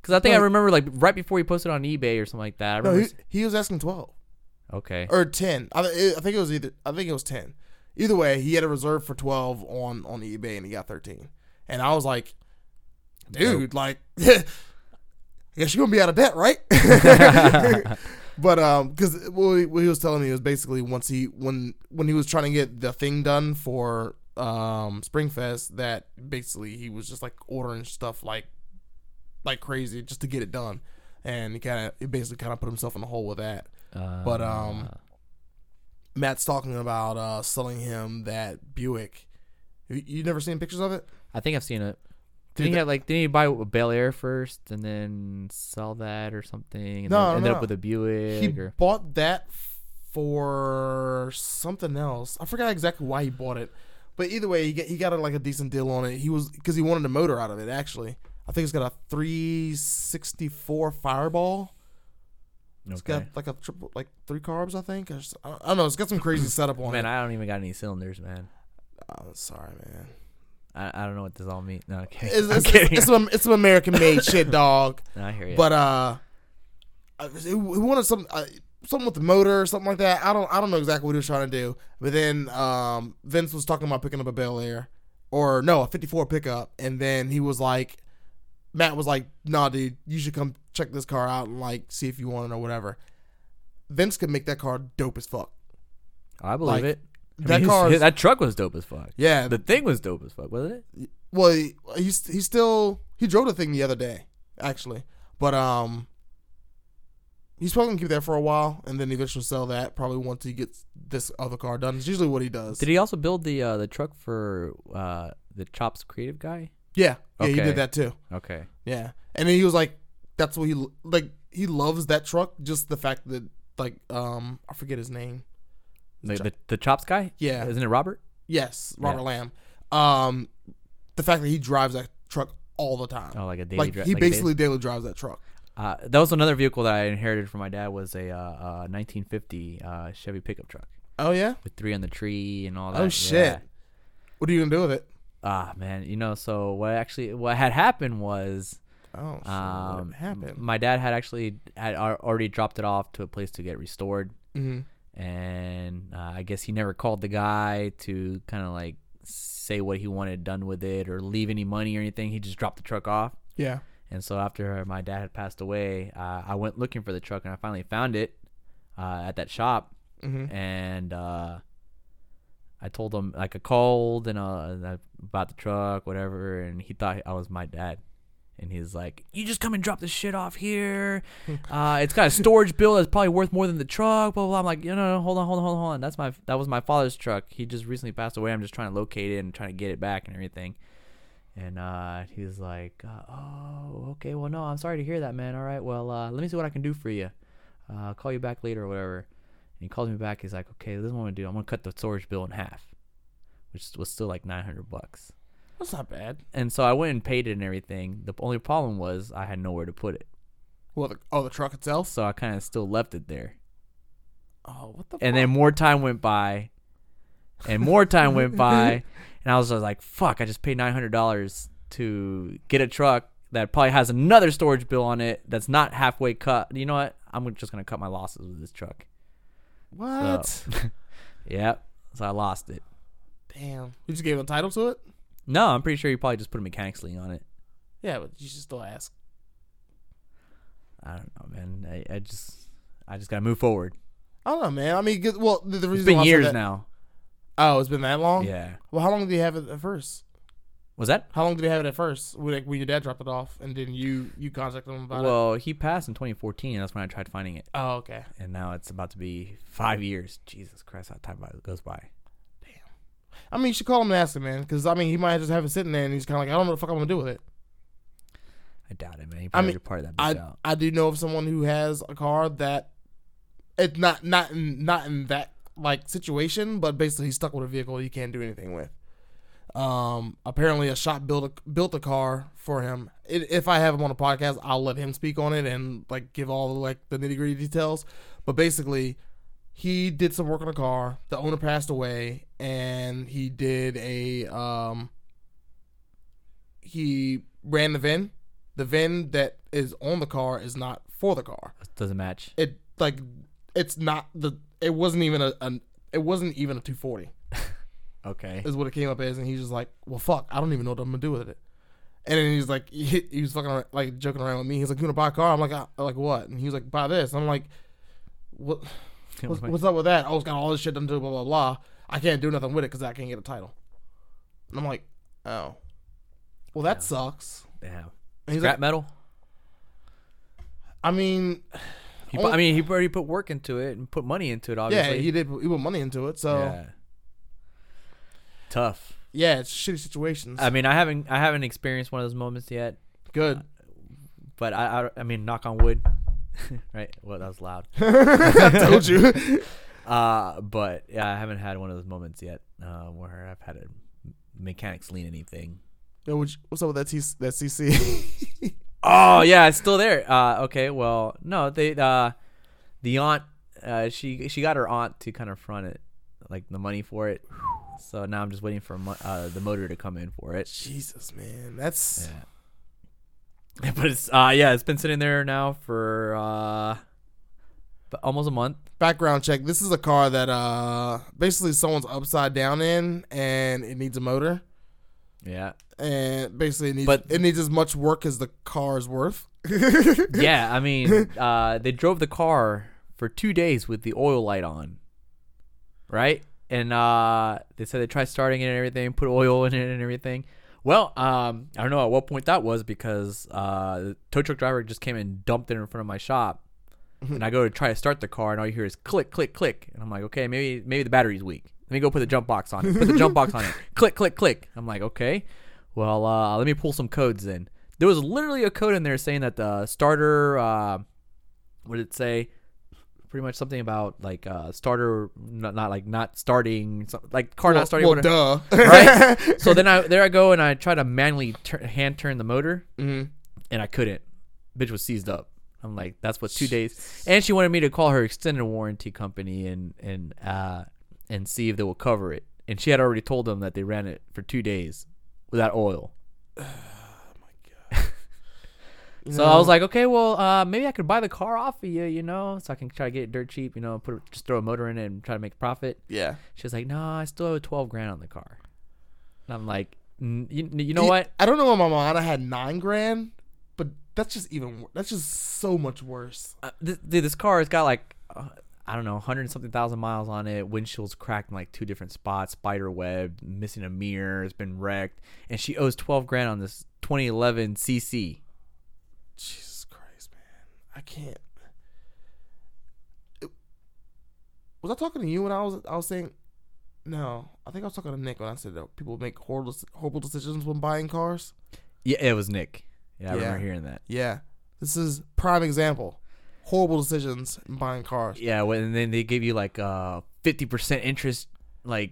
S2: because I think
S1: No,
S2: I
S1: he-
S2: remember like right before he posted on eBay or something like that. I
S1: No,
S2: remember.
S1: he, he was asking twelve
S2: okay.
S1: or ten. I, th- I think it was either. I think it was ten. Either way, he had a reserve for twelve on on eBay, and he got thirteen. And I was like, dude, like, I guess you're gonna be out of debt, right? but um, because what he what he was telling me was basically once he when when he was trying to get the thing done for um Springfest, that basically he was just like ordering stuff like like crazy just to get it done. And he kind of, he basically kind of put himself in a hole with that.
S2: Uh,
S1: But um, Matt's talking about uh, selling him that Buick. You, you never seen pictures of it?
S2: I think I've seen it.
S1: Dude,
S2: Did he
S1: the-
S2: have like? Did he buy a Bel Air first and then sell that or something? And
S1: No,
S2: then
S1: no,
S2: ended
S1: no.
S2: up with a
S1: he
S2: Buick or
S1: bought that for something else. I forgot exactly why he bought it, but either way, he got, he got a, like a decent deal on it. He was because he wanted a motor out of it. Actually, I think it's got a 364 Fireball. It's
S2: okay.
S1: got like a triple, like three carbs, I think. Or s- I don't I don't know. It's got some crazy setup on
S2: Man,
S1: it.
S2: I don't even got any cylinders, man.
S1: oh, sorry, man.
S2: I, I don't know what this all means. No, okay.
S1: It's,
S2: I'm
S1: it's,
S2: kidding.
S1: it's some it's some American made shit, dog.
S2: No, I hear you.
S1: But uh, I- he wanted some uh, something with the motor or something like that. I don't I don't know exactly what he was trying to do. But then um, Vince was talking about picking up a Bel Air or no a '54 pickup, and then he was like, Matt was like, "Nah, dude, you should come check this car out and like see if you want it or whatever." Vince could make that car dope as fuck.
S2: Oh, I
S1: like,
S2: believe it. I
S1: that
S2: mean, his-
S1: car
S2: his-
S1: is-
S2: that truck was dope as fuck.
S1: Yeah,
S2: The thing was dope as fuck, wasn't it?
S1: Well, he, he's he still he drove the thing the other day, actually. But um, he's probably gonna keep that for a while, and then eventually sell that. Probably once he gets this other car done. It's usually what he does.
S2: Did he also build the uh, the truck for uh, the Chops creative guy?
S1: yeah, yeah, he
S2: Okay.
S1: did that too.
S2: Okay.
S1: Yeah, and then he was like, "That's what he l- like." He loves that truck. Just the fact that like um, I forget his name.
S2: The,
S1: Chop-
S2: the, the Chops guy?
S1: Yeah.
S2: Isn't it Robert?
S1: Yes,
S2: Yeah.
S1: Robert Lamb. Um, the fact that he drives that truck all the time.
S2: Oh, like a daily
S1: like
S2: dri-
S1: he
S2: like a daily-
S1: basically daily drives that truck.
S2: Uh, that was another vehicle that I inherited from my dad was a uh, uh, 1950 uh, Chevy pickup truck
S1: Oh yeah.
S2: with three on the tree and all that.
S1: Oh shit. What are you gonna do with it?
S2: Ah man, you know. So what actually what had happened was
S1: Oh, shit,
S2: um,
S1: what happened?
S2: my dad had actually had al- already dropped it off to a place to get restored,
S1: Mm-hmm.
S2: and uh, I guess he never called the guy to kind of like say what he wanted done with it or leave any money or anything. He just dropped the truck off.
S1: Yeah.
S2: And so after my dad had passed away, uh, I went looking for the truck and I finally found it uh, at that shop.
S1: Mhm.
S2: And uh, I told him like I called and uh, about the truck, whatever, and he thought I was my dad. And he's like, "You just come and drop this shit off here. Uh, it's got a storage bill that's probably worth more than the truck." Blah blah. blah. I'm like, "No, no, no, hold on, hold on, hold on, hold on. That's my that was my father's truck. He just recently passed away. I'm just trying to locate it and trying to get it back and everything." And uh, he was like, uh, "Oh, okay. Well, no, I'm sorry to hear that, man. All right. Well, uh, let me see what I can do for you. Uh, I'll call you back later or whatever." And he calls me back. He's like, "Okay, this is what I'm gonna do. I'm gonna cut the storage bill in half, which was still like 900 bucks."
S1: That's not bad.
S2: And so I went and paid it and everything. The only problem was I had nowhere to put it,
S1: Well, the, oh, the truck itself.
S2: so I kind of still left it there.
S1: Oh, what the?
S2: And then more time went by, and more time went by, and I was just like, "Fuck! I just paid 900 dollars to get a truck that probably has another storage bill on it that's not halfway cut. You know what? I'm just gonna cut my losses with this truck."
S1: what?
S2: Yep. So I lost it.
S1: Damn. You just gave a title to it.
S2: No, I'm pretty sure you probably just put a mechanics lien on it.
S1: Yeah, but you should still ask.
S2: I don't know, man. I, I just, I just gotta move forward.
S1: I don't know, man. I mean, 'cause- well, the, the reason
S2: It's been
S1: why I said
S2: years
S1: that-
S2: now.
S1: Oh, it's been that long.
S2: Yeah.
S1: Well, how long did you have it at first?
S2: Was that?
S1: How long did you have it at first? When, like, when your dad dropped it off, and then you you contacted him about it.
S2: Well, he passed in 2014, and that's when I tried finding it.
S1: Oh, okay.
S2: And now it's about to be five years. Jesus Christ, how time by- goes by.
S1: I mean, you should call him and ask him, man, because I mean, he might just have it sitting there, and he's kind of like, I don't know what the fuck I'm gonna do with it.
S2: I doubt it, man. He probably
S1: mean,
S2: already parted that bitch
S1: I
S2: out.
S1: I do know of someone who has a car that it's not not in, not in that like situation, but basically he's stuck with a vehicle he can't do anything with. Um, apparently a shop built a, built a car for him. It, if I have him on a podcast, I'll let him speak on it and like give all the like the nitty gritty details. But basically, he did some work on a car. The owner passed away, and he did a um. He ran the VIN. The VIN that is on the car is not for the car.
S2: Doesn't match.
S1: It like it's not the. It wasn't even a. an it wasn't even a 240
S2: Okay.
S1: is what it came up as, and he's just like, "Well, fuck, I don't even know what I'm gonna do with it." And then he's like, he, he was fucking ar- like joking around with me. He's like, "You wanna buy a car?" I'm like, I, "Like what?" And he was like, "Buy this." And I'm like, "What? What's, what's up with that? Oh, it's got all this shit done to it, blah blah blah. I can't do nothing with it because I can't get a title." And I'm like, "Oh, well, that sucks."
S2: Damn.
S1: And he's
S2: Scrap
S1: like,
S2: metal.
S1: "I mean,
S2: He put, I mean, he already put work into it and put money into it.
S1: yeah,
S2: Obviously.
S1: he did. He put money into it, so yeah,
S2: Yeah. Tough.
S1: it's shitty situations.
S2: I mean, I haven't, I haven't experienced one of those moments yet. Uh,
S1: Good.
S2: But I, I, I mean, knock on wood. right. Well, that was loud.
S1: I told you.
S2: Uh, but yeah, I haven't had one of those moments yet uh, where I've had a mechanics lean anything.
S1: Yo, what you- what's up with that? T- that CC.
S2: Oh yeah, it's still there. Uh, okay, well, no, they uh, the aunt, uh, she she got her aunt to kind of front it, like the money for it. So now I'm just waiting for mo- uh, the motor to come in for it.
S1: Jesus, man, that's
S2: Yeah. But it's uh, yeah, it's been sitting there now for uh, b- almost a month.
S1: background check. This is a car that uh basically someone's upside down in, and it needs a motor,
S2: Yeah.
S1: and basically it needs
S2: But-
S1: it needs as much work as the car is worth.
S2: yeah, I mean, uh, they drove the car for two days with the oil light on, right? And uh, they said they tried starting it and everything, put oil in it and everything. Well, um, I don't know at what point that was because uh, the tow truck driver just came and dumped it in front of my shop, and I go to try to start the car, and all you hear is click, click, click, and I'm like, okay, maybe maybe the battery's weak. Let me go put the jump box on it. Put the jump box on it. Click, click, click. I'm like, okay, well, uh, let me pull some codes in. There was literally a code in there saying that the starter, uh, what did it say? Pretty much something about like uh, starter, not, not like not starting, so, like car not starting.
S1: well,
S2: whatever
S1: duh.
S2: right? so then I there I go and I try to manually tur- hand turn the motor,
S1: Mm-hmm.
S2: and I couldn't. Bitch was seized up. I'm like, that's what two days. And she wanted me to call her extended warranty company and and uh and see if they will cover it. And she had already told them that they ran it for two days without oil. So I was like, okay, well, uh, maybe I could buy the car off of you, you know, so I can try to get it dirt cheap, you know, put a- just throw a motor in it and try to make a profit.
S1: yeah.
S2: She was like, no, I still owe twelve grand on the car. And I'm like, "N- you, you know what?
S1: I don't know in my mind. I had nine grand, but That's just even. wor- That's just so much worse.
S2: Uh, th- dude, this car has got like uh, I don't know, hundred and something thousand miles on it. Windshield's cracked in like two different spots, spider webbed, missing a mirror, it's been wrecked, and she owes twelve grand on this 2011 CC.
S1: Jesus Christ, man! I can't. It- Was I talking to you when I was? I was saying, no. I think I was talking to Nick when I said that people make horrible, horrible decisions when buying cars.
S2: Yeah, it was Nick. Yeah,
S1: Yeah.
S2: I remember hearing that.
S1: Yeah, this is prime example. Horrible decisions in buying cars.
S2: Yeah, well, and then they give you like uh fifty percent interest, like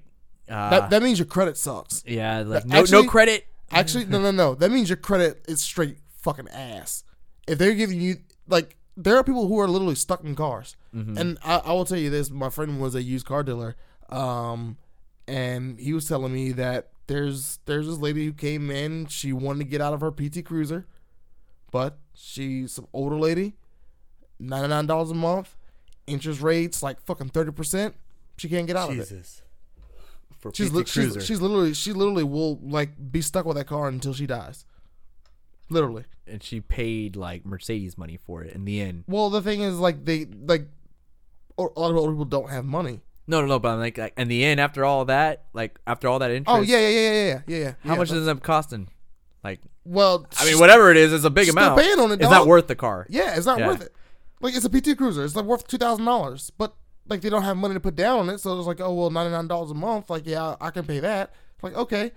S2: uh,
S1: that, that means your credit sucks.
S2: yeah, like
S1: that
S2: no
S1: actually-
S2: no credit.
S1: Actually, no, no, no. That means your credit is straight fucking ass. If they're giving you like, there are people who are literally stuck in cars, and I, I will tell you this: my friend was a used car dealer, um, and he was telling me that there's there's this lady who came in. She wanted to get out of her PT Cruiser, but she's an older lady, ninety nine dollars a month, interest rates like fucking thirty percent. She can't get
S2: Oh,
S1: out of it.
S2: Jesus, for
S1: She's, li- she's she's literally she literally will like be stuck with that car until she dies. Literally.
S2: and she paid like Mercedes money for it in the end.
S1: Well, the thing is, like they like a lot of older people don't have money.
S2: No, no, no. But I'm like, like, in the end, after all that, like after all that interest,
S1: Oh yeah yeah yeah yeah yeah yeah. yeah.
S2: how
S1: yeah,
S2: much
S1: but-
S2: does it end up costing? Like,
S1: Well,
S2: I mean, whatever it is, it's a big
S1: she's still
S2: amount.
S1: paying on it,
S2: it's not
S1: dog.
S2: worth the car.
S1: yeah, it's not
S2: Yeah.
S1: worth it. Like it's a PT Cruiser. It's like worth two thousand dollars, but like they don't have money to put down on it. So it's like, oh well, ninety nine dollars a month. Like yeah, I can pay that. Like okay,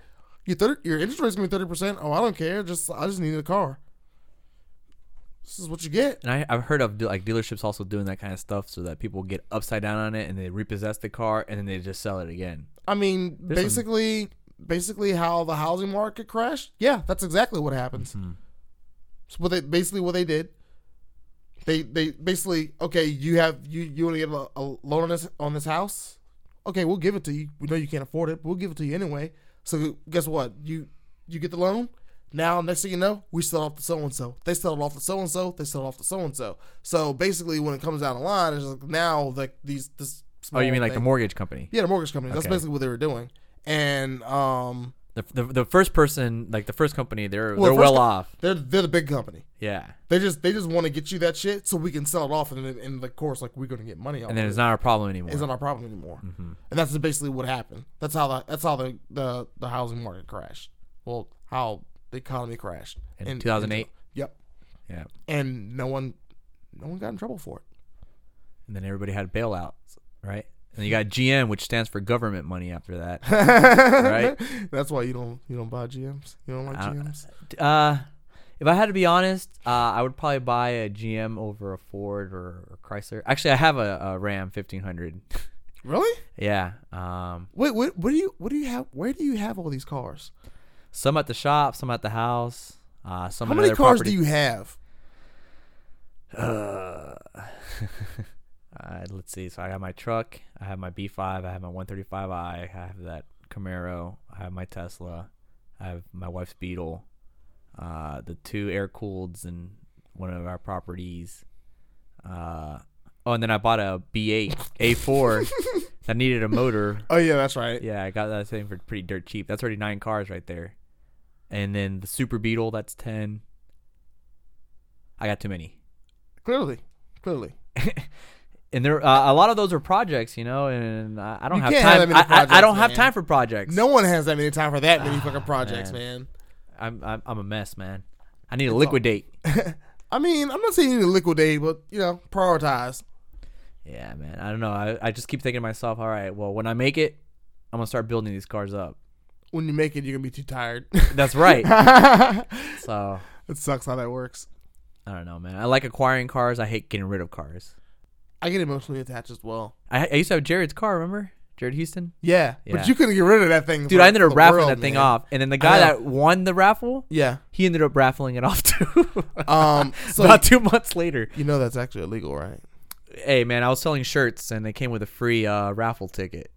S1: your 30, your interest rate's gonna be thirty percent. Oh, I don't care. Just I just need a car. This is what you get.
S2: And I, I've heard of de- like dealerships also doing that kind of stuff so that people get upside down on it and they repossess the car and then they just sell it again.
S1: I mean,
S2: some-
S1: basically, basically how the housing market crashed. Yeah, that's exactly what happens.
S2: Mm-hmm.
S1: So what they basically what they did. They they basically okay, you have you you want to get a, a loan on this on this house. Okay, we'll give it to you. We know you can't afford it, but we'll give it to you anyway. So guess what? You you get the loan. Now next thing you know, we sell it off to so and so. They sell it off to so and so. They sell it off to so and so. So basically, when it comes down the line, it's like now like these this.
S2: Oh,
S1: small
S2: you mean like the
S1: thing-
S2: mortgage company?
S1: yeah, the mortgage company. That's
S2: Okay.
S1: basically what they were doing. And um,
S2: The, the, the first person, like the first company, they're
S1: Well,
S2: they're
S1: the first
S2: well
S1: co-
S2: off.
S1: they're they're the big company.
S2: Yeah.
S1: They just they just want to get you that shit so we can sell it off, and then and of course like we're gonna get money off.
S2: And then
S1: it.
S2: it's Mm-hmm. not our problem anymore.
S1: It's not our problem anymore. And that's basically what happened. That's how the that's how the the, the housing market crashed. Well, how the economy crashed
S2: In 2008?
S1: Yep.
S2: yeah.
S1: And no one no one got in trouble for it.
S2: And then everybody had bailouts, right? And you got GM, which stands for government money after that.
S1: right. That's why you don't you don't buy GMs. You don't like
S2: I-
S1: GMs.
S2: Uh, if I had to be honest, uh, I would probably buy a GM over a Ford or, or Chrysler. Actually, I have a, a Ram 1500.
S1: Really?
S2: yeah. Um,
S1: Wait, what? What do you? What do you have? Where do you have all these cars?
S2: some at the shop, some at the house. Uh, some
S1: How
S2: at
S1: many
S2: another
S1: cars
S2: property.
S1: do you have?
S2: Uh, uh, let's see. So I got my truck. I have my B5. I have my 135i. I have that Camaro. I have my Tesla. I have my wife's Beetle. Uh, the two air cooleds in one of our properties. Uh, oh, and then I bought a B8 A4 that needed a motor.
S1: Oh yeah, that's right.
S2: Yeah, I got that thing for pretty dirt cheap. That's already nine cars right there. And then the Super Beetle, that's ten. I got too many.
S1: Clearly, clearly.
S2: and there uh, a lot of those are projects, you know, and I, I don't
S1: You
S2: have
S1: can't have
S2: time.
S1: that many
S2: I- I, I, don't
S1: projects,
S2: have
S1: man.
S2: time for projects.
S1: No one has that many time for that
S2: Ah,
S1: many fucking projects, man.
S2: I'm I'm, I'm a mess, man. I need to liquidate.
S1: I mean, I'm not saying you need to liquidate, but you know, prioritize.
S2: yeah, man. I don't know. I, I just keep thinking to myself, all right, well, when I make it, I'm gonna start building these cars up.
S1: When you make it, you're gonna be too tired.
S2: That's right.
S1: it
S2: so
S1: sucks how that works.
S2: I don't know, man. I like acquiring cars. I hate getting rid of cars.
S1: I get emotionally attached as well.
S2: I, I used to have Jared's car. Remember Jared Houston?
S1: Yeah,
S2: Yeah.
S1: but you couldn't get rid of that thing,
S2: Dude,
S1: for
S2: I ended up
S1: the
S2: raffling
S1: world,
S2: that thing
S1: man.
S2: off, and then the guy
S1: know.
S2: that won the raffle,
S1: Yeah.
S2: he ended up raffling it off too.
S1: Um. So
S2: About two months later.
S1: you know that's actually illegal, right?
S2: hey man, I was selling shirts and they came with a free uh, raffle ticket.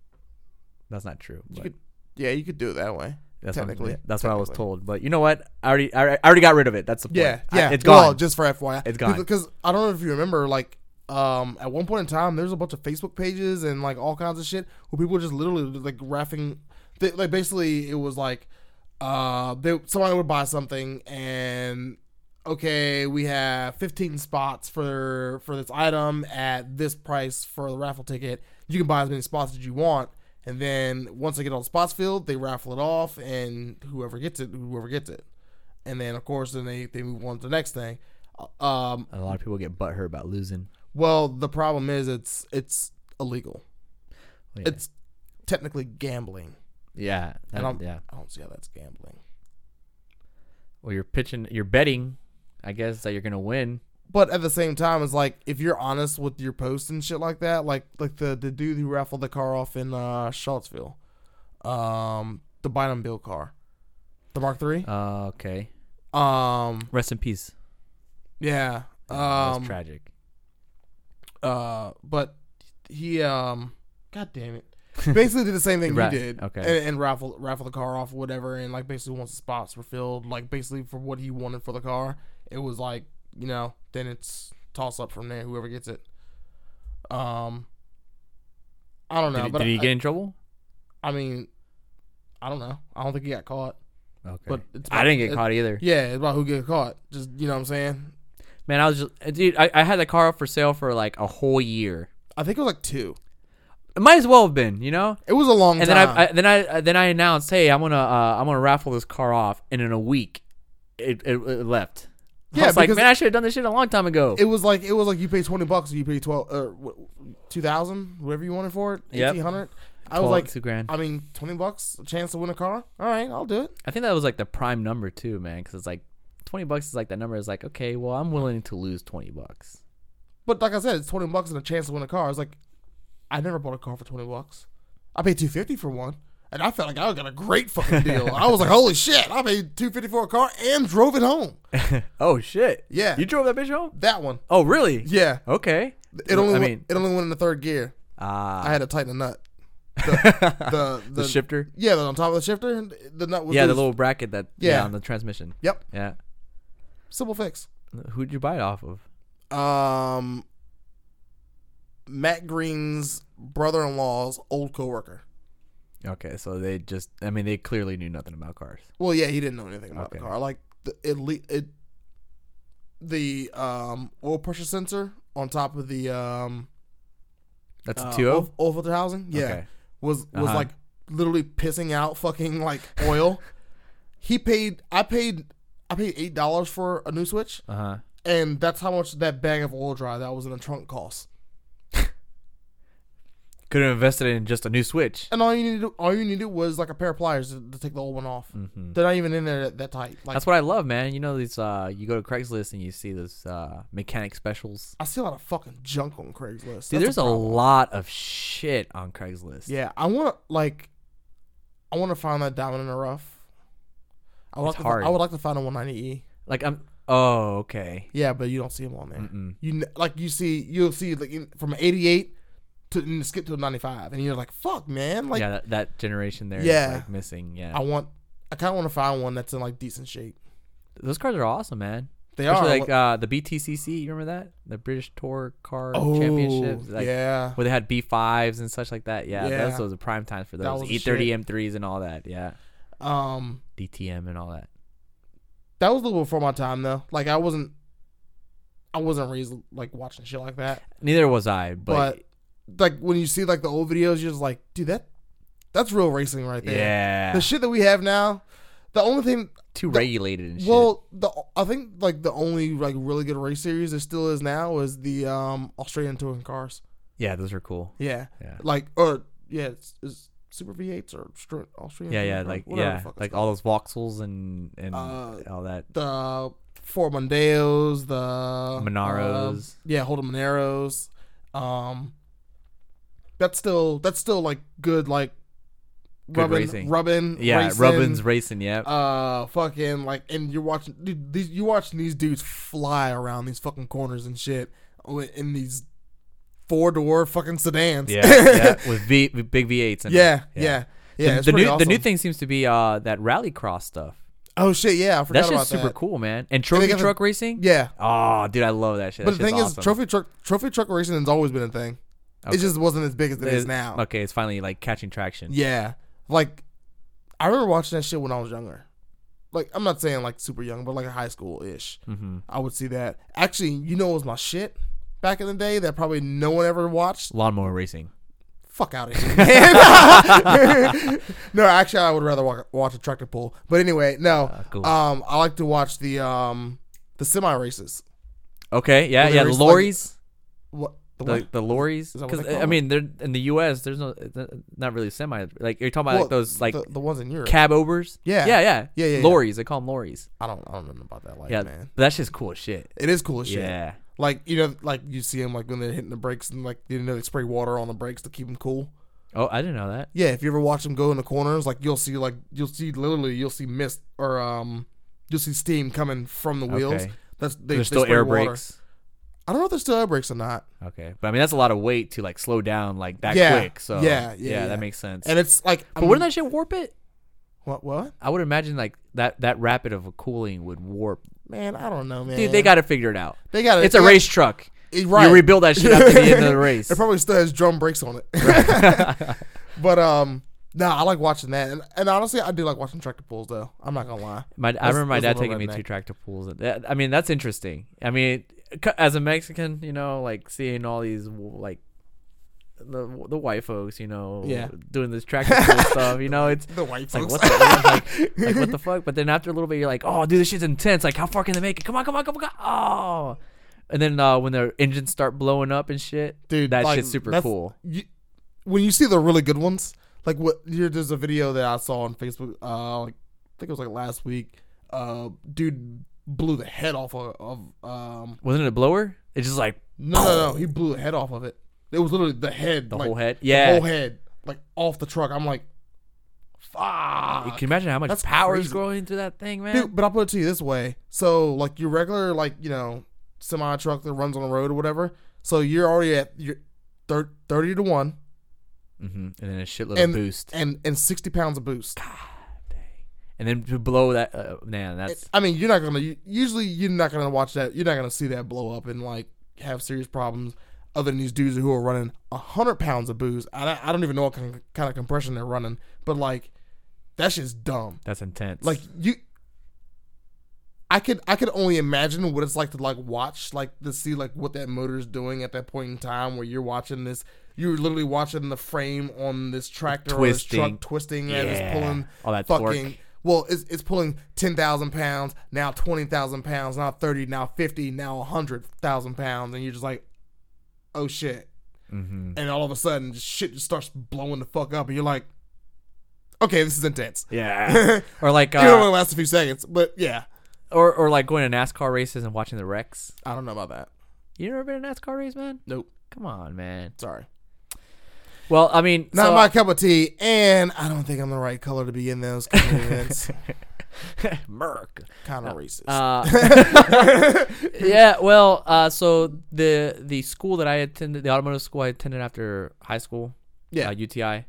S2: That's not true. but
S1: could- Yeah, you could do it that way.
S2: that's
S1: technically,
S2: what, that's what I was
S1: technically.
S2: told. But you know what? I already I already- I already got rid of it. That's the point.
S1: Yeah,
S2: I-
S1: yeah.
S2: it's gone.
S1: Well, just for FYI,
S2: It's gone.
S1: Because I don't know if you remember, like, um, at one point in time, there's a bunch of Facebook pages and like all kinds of shit where people just literally like raffing. They, like basically, it was like, uh, they somebody would buy something and okay, we have 15 spots for for this item at this price for the raffle ticket. You can buy as many spots as you want, and then once they get all the spots filled, they raffle it off, and whoever gets it, whoever gets it, and then of course, then they they move on to the next thing. Um,
S2: A lot of people get butthurt about losing.
S1: well, the problem is it's it's illegal.
S2: Yeah.
S1: It's technically gambling.
S2: yeah, that-
S1: And I'm,
S2: yeah.
S1: I don't see how that's gambling.
S2: Well, you're pitching, you're betting, I guess, that you're gonna win.
S1: But at the same time, it's like if you're honest with your posts and shit like that, like like the, the dude who raffled the car off in uh, Charlottesville, um, the Bynum Bill car, the Mark Three.
S2: Uh, okay.
S1: Um,
S2: Rest in peace.
S1: yeah.
S2: That's
S1: Um,
S2: tragic.
S1: uh, but he um, god damn it, basically did the same thing
S2: Right,
S1: you did.
S2: okay.
S1: And, and raffled raffled the car off, whatever, and like basically once the spots were filled, like basically for what he wanted for the car, it was like you know then it's toss up from there, whoever gets it. Um, I don't know,
S2: did,
S1: but
S2: did he
S1: I,
S2: get in trouble?
S1: I mean, I don't know. I don't think he got caught.
S2: Okay.
S1: But it's
S2: I didn't get
S1: it-
S2: caught either.
S1: Yeah, it's about who get caught. Just you know what I'm saying.
S2: Man, I was just uh, dude. I, I had the car up for sale for like a whole year.
S1: I think it was like two.
S2: It might as well have been, you know.
S1: It was a long
S2: And then
S1: time.
S2: I, I then I uh, then I announced, hey, I'm gonna uh, I'm gonna raffle this car off, and in a week, it it, it left. I
S1: Yeah,
S2: was like,
S1: because-
S2: man, I should have done this shit a long time ago.
S1: It was like it was like you pay twenty bucks, or you pay twelve, uh, two thousand, whatever you wanted for it,
S2: Yep.
S1: eighteen hundred. I was
S2: Twelve-
S1: like,
S2: two grand.
S1: I mean, twenty bucks, a chance to win a car. All right, I'll do it.
S2: I think that was like the prime number too, man, because it's like twenty bucks is like that number is like okay, well, I'm willing to lose twenty bucks.
S1: But like I said, it's twenty bucks and a chance to win a car. I was like, I never bought a car for twenty bucks. I paid two fifty for one, and I felt like I got a great fucking deal. I was like, holy shit! I paid two fifty for a car and drove it home.
S2: oh shit!
S1: Yeah.
S2: you drove that bitch home.
S1: That one,
S2: Oh really?
S1: yeah.
S2: Okay.
S1: It only
S2: I
S1: went,
S2: mean,
S1: it only went in the third gear.
S2: ah,
S1: I had to tighten the nut. The the,
S2: the, shifter.
S1: Yeah, on top of the shifter, the nut was
S2: Yeah, the
S1: loose.
S2: little bracket that yeah.
S1: Yeah.
S2: on the transmission.
S1: Yep.
S2: Yeah.
S1: simple fix.
S2: Who'd you buy it off of?
S1: um Matt Green's brother-in-law's old coworker.
S2: Okay, so they just I mean they clearly knew nothing about cars.
S1: Well, yeah, he didn't know anything about the
S2: Okay.
S1: car. Like the it, le- it the um oil pressure sensor on top of the um
S2: That's
S1: uh,
S2: a two
S1: oil,
S2: o.
S1: oil filter housing, yeah,
S2: Okay.
S1: was was
S2: Uh-huh.
S1: like literally pissing out fucking like oil. he paid I paid I paid eight dollars for a new switch.
S2: Uh huh.
S1: and that's how much that bag of oil dry that was in the trunk cost.
S2: Could have invested in just a new switch.
S1: And all you needed, all you needed was like a pair of pliers to, to take the old one off. They're not even in there that, that tight. Like
S2: Hmm. Mm-hmm. That's what I love, man. You know these uh you go to Craigslist and you see those uh mechanic specials.
S1: I see a lot of fucking junk on Craigslist.
S2: Dude,
S1: That's
S2: there's a,
S1: problem.
S2: lot of shit on Craigslist.
S1: yeah. I want to like, I want to find that diamond in the rough. I would
S2: It's
S1: like to,
S2: hard.
S1: I would like to find a 190e.
S2: Like I'm oh, okay.
S1: Yeah, but you don't see them on there.
S2: Mm-mm.
S1: You kn- like you see you'll see like in, from 88 to and skip to a 95, and you're like, fuck, man. Like
S2: yeah, that, that generation there is,
S1: Yeah.
S2: like missing. Yeah.
S1: I want, I kind of want to find one that's in like decent shape.
S2: those cars are awesome, man.
S1: They
S2: Especially
S1: are
S2: like uh the BTCC, you remember that? The British Tour Car
S1: Oh,
S2: uh, Championships. Like,
S1: yeah.
S2: where they had B5s and such like that. Yeah,
S1: Yeah.
S2: those, those are prime times for
S1: That
S2: those. E
S1: was
S2: E30
S1: the
S2: M3s and all that. Yeah.
S1: Um,
S2: DTM and all that.
S1: that was a little before my time though. Like I wasn't, I wasn't raised like watching shit like that.
S2: Neither was I, but,
S1: But, like when you see like the old videos, you're just like, dude, that that's real racing right there.
S2: yeah.
S1: The shit that we have now, the only thing,
S2: Too
S1: the-
S2: regulated and shit.
S1: well, the I think like the only like really good race series there still is now is the um Australian touring cars.
S2: yeah, those are cool.
S1: Yeah,
S2: Yeah.
S1: like or yeah, it's, it's Super V8s or Str- Australian.
S2: Yeah,
S1: touring
S2: yeah,
S1: cars,
S2: like
S1: whatever the
S2: yeah,
S1: fuck it's
S2: like
S1: called.
S2: all those Vauxhalls and and
S1: Uh,
S2: all that
S1: the Ford Mondeos, the um,
S2: Monaros.
S1: yeah, Holden Moneros. Um, that's still that's still like good like
S2: Good racing.
S1: rubbin,
S2: yeah,
S1: racing,
S2: Rubbin's racing. Yeah,
S1: Uh, fucking like, and you're watching, dude. These you're watching these dudes fly around these fucking corners and shit wi- in these four door fucking sedans.
S2: yeah, yeah, with V with big V8s. And
S1: yeah, yeah, yeah.
S2: the,
S1: it's
S2: the
S1: pretty
S2: new the new
S1: awesome.
S2: thing seems to be uh that rallycross stuff.
S1: Oh shit, yeah, I forgot
S2: That's
S1: about
S2: just super
S1: that.
S2: cool, man. And trophy
S1: got the-
S2: truck racing.
S1: Yeah,
S2: Oh, dude, I love that shit.
S1: but
S2: That
S1: the thing
S2: shit's
S1: is,
S2: awesome.
S1: trophy truck trophy truck racing has always been a thing.
S2: Okay.
S1: It just wasn't as big as it is
S2: It-
S1: now.
S2: Okay, it's finally like catching traction.
S1: Yeah. Like I remember watching that shit when I was younger. like I'm not saying like super young, but like high school ish.
S2: Mm-hmm.
S1: I would see that. Actually, you know what was my shit back in the day that probably no one ever watched?
S2: Lawnmower racing.
S1: Fuck out of here. man. no, actually, I would rather wa- watch a tractor pull. But anyway, no.
S2: Ah, cool.
S1: Um, I like to watch the um the semi races.
S2: Okay, yeah,
S1: Where they
S2: Uh, yeah. The
S1: race, like,
S2: lorries,
S1: What the
S2: the,
S1: what?
S2: the lorries.
S1: Is that what
S2: Because
S1: they call
S2: I mean, they're in the U.S. There's no, th- not really semi. Like you're talking about
S1: Well,
S2: like those like
S1: the, the ones in Europe.
S2: cab overs.
S1: Yeah.
S2: yeah, yeah,
S1: Yeah, yeah, yeah.
S2: Lorries. They call them lorries.
S1: I don't I don't know about that life,
S2: yeah,
S1: man.
S2: but that's just cool as shit.
S1: It is cool as shit.
S2: Yeah,
S1: Like you know, like you see them like when they're hitting the brakes and like you know they spray water on the brakes to keep them cool.
S2: Oh, I didn't know that.
S1: Yeah, if you ever watch them go in the corners, like you'll see like you'll see literally you'll see mist or um you'll see steam coming from the wheels.
S2: Okay.
S1: That's they, they
S2: There's still
S1: spray
S2: air
S1: water.
S2: brakes.
S1: I don't know if there's still air brakes or not.
S2: Okay, but I mean that's a lot of weight to like slow down like that
S1: Yeah,
S2: quick. So
S1: yeah, yeah, yeah.
S2: that makes sense.
S1: And um, it's like
S2: but wouldn't that shit warp it?
S1: what what?
S2: I would imagine like that that rapid of a cooling would warp.
S1: Man, I don't know, man.
S2: Dude, they got to figure it out.
S1: they got
S2: It's a
S1: yeah,
S2: race truck.
S1: it- right.
S2: You rebuild that shit after the end of the race.
S1: It probably still has drum brakes on it. but um nah, I like watching that. And, and honestly I do like watching tractor pulls though. I'm not gonna lie.
S2: My, I remember my
S1: that's a
S2: dad
S1: little
S2: taking me
S1: redneck.
S2: to tractor pools. and that- I mean, that's interesting. I mean, c- as a Mexican, you know, like seeing all these like the the white folks, you know,
S1: Yeah.
S2: doing this tractor pool stuff. You know, it's
S1: The white
S2: it's like
S1: folks.
S2: what the like, like, what the fuck. But then after a little bit, you're like, oh, dude, this shit's intense. Like, how far can they make it? Come on, come on, come on, come on. Oh. And then uh, when their engines start blowing up and shit,
S1: Dude,
S2: that
S1: like,
S2: shit's super
S1: that's-
S2: cool.
S1: you, when you see the really good ones, like what here, there's a video that I saw on Facebook. Uh, like, I think it was like last week. Uh, dude blew the head off of, of um.
S2: Wasn't it a blower? It's just like
S1: No, no, no. He blew the head off of it. It was literally the head,
S2: the
S1: like,
S2: whole head.
S1: the
S2: Yeah.
S1: whole head, like off the truck. I'm like, fuck.
S2: Can you imagine how much
S1: Ah, That's
S2: power is
S1: crazy.
S2: going through that thing, man?
S1: Dude, but I'll put it to you this way. So, like your regular, like you know, semi truck that runs on the road or whatever. So you're already at your thir- thirty to one
S2: hmm And then a shitload
S1: And-
S2: of boost.
S1: and and sixty pounds of boost.
S2: And then to blow that, uh, man, that's
S1: I mean, you're not gonna. Usually, you're not gonna watch that. You're not gonna see that blow up and like have serious problems. Other than these dudes who are running hundred pounds of booze. I, I don't even know what kind of, kind of compression they're running, but like that shit's dumb.
S2: that's intense.
S1: Like you, I could I could only imagine what it's like to like watch like to see like what that motor's doing at that point in time where you're watching this. You're literally watching the frame on this tractor or this
S2: Twisting.
S1: truck twisting and
S2: Yeah.
S1: it's pulling
S2: All that torque.
S1: fucking. Well, it's, it's pulling ten thousand pounds now, twenty thousand pounds now, thirty now, fifty now, hundred thousand pounds, and you're just like, oh shit!
S2: hmm
S1: And all of a sudden, just shit just starts blowing the fuck up, and you're like, okay, this is intense.
S2: yeah, or like,
S1: It only
S2: uh,
S1: lasts a few seconds, but yeah,
S2: or or like going to NASCAR races and watching the wrecks.
S1: I don't know about that.
S2: You never been to a NASCAR race, man?
S1: Nope,
S2: Come on, man.
S1: sorry,
S2: Well, I mean,
S1: not
S2: so-
S1: my cup of tea, and I don't think I'm the right color to be in those kind of events.
S2: Merc.
S1: Kind of racist.
S2: Uh, yeah, well, uh, so the the school that I attended, the automotive school I attended after high school,
S1: Yeah.
S2: uh, UTI,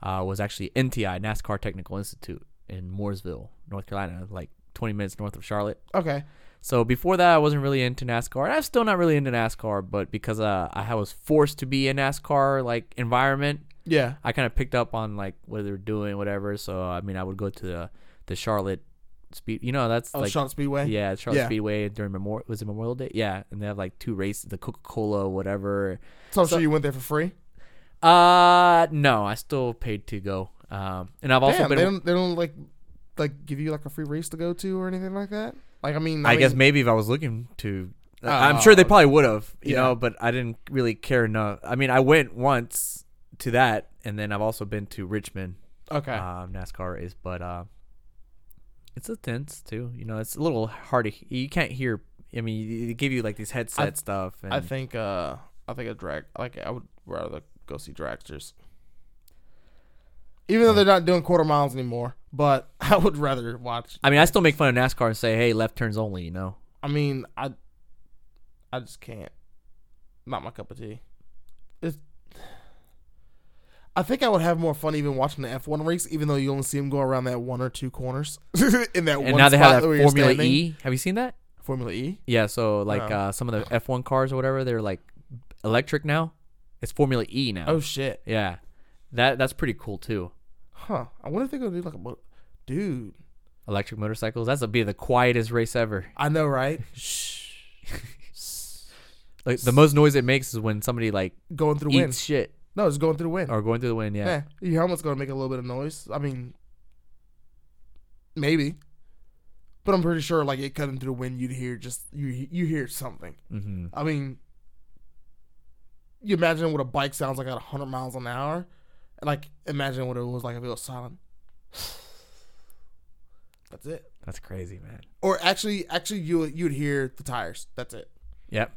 S2: uh, was actually NTI, NASCAR Technical Institute in Mooresville, North Carolina, like 20 minutes north of Charlotte.
S1: okay,
S2: So before that, I wasn't really into NASCAR. I'm still not really into NASCAR, but because uh, I was forced to be in NASCAR like environment,
S1: yeah,
S2: I kind of picked up on like what they were doing, whatever. So I mean, I would go to the the Charlotte speed. You know, that's
S1: oh,
S2: like
S1: Sean Speedway.
S2: yeah, Charlotte
S1: Yeah.
S2: Speedway during Memorial was it Memorial Day? Yeah, and they have like two races, the Coca Cola, whatever.
S1: So I'm
S2: So-
S1: sure you went there for free.
S2: Uh no, I still paid to go. Um, and I've also
S1: Damn,
S2: been.
S1: they don't they don't like like give you like a free race to go to or anything like that. Like I mean,
S2: I, guess
S1: mean,
S2: maybe if I was looking to, I'm sure they
S1: Oh.
S2: probably would have, you
S1: Yeah.
S2: know. But I didn't really care enough. I mean, I went once to that, and then I've also been to Richmond
S1: okay,
S2: um, NASCAR race, but uh, it's intense too. You know, it's a little hard to he- you can't hear. I mean, they give you like these headset stuff, and
S1: I think uh I think a drag like I would rather go see dragsters. Even though they're
S2: Uh,
S1: not doing quarter miles anymore, but I would rather watch.
S2: I mean, I still make fun of NASCAR and say, "Hey, left turns only." You know,
S1: I mean, I I just can't. Not my cup of tea. It's, I think I would have more fun even watching the F1 race, even though you only see them go around that one or two corners in that
S2: and
S1: one
S2: now they
S1: spot
S2: have that
S1: where you're
S2: Formula
S1: standing.
S2: E. Have you seen that?
S1: Formula E.
S2: Yeah, so like
S1: No.
S2: uh, some of the F1 cars or whatever, they're like electric now. It's Formula E now.
S1: Oh shit.
S2: Yeah, that that's pretty cool too.
S1: Huh. I wonder if they're gonna do like a mo- dude.
S2: Electric motorcycles. That's a be the quietest race ever.
S1: I know, right?
S2: Like the most noise it makes is when somebody like
S1: Going through the
S2: eats
S1: wind.
S2: shit
S1: No, it's going through the wind.
S2: or going through the wind. Yeah.
S1: Yeah. Your helmet's Eh, gonna make a little bit of noise. I mean, maybe, but I'm pretty sure like it cutting through the wind, you'd hear just you you hear something.
S2: Mm-hmm.
S1: I mean, you imagine what a bike sounds like at 100 miles an hour, and like imagine what it was like if it was silent. That's it.
S2: That's crazy, man.
S1: Or actually, actually you you'd hear the tires. That's it.
S2: Yep.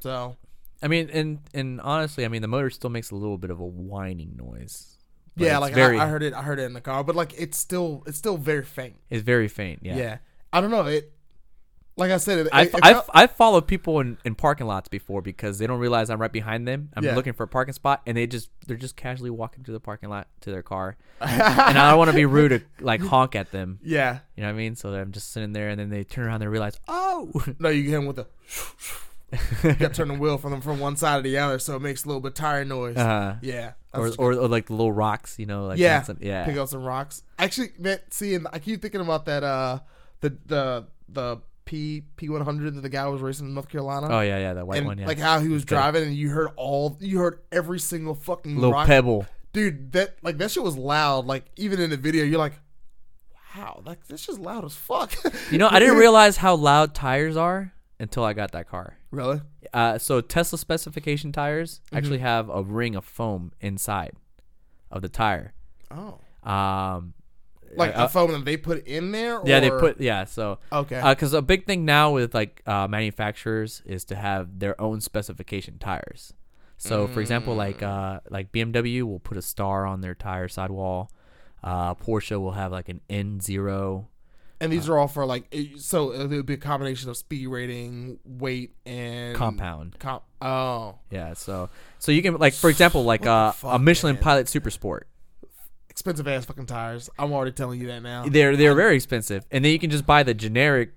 S1: So
S2: I mean, and and honestly, I mean, the motor still makes a little bit of a whining noise. But
S1: yeah,
S2: it's
S1: like
S2: very,
S1: I, I heard it. I heard it in the car, but like it's still it's still very faint.
S2: it's very faint. Yeah.
S1: Yeah. I don't know. It like I said, it,
S2: I,
S1: it- it
S2: I,
S1: felt-
S2: I follow people in, in parking lots before because they don't realize I'm right behind them. I'm
S1: Yeah.
S2: looking for a parking spot, and they just they're just casually walking to the parking lot to their car, and I don't want to be rude to like honk at them.
S1: yeah.
S2: You know what I mean? So I'm just sitting there, and then they turn around and they realize, oh,
S1: No, you hit him with the you got to turn the wheel from from one side to the other, so it makes a little bit tire noise.
S2: uh,
S1: yeah.
S2: or,
S1: That's-
S2: or or like the little rocks, you know, like
S1: yeah,
S2: some- yeah.
S1: Pick up some rocks. Actually, man, seeing I keep thinking about that. Uh, the the the P P one hundred that the guy was racing in North Carolina.
S2: oh yeah, yeah, that white
S1: and
S2: one, yeah,
S1: like how he was
S2: good.
S1: driving, and you heard all you heard every single fucking
S2: little
S1: rock.
S2: pebble.
S1: dude. That like that shit was loud. Like even in the video, you're like, wow, like this shit's loud as fuck.
S2: You know, I didn't realize how loud tires are until I got that car.
S1: really.
S2: Uh, so Tesla specification tires
S1: Mm-hmm.
S2: actually have a ring of foam inside of the tire.
S1: Oh,
S2: Um,
S1: like
S2: uh,
S1: a phone that they put in there. Or?
S2: yeah, they put yeah. So
S1: Okay.
S2: because Uh, a big thing now with like uh, manufacturers is to have their own specification tires. So for example,
S1: Mm.
S2: like uh, like BMW will put a star on their tire sidewall. Uh, Porsche will have like an N zero.
S1: Mm. and these are all for like it- so it would be a combination of speed rating, weight, and
S2: Compound.
S1: Comp. Oh,
S2: Yeah, so so you can like for example like uh, a
S1: fuck,
S2: Michelin
S1: man?
S2: Pilot Super Sport.
S1: expensive ass fucking tires. I'm already telling you that now.
S2: They're they're very expensive, and then you can just buy the generic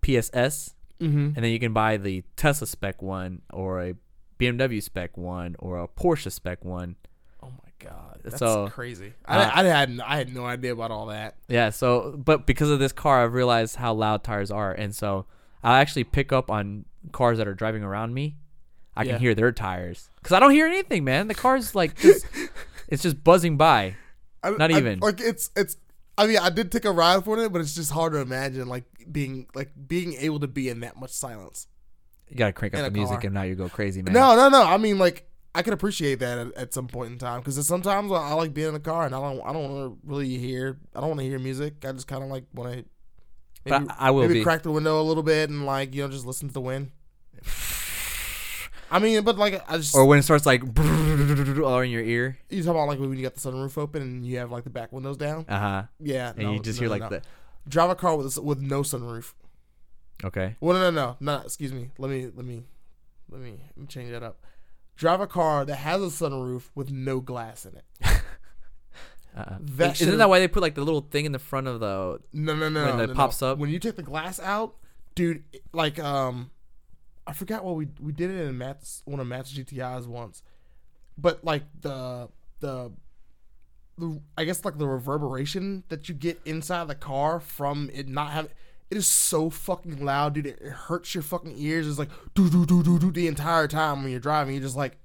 S2: PSS,
S1: Mm-hmm.
S2: and then you can buy the Tesla spec one or a BMW spec one or a Porsche spec one.
S1: Oh my god, that's
S2: That's So-
S1: crazy.
S2: uh,
S1: I, I had n- I had no idea about all that.
S2: Yeah, so but because of this car, I've realized how loud tires are, and so I actually pick up on cars that are driving around me. I
S1: Yeah.
S2: can hear their tires because I don't hear anything, man. The car's like just, it's just buzzing by.
S1: I,
S2: Not
S1: I-
S2: even.
S1: like it's it's. I mean, I did take a ride for it, but it's just hard to imagine like being like being able to be in that much silence.
S2: You gotta crank
S1: In
S2: up
S1: a
S2: the music,
S1: car.
S2: and now you go crazy, man.
S1: No, no, no. I mean, like I could appreciate that at, at some point in time because sometimes I, I like being in the car and I don't I don't want to really hear I don't want to hear music. I just kind of like want to.
S2: But I- I will
S1: maybe
S2: be.
S1: crack the window a little bit and like you know just listen to the wind. I mean, but like I just
S2: or when it starts like all in your ear.
S1: you talk about like when you got the sunroof open and you have like the back windows down.
S2: Uh huh.
S1: Yeah,
S2: And
S1: no,
S2: you just
S1: no,
S2: hear
S1: no,
S2: like
S1: no.
S2: the
S1: drive a car with with no sunroof.
S2: okay.
S1: Well, no, no, no, no. Excuse me. Let me let me let me let me change that up. Drive a car that has a sunroof with no glass in it.
S2: Uh-uh.
S1: That
S2: Is-
S1: should've-
S2: Isn't that why they put like the little thing in the front of the?
S1: No, no, no.
S2: When
S1: no,
S2: it
S1: no,
S2: pops
S1: no.
S2: up?
S1: When you take the glass out, dude, it- like um, I forgot what we we did it in Matt's one of Matt's GTI's once, but like the the. The, I guess like the reverberation that you get inside the car from it not having it is so fucking loud, dude. It, it hurts your fucking ears. It's like do do do do do the entire time when you're driving. You're just like,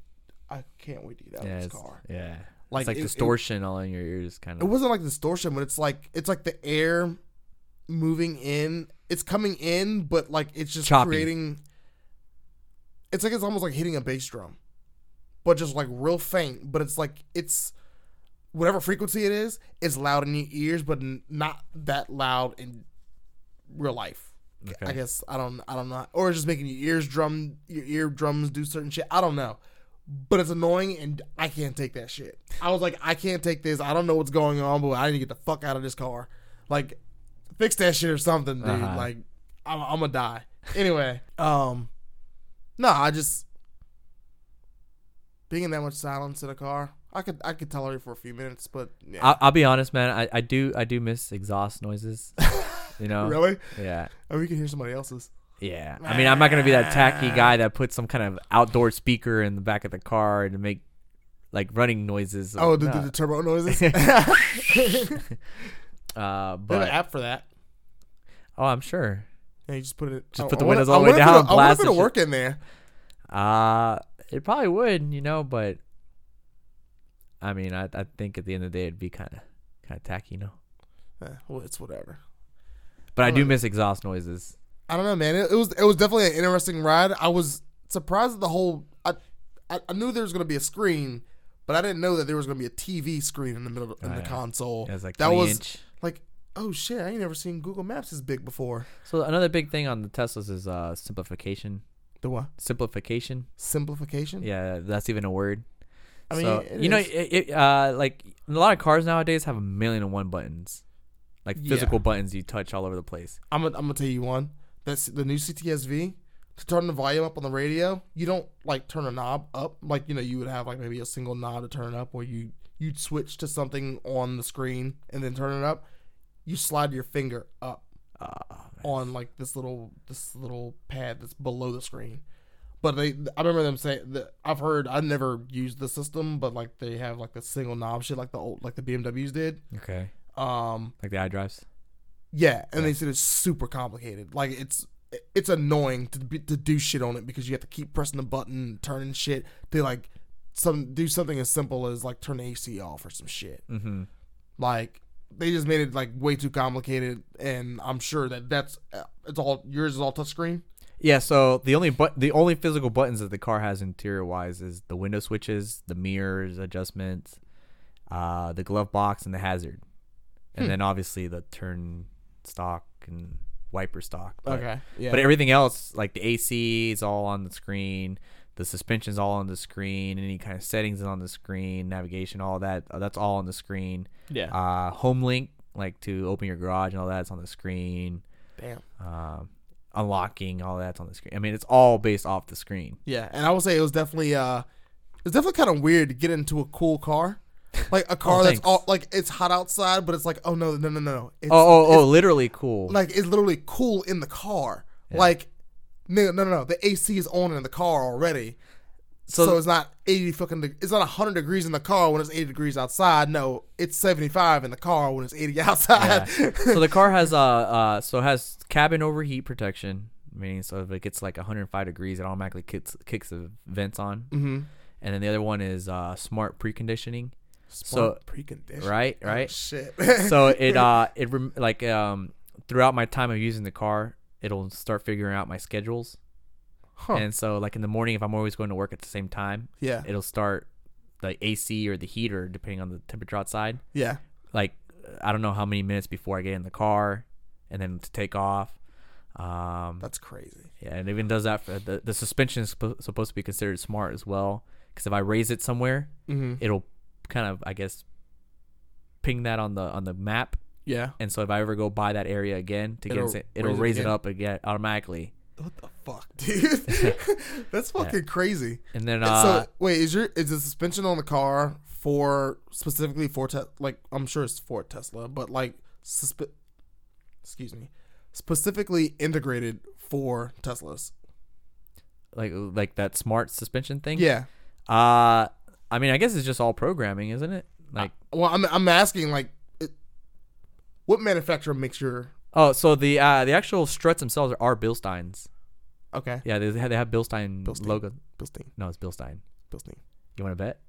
S1: I can't wait to get out
S2: Yeah,
S1: of this
S2: it's-
S1: car.
S2: yeah.
S1: Like,
S2: it's like
S1: it- it-
S2: distortion all in your ears, kind
S1: It
S2: of.
S1: wasn't like distortion, but it's like it's like the air moving in. It's coming in, but like it's just
S2: Choppy.
S1: creating. It's like it's almost like hitting a bass drum, but just like real faint. But it's like it's whatever frequency it is, it's loud in your ears, but n- not that loud in real life. I
S2: Okay.
S1: guess I don't I don't know, or it's just making your ears drum your eardrums do certain shit. I don't know, but it's annoying, and I can't take that shit. I was like, I can't take this. I don't know what's going on, but I need to get the fuck out of this car. Like, fix that shit or something, dude.
S2: Uh-huh.
S1: Like, I'm, I'm gonna die anyway. Um, no, I just being in that much silence in a car. I could I could tolerate for a few minutes, but yeah.
S2: I'll, I'll be honest, man. I, I do I do miss exhaust noises. You know.
S1: really,
S2: Yeah.
S1: or you can hear somebody else's.
S2: Yeah. I mean, I'm not gonna be that tacky guy that puts some kind of outdoor speaker in the back of the car and make like running noises.
S1: Oh, the,
S2: No.
S1: the, the turbo noises.
S2: Uh,
S1: They have an
S2: but
S1: app for that.
S2: oh, I'm sure.
S1: Yeah, you just put it. Oh,
S2: Just
S1: I-
S2: put
S1: I
S2: the
S1: wonder-
S2: windows all the
S1: I
S2: way
S1: wonder if
S2: down
S1: it'll-
S2: and
S1: I wonder if
S2: blast the
S1: it'll
S2: shit.
S1: work in there.
S2: Uh it probably would, you know, but I mean, I I think at the end of the day it'd be kind of kind of tacky, you know.
S1: Eh, well, it's whatever.
S2: But I do miss exhaust noises.
S1: I don't know, man. It, it was it was definitely an interesting ride. I was surprised at the whole. I I, I knew there was going to be a screen, but I didn't know that there was going to be a TV screen in the middle in the
S2: Oh, yeah.
S1: console.
S2: It was like
S1: that
S2: 20
S1: was
S2: inch.
S1: like, oh shit! I ain't never seen Google Maps this big before.
S2: So another big thing on the Teslas is uh simplification.
S1: The what?
S2: Simplification.
S1: Simplification.
S2: Yeah, that's even a word.
S1: I mean,
S2: so,
S1: it
S2: you know,
S1: is.
S2: it, it, uh, like a lot of cars nowadays have a million and one buttons, like
S1: Yeah.
S2: physical buttons you touch all over the place.
S1: I'm gonna, I'm gonna tell you one. That's the new CTSV. To turn the volume up on the radio, you don't like turn a knob up. Like you know, you would have like maybe a single knob to turn it up, or you you'd switch to something on the screen and then turn it up. You slide your finger up on like this little this little pad that's below the screen. But they, I remember them saying that I've heard I never used the system, but like they have like the single knob shit, like the old like the BMWs did.
S2: Okay,
S1: Um,
S2: like the iDrives.
S1: yeah, and they said it's super complicated. Like it's it's annoying to be, to do shit on it because you have to keep pressing the button, turning shit. They like some do something as simple as like turn the AC off or some shit.
S2: Mm-hmm.
S1: Like they just made it like way too complicated, and I'm sure that that's uh, it's all yours is all touchscreen.
S2: Yeah, so the only but the only physical buttons that the car has interior wise is the window switches, the mirrors adjustments, uh, the glove box, and the hazard, and then obviously the turn stock and wiper stock. But,
S1: yeah,
S2: but everything else, like the AC, is all on the screen. The suspension's all on the screen. Any kind of settings is on the screen. Navigation, all that, uh, that's all on the screen.
S1: yeah,
S2: Uh, home link, like to open your garage and all that's on the screen
S1: damn,
S2: um, unlocking, all that's on the screen. I mean, it's all based off the screen.
S1: yeah. And I would say it was definitely uh, it's definitely kind of weird to get into a cool car. Like a car that's
S2: Oh, thanks.
S1: all like it's hot outside, but it's like oh no no no no! It's,
S2: Oh, oh, oh, literally cool.
S1: like it's literally cool in the car. Like nigga, no, no, no, the AC is on in the car already. So,
S2: So-
S1: it's not eighty fucking. De- it's not hundred degrees in the car when it's eighty degrees outside. No, it's seventy five in the car when it's eighty outside.
S2: so the car has uh, uh so it has cabin overheat protection, meaning so if it gets like 105 degrees, it automatically kicks kicks the vents on. Mm-hmm. And then the other one is uh, smart preconditioning.
S1: Smart preconditioned,
S2: Right,
S1: Oh,
S2: right.
S1: shit.
S2: so it uh it rem- like um throughout my time of using the car it'll start figuring out my schedules
S1: Huh. Uh-huh.
S2: and so like in the morning if i'm always going to work at the same time
S1: yeah,
S2: it'll start the ac or the heater depending on the temperature outside
S1: yeah.
S2: like i don't know how many minutes before i get in the car and then to take off um
S1: That's crazy.
S2: yeah it even does that for the, the suspension is suppo- supposed to be considered smart as well because if i raise it somewhere
S1: Mm-hmm.
S2: it'll kind of i guess ping that on the on the map
S1: Yeah.
S2: and so if I ever go by that area again to get
S1: It'll
S2: it'll, it'll
S1: raise it
S2: raise it,
S1: again.
S2: up again automatically.
S1: What the fuck, dude? That's fucking crazy.
S2: And then
S1: And
S2: uh,
S1: so wait, is your is the suspension on the car for specifically for te- like I'm sure it's for Tesla, but like suspe- excuse me, specifically integrated for Teslas?
S2: like like that smart suspension thing.
S1: Yeah.
S2: Uh I mean I guess it's just all programming, isn't it? Like
S1: Well, I'm I'm asking like, it, what manufacturer makes your
S2: oh, so the uh the actual struts themselves are, are Bilsteins.
S1: okay?
S2: Yeah, they have, they have Bilstein,
S1: Bilstein.
S2: logo.
S1: Bilstein,
S2: No, it's Bilstein.
S1: Bilstein.
S2: You want to bet?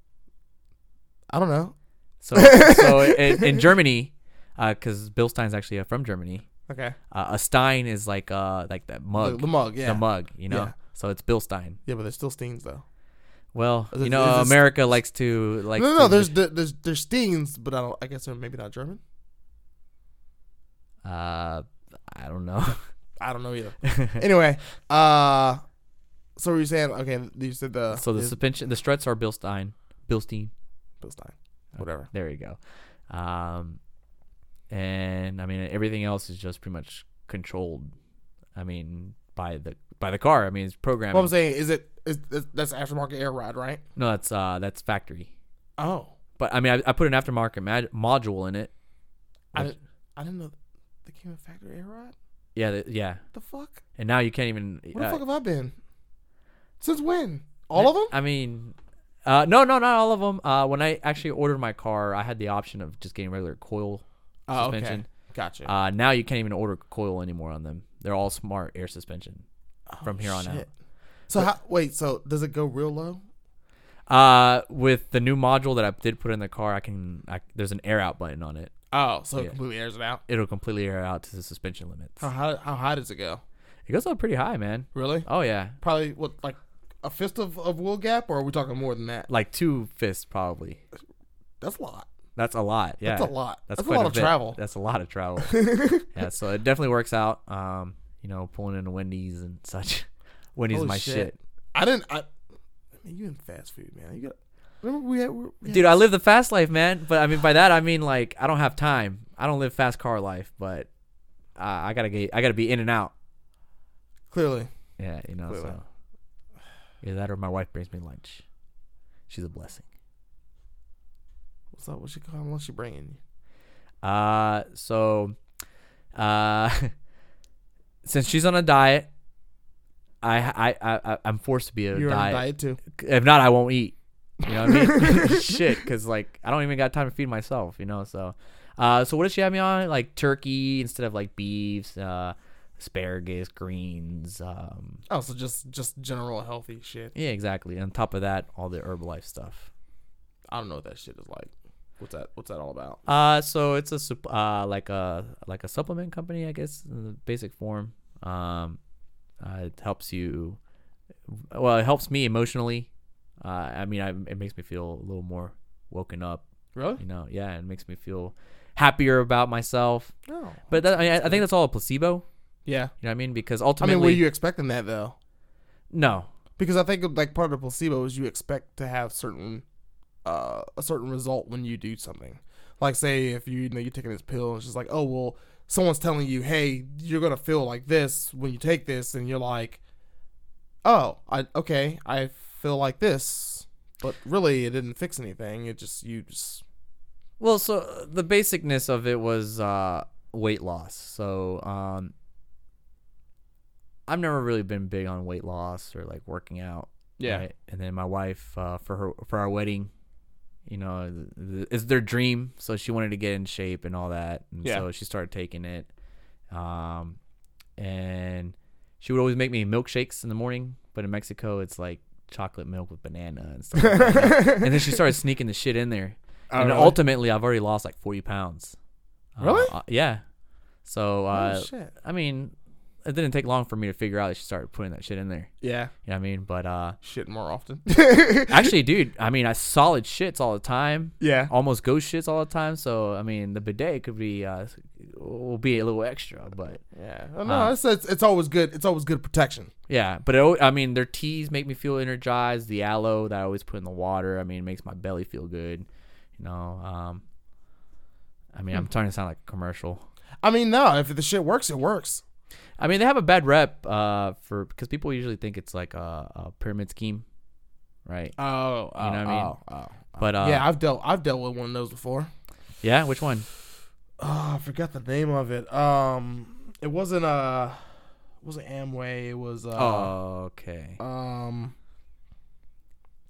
S1: I don't know.
S2: So so in, in Germany, because Bilstein's actually uh, from Germany.
S1: Okay.
S2: Uh, a Stein is like uh like that
S1: The,
S2: mug,
S1: the mug, yeah.
S2: the mug, you know.
S1: Yeah.
S2: So it's Bilstein.
S1: Yeah, but there's still Steens though.
S2: Well,
S1: Is it-
S2: you
S1: is
S2: know,
S1: it-
S2: America likes to like.
S1: no, no, no.
S2: to-
S1: There's there- there's there's Steens, but I don't. I guess they're maybe not German.
S2: Uh, I don't know.
S1: I don't know either. anyway, uh, so were you saying? Okay, you said the
S2: so the
S1: is-
S2: suspension, the struts are Bilstein, Bilstein.
S1: Bilstein, whatever.
S2: There you go. Um, and I mean everything else is just pretty much controlled. I mean by the by the car. I mean it's programmed.
S1: What I'm saying is it is is- that's aftermarket air ride, right?
S2: no, that's uh that's factory.
S1: Oh,
S2: But I mean I, I put an aftermarket mag- module in it.
S1: I
S2: Which-
S1: didn't, I didn't know they came with factory air ride.
S2: Yeah, th- yeah.
S1: The fuck?
S2: And now you can't even.
S1: Where the
S2: uh,
S1: fuck have I been? Since when? All of them?
S2: I mean, uh, no, no, not all of them. Uh, when I actually ordered my car, I had the option of just getting regular coil
S1: Oh, okay.
S2: suspension.
S1: Gotcha.
S2: Uh, now you can't even order coil anymore on them. They're all smart air suspension from here on out.
S1: Oh, Shit. So how, wait, so does it go real low?
S2: Uh, with the new module that I did put in the car, I can. I, there's an air out button on it.
S1: Oh, so
S2: Yeah.
S1: it completely airs it out.
S2: It'll completely air out to the suspension limits.
S1: How high, how high does it go?
S2: It goes up pretty high, man.
S1: Really?
S2: Oh yeah,
S1: Probably what like a fist of, of wheel gap, or are we talking more than that?
S2: like two fists probably.
S1: That's a lot.
S2: That's a lot. Yeah,
S1: That's a lot. That's, a
S2: quite
S1: lot of
S2: bit.
S1: travel.
S2: That's a lot of travel. yeah, so it definitely works out. Um, you know, pulling into Wendy's and such. Wendy's is
S1: Holy
S2: my
S1: Oh, shit.
S2: shit.
S1: I didn't. I, I mean, you in fast food, man. You got. Remember we had. we- we
S2: Dude,
S1: had-
S2: I live the fast life, man. But I mean, by that I mean like I don't have time. I don't live fast car life, but uh, I gotta get, I gotta be in and out.
S1: clearly.
S2: Yeah, you know.
S1: Wait, wait.
S2: So yeah, that or my wife brings me lunch. She's a blessing.
S1: What's up? What's she calling? What's she bringing
S2: Uh, so, uh, since she's on a diet, I I I I- I'm forced to be
S1: you?
S2: a
S1: You're on a
S2: diet.
S1: diet too.
S2: If not, I won't eat. You know what I mean? Shit, because like I don't even got time to feed myself. You know, so. Uh, so what does she have me on? Like turkey instead of like beefs, uh, asparagus, greens. Um,
S1: Oh, so just just general healthy shit.
S2: yeah, exactly. And on top of that, all the Herbalife stuff.
S1: I don't know what that shit is like. What's that? What's that all about?
S2: Uh, so it's a sup- uh like a like a supplement company, I guess, in the basic form. Um, uh, it helps you. Well, it helps me emotionally. Uh, I mean, I, it makes me feel a little more woken up.
S1: Really?
S2: You know, yeah, it makes me feel happier about myself.
S1: No.
S2: But that, I, I think that's all a placebo.
S1: yeah.
S2: You know what I mean? Because
S1: I
S2: ultimately,
S1: mean, were you expecting that though?
S2: no,
S1: Because I think like part of the placebo is you expect to have certain uh, a certain result when you do something. Like say if you, you know you're taking this pill, it's just like oh well, someone's telling you hey you're gonna feel like this when you take this, and you're like, oh I okay I feel like this, but really it didn't fix anything. It just you just
S2: Well, so uh, the basicness of it was uh, weight loss. So um, I've never really been big on weight loss or like working out. right? And then my wife uh, for her for our wedding, you know, th- th- it's their dream. So she wanted to get in shape and all that. And
S1: Yeah.
S2: So she started taking it, um, and she would always make me milkshakes in the morning. But in Mexico, it's like chocolate milk with banana and stuff. like that. and then she started sneaking the shit in there
S1: Oh,
S2: and ultimately, I've already lost like forty pounds. Uh,
S1: Really?
S2: uh, yeah. So, uh,
S1: oh, shit.
S2: I mean, it didn't take long for me to figure out that she started putting that shit in there.
S1: Yeah,
S2: You know what I mean? But uh,
S1: shit more often.
S2: actually, dude, I mean, I solid shits all the time,
S1: yeah.
S2: almost ghost shits all the time. So, I mean, the bidet could be uh, will be a little extra, but
S1: Yeah. Oh, no,
S2: Uh,
S1: it's, it's it's always good. It's always good protection.
S2: yeah. But it, al- I mean, their teas make me feel energized. The aloe that I always put in the water, I mean, it makes my belly feel good. You know, um, I mean, I'm
S1: Hmm.
S2: starting to sound like a commercial.
S1: I mean, no, if the shit works, it works.
S2: I mean, they have a bad rep uh, for because people usually think it's like a, a pyramid scheme, right?
S1: Oh,
S2: You know what I mean?
S1: oh, oh, oh.
S2: But, uh,
S1: yeah, I've dealt I've dealt with one of those before.
S2: Yeah, which one?
S1: Oh, I forgot the name of it. Um, it wasn't uh, it wasn't Amway. It was uh,
S2: okay.
S1: um,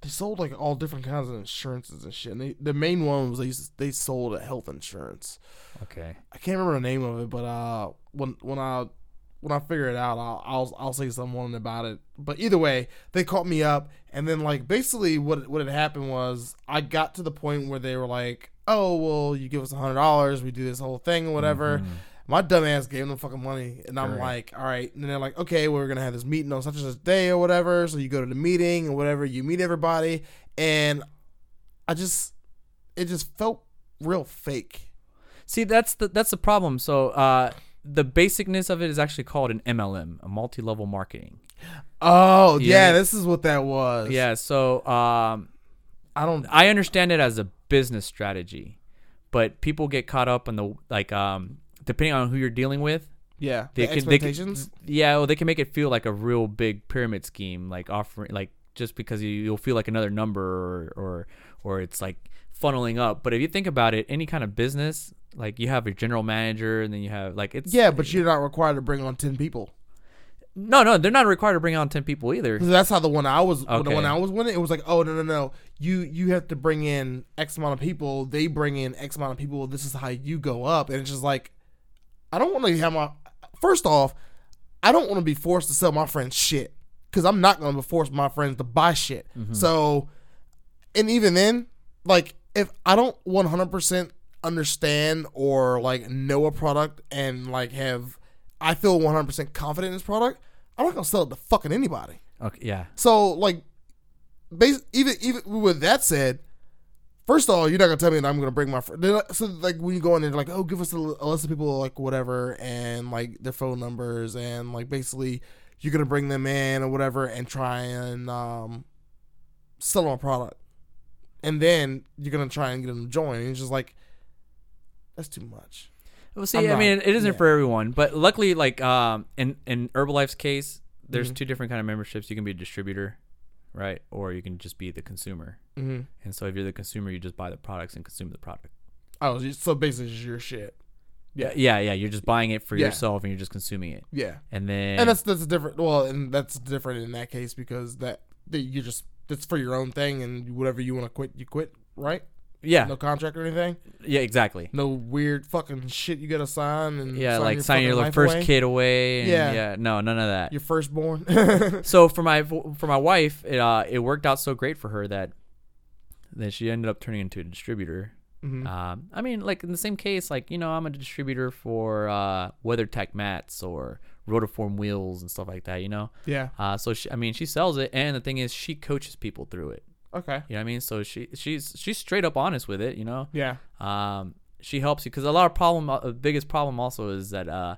S1: they sold like all different kinds of insurances and shit. And they, the main one was they used, they sold a health insurance.
S2: Okay.
S1: I can't remember the name of it, but uh, when when I when I figure it out, I'll I'll, I'll say something about it. But either way, they caught me up, and then like basically what what had happened was I got to the point where they were like, "Oh well, you give us a hundred dollars, we do this whole thing, or whatever." My dumb ass gave them the fucking money, and I'm
S2: Right.
S1: like, "All right." And they're like, "Okay, we're gonna have this meeting on such and such day or whatever." So you go to the meeting or whatever, you meet everybody, and I just it just felt real fake.
S2: See, that's the that's the problem. So uh, the basicness of it is actually called an MLM, a multi-level marketing.
S1: Oh
S2: You know what I
S1: yeah,
S2: mean?
S1: this is what that was.
S2: Yeah. So um,
S1: I don't.
S2: I understand it as a business strategy, but people get caught up in the like um, depending on who you're dealing with.
S1: Yeah, the
S2: They can- they can-
S1: expectations.
S2: Yeah, well, they can make it feel like a real big pyramid scheme, like offering, like just because you, you'll feel like another number, or, or or it's like funneling up. But if you think about it, any kind of business, like you have your general manager, and then you have like it's
S1: yeah, but you're not required to bring on ten people.
S2: no, no, they're not required to bring on ten people either.
S1: 'Cause That's how the one I was the
S2: Okay.
S1: one I was winning. It was like, oh no no no, you you have to bring in X amount of people. They bring in X amount of people. This is how you go up, and it's just like, I don't want to have my. First off, I don't want to be forced to sell my friends shit because I'm not going to force my friends to buy shit. So, and even then, like if I don't 100% understand or like know a product and like have, I feel 100% confident in this product, I'm not going to sell it to fucking anybody.
S2: Okay, yeah.
S1: So like, bas- even even with that said, first of all, you're not gonna tell me that I'm gonna bring my friend. So like when you go in there, like oh, give us a, l- a list of people like whatever and like their phone numbers and like basically you're gonna bring them in or whatever and try and um, sell them a product, and then you're gonna try and get them to join. And it's just like that's too much.
S2: Well, see,
S1: I'm
S2: I mean,
S1: not-
S2: it isn't
S1: yeah.
S2: for everyone, but luckily, like um, in in Herbalife's case, there's
S1: Mm-hmm.
S2: two different kind of memberships. You can be a distributor, right, or you can just be the consumer.
S1: Mm-hmm.
S2: And so, if you're the consumer, you just buy the products and consume the product.
S1: Oh, so basically, it's your shit. Yeah.
S2: yeah, yeah. You're just buying it for
S1: Yeah.
S2: yourself, and you're just consuming it.
S1: Yeah.
S2: And then,
S1: and that's that's different. Well, and that's different in that case because that, that you just that's for your own thing and whatever you want to quit, you quit, right?
S2: yeah,
S1: No contract or anything.
S2: yeah, exactly.
S1: No weird fucking shit you gotta sign and
S2: Yeah, like signing your
S1: fucking
S2: like,
S1: life
S2: first
S1: away.
S2: kid away. And, yeah,
S1: Yeah.
S2: no, none of that.
S1: your firstborn.
S2: So for my for my wife, it uh, it worked out so great for her that that she ended up turning into a distributor.
S1: Mhm.
S2: Um, I mean, like in the same case, like you know, I'm a distributor for uh, WeatherTech mats or rotiform wheels and stuff like that. You know,
S1: yeah.
S2: uh, so she, I mean, she sells it, and the thing is, she coaches people through it.
S1: Okay.
S2: You know what I mean? So she she's she's straight up honest with it. You know,
S1: Yeah.
S2: um, she helps you because a lot of problem, uh, biggest problem also is that uh,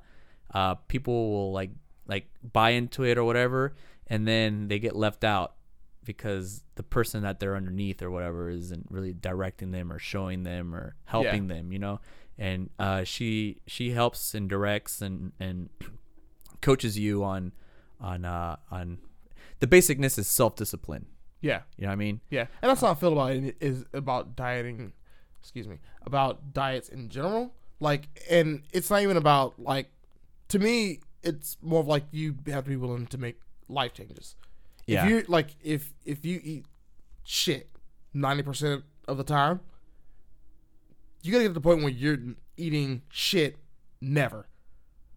S2: uh, people will like like buy into it or whatever, and then they get left out because the person that they're underneath or whatever isn't really directing them or showing them or helping them, you know. And uh, she she helps and directs and and coaches you on on uh, on the basicness is self discipline.
S1: Yeah.
S2: You know what I mean?
S1: Yeah. And that's how I feel about it is about dieting. Excuse me. About diets in general. Like, and it's not even about like. To me, it's more of like you have to be willing to make life changes.
S2: Yeah.
S1: If you like if if you eat shit ninety percent of the time, you gotta get to the point where you're eating shit never.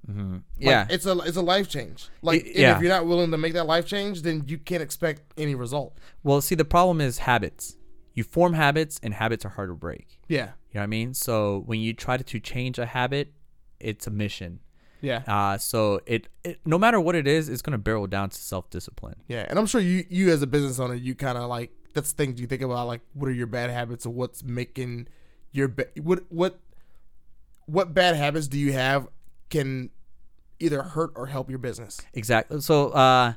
S1: Like,
S2: yeah.
S1: it's a it's a life change. Like
S2: Y-
S1: and
S2: yeah.
S1: if you're not willing to make that life change, then you can't expect any result.
S2: Well, see, the problem is habits. You form habits, and habits are hard to break.
S1: Yeah.
S2: You know what I mean? So when you try to change a habit, it's a mission.
S1: Yeah.
S2: Uh, so it, it no matter what it is, it's gonna barrel down to self discipline.
S1: Yeah. And I'm sure you you as a business owner, you kind of like that's things you think about like what are your bad habits or what's making your ba- what what what bad habits do you have can either hurt or help your business.
S2: Exactly. So uh,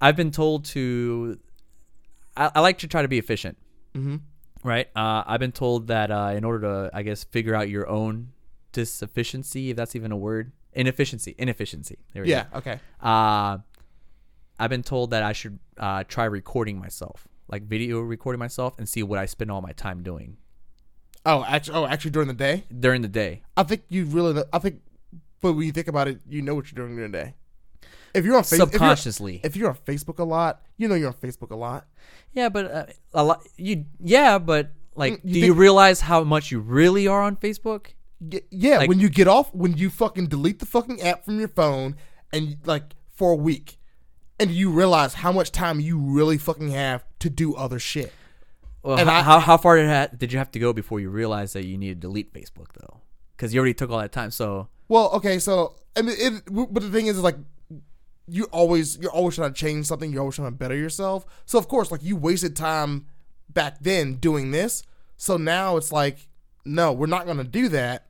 S2: I've been told to. I, I like to try to be efficient.
S1: Mm-hmm.
S2: right? Uh, I've been told that uh, in order to, I guess, figure out your own disefficiency, if that's even a word, inefficiency, inefficiency. There we
S1: Yeah.
S2: go.
S1: Okay.
S2: Uh, I've been told that I should uh, try recording myself, like video recording myself, and see what I spend all my time doing
S1: Oh, actually, oh, actually, during the day,
S2: during the day.
S1: I think you really, I think, but when you think about it, you know what you're doing during the day. If you're on Facebook,
S2: Subconsciously,
S1: if you're, on Facebook a lot, you know you're on Facebook a lot.
S2: yeah, but uh, a lot. You, yeah, but like,
S1: Mm, you
S2: do you
S1: think-
S2: realize how much you really are on Facebook?
S1: Y- yeah,
S2: Like-
S1: when you get off, when you fucking delete the fucking app from your phone, and like for a week, and you realize how much time you really fucking have to do other shit.
S2: Well,
S1: And
S2: how,
S1: I-
S2: how how far did ha- did you have to go before you realized that you need to delete Facebook though? Because you already took all that time. So
S1: Well, okay, so I mean, it, but the thing is, is like you always you're always trying to change something. You're always trying to better yourself. So of course, like you wasted time back then doing this. So now it's like, no, we're not gonna do that.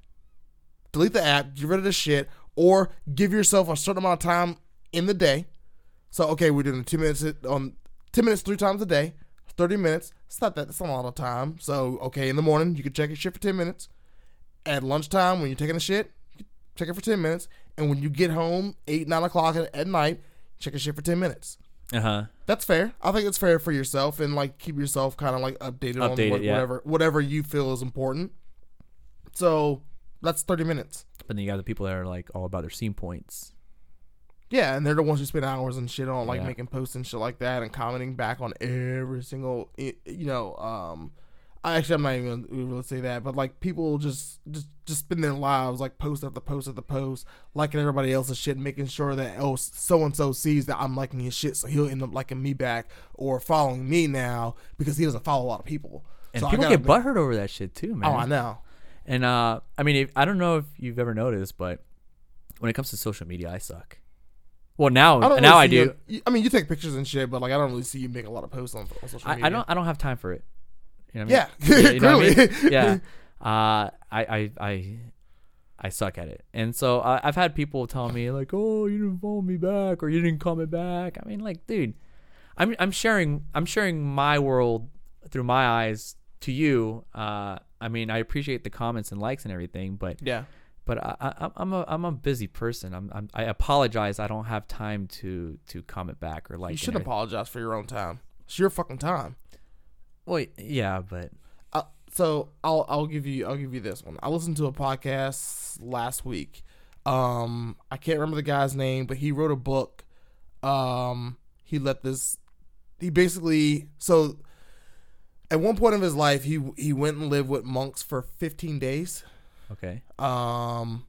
S1: Delete the app, get rid of the shit, or give yourself a certain amount of time in the day. So okay, we're doing two minutes on ten minutes three times a day, thirty minutes. It's not that. It's not a lot of time. So okay, in the morning you can check your shit for ten minutes. At lunchtime when you're taking a shit, check it for 10 minutes. And when you get home, 8, 9 o'clock at, at night, check your shit for 10 minutes.
S2: Uh huh.
S1: That's fair. I think it's fair for yourself and like keep yourself kind of like updated,
S2: Updated,
S1: on what,
S2: yeah.
S1: whatever whatever you feel is important. So that's 30 minutes.
S2: But then you got the people that are like all about their scene points.
S1: Yeah, and they're the ones who spend hours and shit on like
S2: Yeah.
S1: making posts and shit like that and commenting back on every single i- you know um I actually I'm not even gonna really say that, but like people just just just spend their lives like post after post after post, liking everybody else's shit, and making sure that oh so and so sees that I'm liking his shit, so he'll end up liking me back or following me now because he doesn't follow a lot of people.
S2: And
S1: so I
S2: people
S1: gotta
S2: get
S1: be-
S2: butthurt over that shit too, man.
S1: Oh, I know.
S2: And uh, I mean, if, I don't know if you've ever noticed, but when it comes to social media, I suck. Well, now
S1: I don't
S2: now
S1: really
S2: I
S1: see
S2: do.
S1: you- you- I mean, you take pictures and shit, but like I don't really see you make a lot of posts on, on social media.
S2: I, I don't. I don't have time for it. You know what
S1: Yeah,
S2: I mean? you know what I
S1: clearly.
S2: mean? Yeah. Uh, I, I, I, I suck at it, and so uh, I've had people tell me like, "Oh, you didn't follow me back, or you didn't comment back." I mean, like, dude, I'm, I'm sharing, I'm sharing my world through my eyes to you. Uh, I mean, I appreciate the comments and likes and everything, but
S1: Yeah.
S2: but I, I, I'm- I'm a I'm a busy person. I'm, I'm I apologize. I don't have time to to comment back or like.
S1: You
S2: and
S1: should
S2: everything.
S1: apologize for your own time. It's your fucking time.
S2: Well, yeah, but
S1: Uh, so I'll I'll give you I'll give you this one. I listened to a podcast last week. Um, I can't remember the guy's name, but he wrote a book. Um, he let this. He basically so. At one point of his life, he he went and lived with monks for 15 days.
S2: okay.
S1: Um,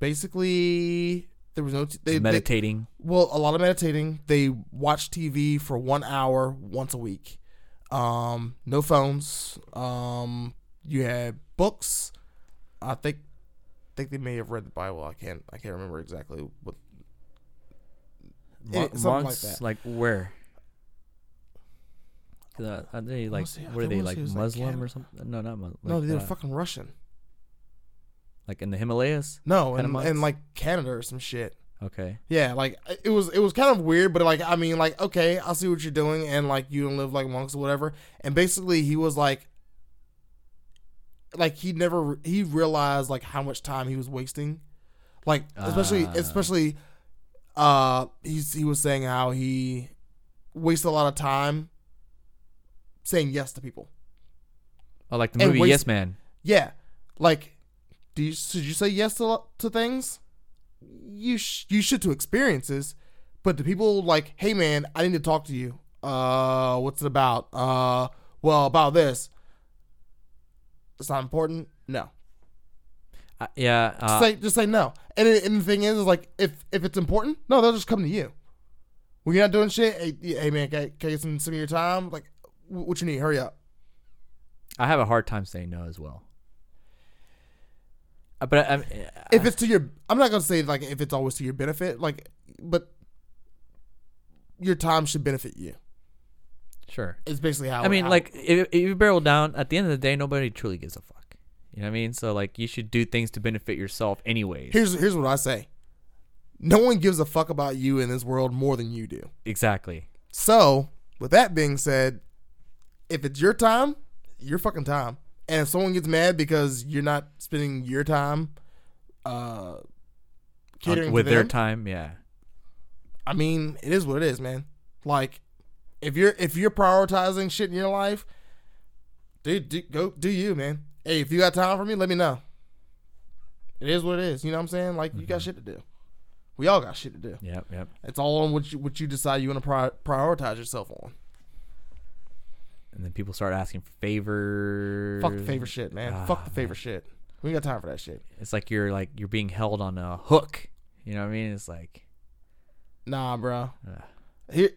S1: basically, there was no t- they, they
S2: meditating.
S1: well, a lot of meditating. They watch TV for one hour once a week. Um, no phones. Um, you had books. I think, think they may have read the Bible. I can't. I can't remember exactly what.
S2: Mon-
S1: It- something like
S2: monks,
S1: that.
S2: like, where? 'Cause, uh, are they like
S1: see- I
S2: were they
S1: wanna
S2: like
S1: see it was, like,
S2: Muslim
S1: Canada.
S2: or something? No, not Muslim. Like,
S1: no, they were
S2: uh,
S1: fucking Russian.
S2: like in the Himalayas.
S1: No,
S2: kinda
S1: and,
S2: monks?
S1: and like Canada or some shit.
S2: Okay.
S1: Yeah, like uh, it was it was kind of weird, but like I mean, like okay, I see what you're doing, and like you don't live like monks or whatever. And basically, he was like, like he never he realized like how much time he was wasting, like especially
S2: Ah.
S1: especially, uh, he's he was saying how he wasted a lot of time saying yes to people.
S2: Oh, like the
S1: And
S2: movie
S1: waste-
S2: Yes Man.
S1: Yeah, like, do you, should you say yes to lo- to things? You sh- you should to experiences, but the people like, hey man, I need to talk to you. Uh, what's it about? Uh, well, about this. It's not important. No,
S2: Uh, yeah.
S1: just
S2: Uh,
S1: say just say no. And it- and the thing is, is like if if it's important, no, they'll just come to you. When you're not doing shit, hey, yeah, hey man, can I, can I get some some of your time? Like, wh- what you need? Hurry up.
S2: I have a hard time saying no as well. Uh, but I, I,
S1: if it's to your i'm not gonna say like if it's always to your benefit like but your time should benefit you
S2: sure.
S1: it's basically how
S2: I mean,
S1: how-
S2: like if, if you barrel down, at the end of the day, nobody truly gives a fuck. You know what I mean? So like, you should do things to benefit yourself, anyways.
S1: here's here's what i say no one gives a fuck about you in this world more than you do
S2: exactly.
S1: so with that being said if it's your time your fucking time and if someone gets mad because you're not spending your time uh
S2: On-
S1: catering
S2: with
S1: to
S2: their
S1: them,
S2: time, yeah.
S1: I mean, it is what it is, man. Like, if you're if you're prioritizing shit in your life, dude, do, go do you, man. Hey, if you got time for me, let me know. It is what it is. You know what I'm saying? Like, you got shit to do. We all got shit to do.
S2: Yep. Yep.
S1: It's all on what you what you decide you want to pri- prioritize yourself on.
S2: and then people start asking for favors.
S1: Fuck the favorite shit, man. Fuck the favorite shit. We ain't got time for that shit.
S2: It's like you're like you're being held on a hook. You know what I mean? It's like
S1: Nah, bro.
S2: Ugh.
S1: Here,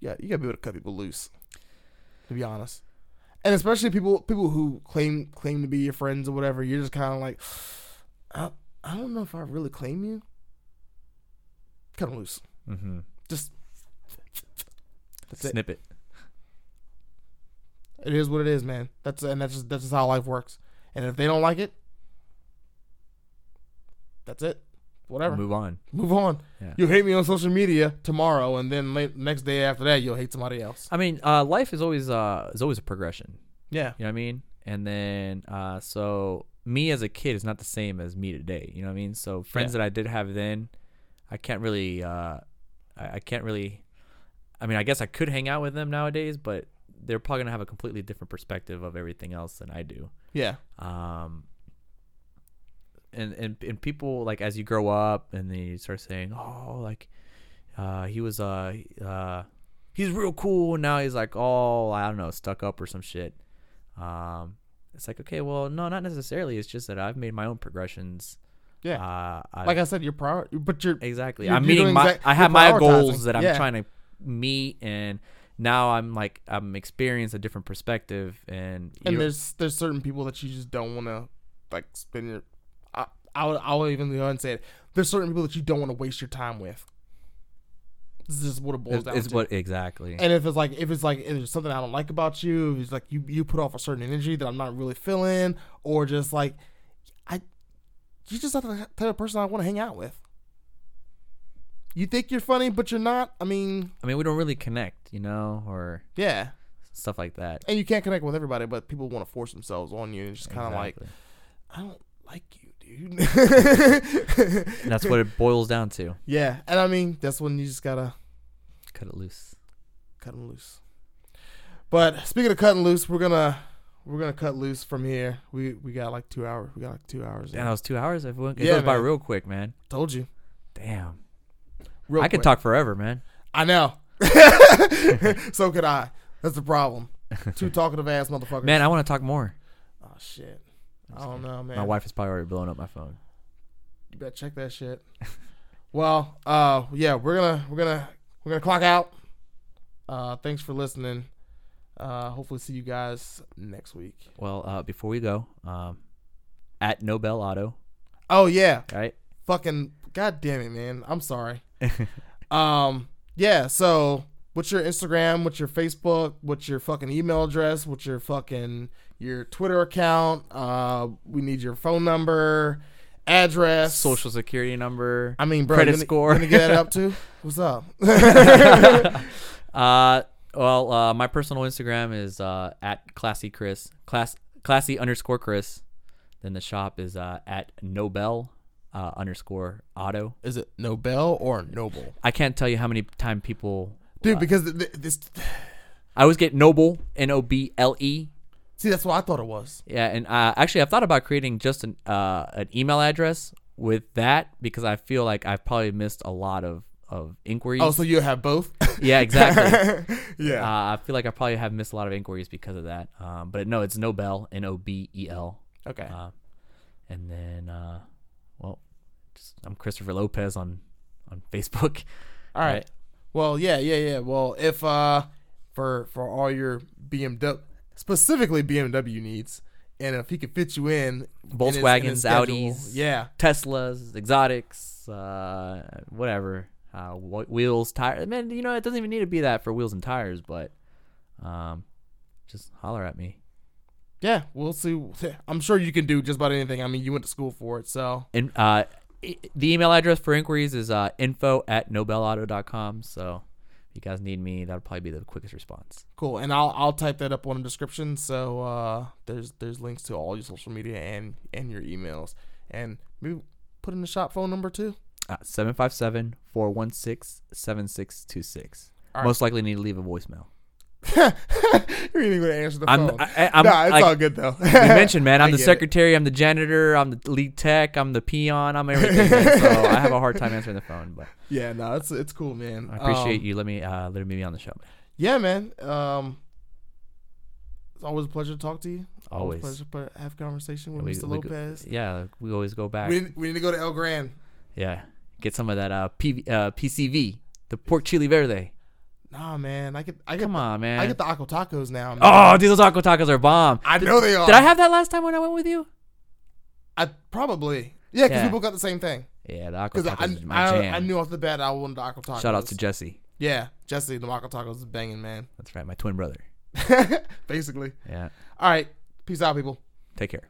S1: yeah, you gotta be able to cut people loose. To be honest, and especially people people who claim claim to be your friends or whatever, you're just kind of like, I, I don't know if I really claim you. Cut them loose.
S2: mm-hmm.
S1: Just That's it.
S2: snippet.
S1: it is what it is, man. That's and that's just that's just how life works. And if they don't like it, that's it. Whatever. Move,
S2: Move on.
S1: on.
S2: Yeah.
S1: You hate me on social media tomorrow, and then late, next day after that, you'll hate somebody else.
S2: I mean, uh, life is always uh, is always a progression.
S1: Yeah.
S2: You know what I mean? And then uh, so me as a kid is not the same as me today. You know what I mean? So friends that I did have then, I can't really, uh, I, I can't really. I mean, I guess I could hang out with them nowadays, but they're probably gonna have a completely different perspective of everything else than I do.
S1: Yeah.
S2: um and and and people like as you grow up and then you start saying oh like uh he was uh uh he's real cool. And now he's like, oh, I don't know, stuck up or some shit. Um, it's like, okay, well, no, not necessarily. It's just that I've made my own progressions.
S1: Yeah.
S2: Uh, I,
S1: like I said, you're prior, but you're
S2: exactly.
S1: you're-
S2: I'm
S1: you're
S2: meeting
S1: doing
S2: my.
S1: exact-
S2: I
S1: you're
S2: have my
S1: prioritizing.
S2: goals that I'm
S1: Yeah.
S2: trying to meet, and now I'm like I'm experienced a different perspective, and,
S1: and
S2: you're-
S1: there's there's certain people that you just don't want to like spend your. I, I'll I'll even go ahead and say it. There's certain people that you don't want to waste your time with. This is what it boils
S2: it's,
S1: down
S2: it's
S1: to.
S2: what exactly.
S1: and if it's like if it's like if there's something I don't like about you, if it's like you you put off a certain energy that I'm not really feeling, or just like I, you're just not the type of person I want to hang out with. You think you're funny, but you're not. I mean,
S2: I mean, we don't really connect, you know, or
S1: yeah,
S2: stuff like that.
S1: and you can't connect with everybody, but people want to force themselves on you. And it's just kind of like
S2: Exactly.
S1: I don't like you, dude.
S2: And that's what it boils down to.
S1: yeah, and I mean that's when you just gotta
S2: Cut it loose.
S1: cut them loose. But speaking of cutting loose, we're gonna we're gonna cut loose from here. We we got like two hours. We got like two hours.
S2: Damn, that was two hours. It went- it
S1: Yeah,
S2: goes by
S1: man.
S2: real quick, man.
S1: Told you.
S2: Damn,
S1: Real
S2: I could
S1: quick.
S2: talk forever, man.
S1: I know. so could I. That's the problem. Two talkative ass motherfuckers.
S2: Man, I want to talk more.
S1: Oh shit. I don't know, man.
S2: My wife is probably already blowing up my phone.
S1: You better check that shit. well, uh, yeah, we're gonna we're gonna we're gonna clock out. Uh, thanks for listening. Uh, hopefully see you guys next week.
S2: Well, uh, before we go, um, at Nobel Auto,
S1: Oh yeah,
S2: right?
S1: fucking god damn it, man. I'm sorry. um, yeah. So, what's your Instagram? What's your Facebook? What's your fucking email address? What's your fucking your Twitter account? Uh, we need your phone number, address,
S2: Social security number.
S1: I mean, bro,
S2: credit
S1: you gonna-
S2: score.
S1: you gonna get that up too? What's up?
S2: Uh, well, uh, my personal Instagram is uh, at classy Chris, class classy underscore Chris. Then the shop is uh, at Nobel uh, underscore Auto.
S1: Is it Nobel or Noble?
S2: I can't tell you how many time people.
S1: Dude, because th- th- this.
S2: I always get Noble N O B L E.
S1: See, that's what I thought it was.
S2: Yeah, and uh, actually, I've thought about creating just an uh, an email address with that because I feel like I've probably missed a lot of of inquiries.
S1: Oh, so you have both?
S2: yeah, exactly.
S1: yeah.
S2: Uh, I feel like I probably have missed a lot of inquiries because of that. Um, but no, it's Nobel, N O B E L.
S1: okay.
S2: Uh, and then, uh, well, just, I'm Christopher Lopez on on Facebook.
S1: all right. Well, yeah, yeah, yeah. Well, if uh, for for all your BMW, specifically BMW needs, and if he could fit you in, in his- in his
S2: Volkswagens,
S1: schedule,
S2: Audis,
S1: yeah,
S2: Teslas, exotics, uh, whatever, uh, wh- wheels, tires. Man, you know, it doesn't even need to be that for wheels and tires, but um, just holler at me.
S1: yeah. We'll see. I'm sure you can do just about anything. I mean, you went to school for it, so
S2: And uh, i- the email address for inquiries is uh, info at nobelauto.com. So if you guys need me, that'll probably be the quickest response.
S1: Cool, and I'll I'll type that up on the description. So uh, there's there's links to all your social media and and your emails, and maybe put in the shop phone number too.
S2: Uh, 757 416 7626.
S1: All right.
S2: Most likely need to leave a voicemail.
S1: You're even gonna answer the
S2: I'm,
S1: phone.
S2: I, I'm
S1: nah, it's
S2: like
S1: all good though.
S2: you mentioned, man.
S1: I
S2: I'm the
S1: get it.
S2: secretary, I'm the janitor, I'm the lead tech, I'm the peon, I'm everything. man. so I have a hard time answering the phone, but
S1: yeah, no, it's it's cool, man.
S2: I appreciate
S1: Um,
S2: you. Let me uh, let me be on the show, man.
S1: Yeah, man. Um, it's always a pleasure to talk to you.
S2: Always.
S1: a pleasure to put- have a conversation with
S2: We-
S1: Mr.
S2: we go-
S1: Lopez.
S2: yeah, we always go back.
S1: We, we need to go to El Gran.
S2: yeah, get some of that uh, PV, uh, PCV, the pork chili verde.
S1: Nah, man. I get I get
S2: Come on, man.
S1: I get the aqua tacos now. Man.
S2: oh, dude, those aqua tacos are bomb.
S1: I know they are.
S2: Did I have that last time when I went with you?
S1: I probably yeah, because
S2: Yeah.
S1: we both got the same thing.
S2: Yeah, the aqua
S1: Because
S2: tacos
S1: I,
S2: is my
S1: I,
S2: jam.
S1: I knew off the bat I wanted the aqua tacos.
S2: Shout out to Jesse.
S1: yeah, Jesse. The aqua tacos is banging, man.
S2: That's right, my twin brother.
S1: Basically.
S2: Yeah.
S1: All right, peace out, people.
S2: Take care.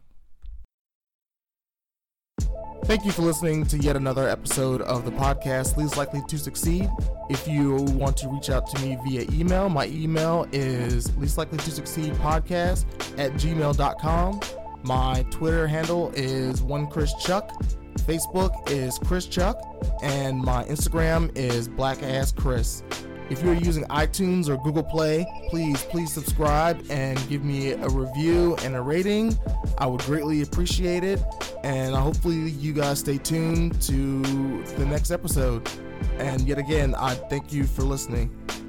S1: Thank you for listening to yet another episode of the podcast Least Likely to Succeed. If you want to reach out to me via email, my email is least likely to succeed podcast at gmail.com. My Twitter handle is one Chris Chuck. Facebook is Chris Chuck, and my Instagram is Black Ass Chris. If you're using iTunes or Google Play, please, please subscribe and give me a review and a rating. I would greatly appreciate it. And hopefully, you guys stay tuned to the next episode. And yet again, I thank you for listening.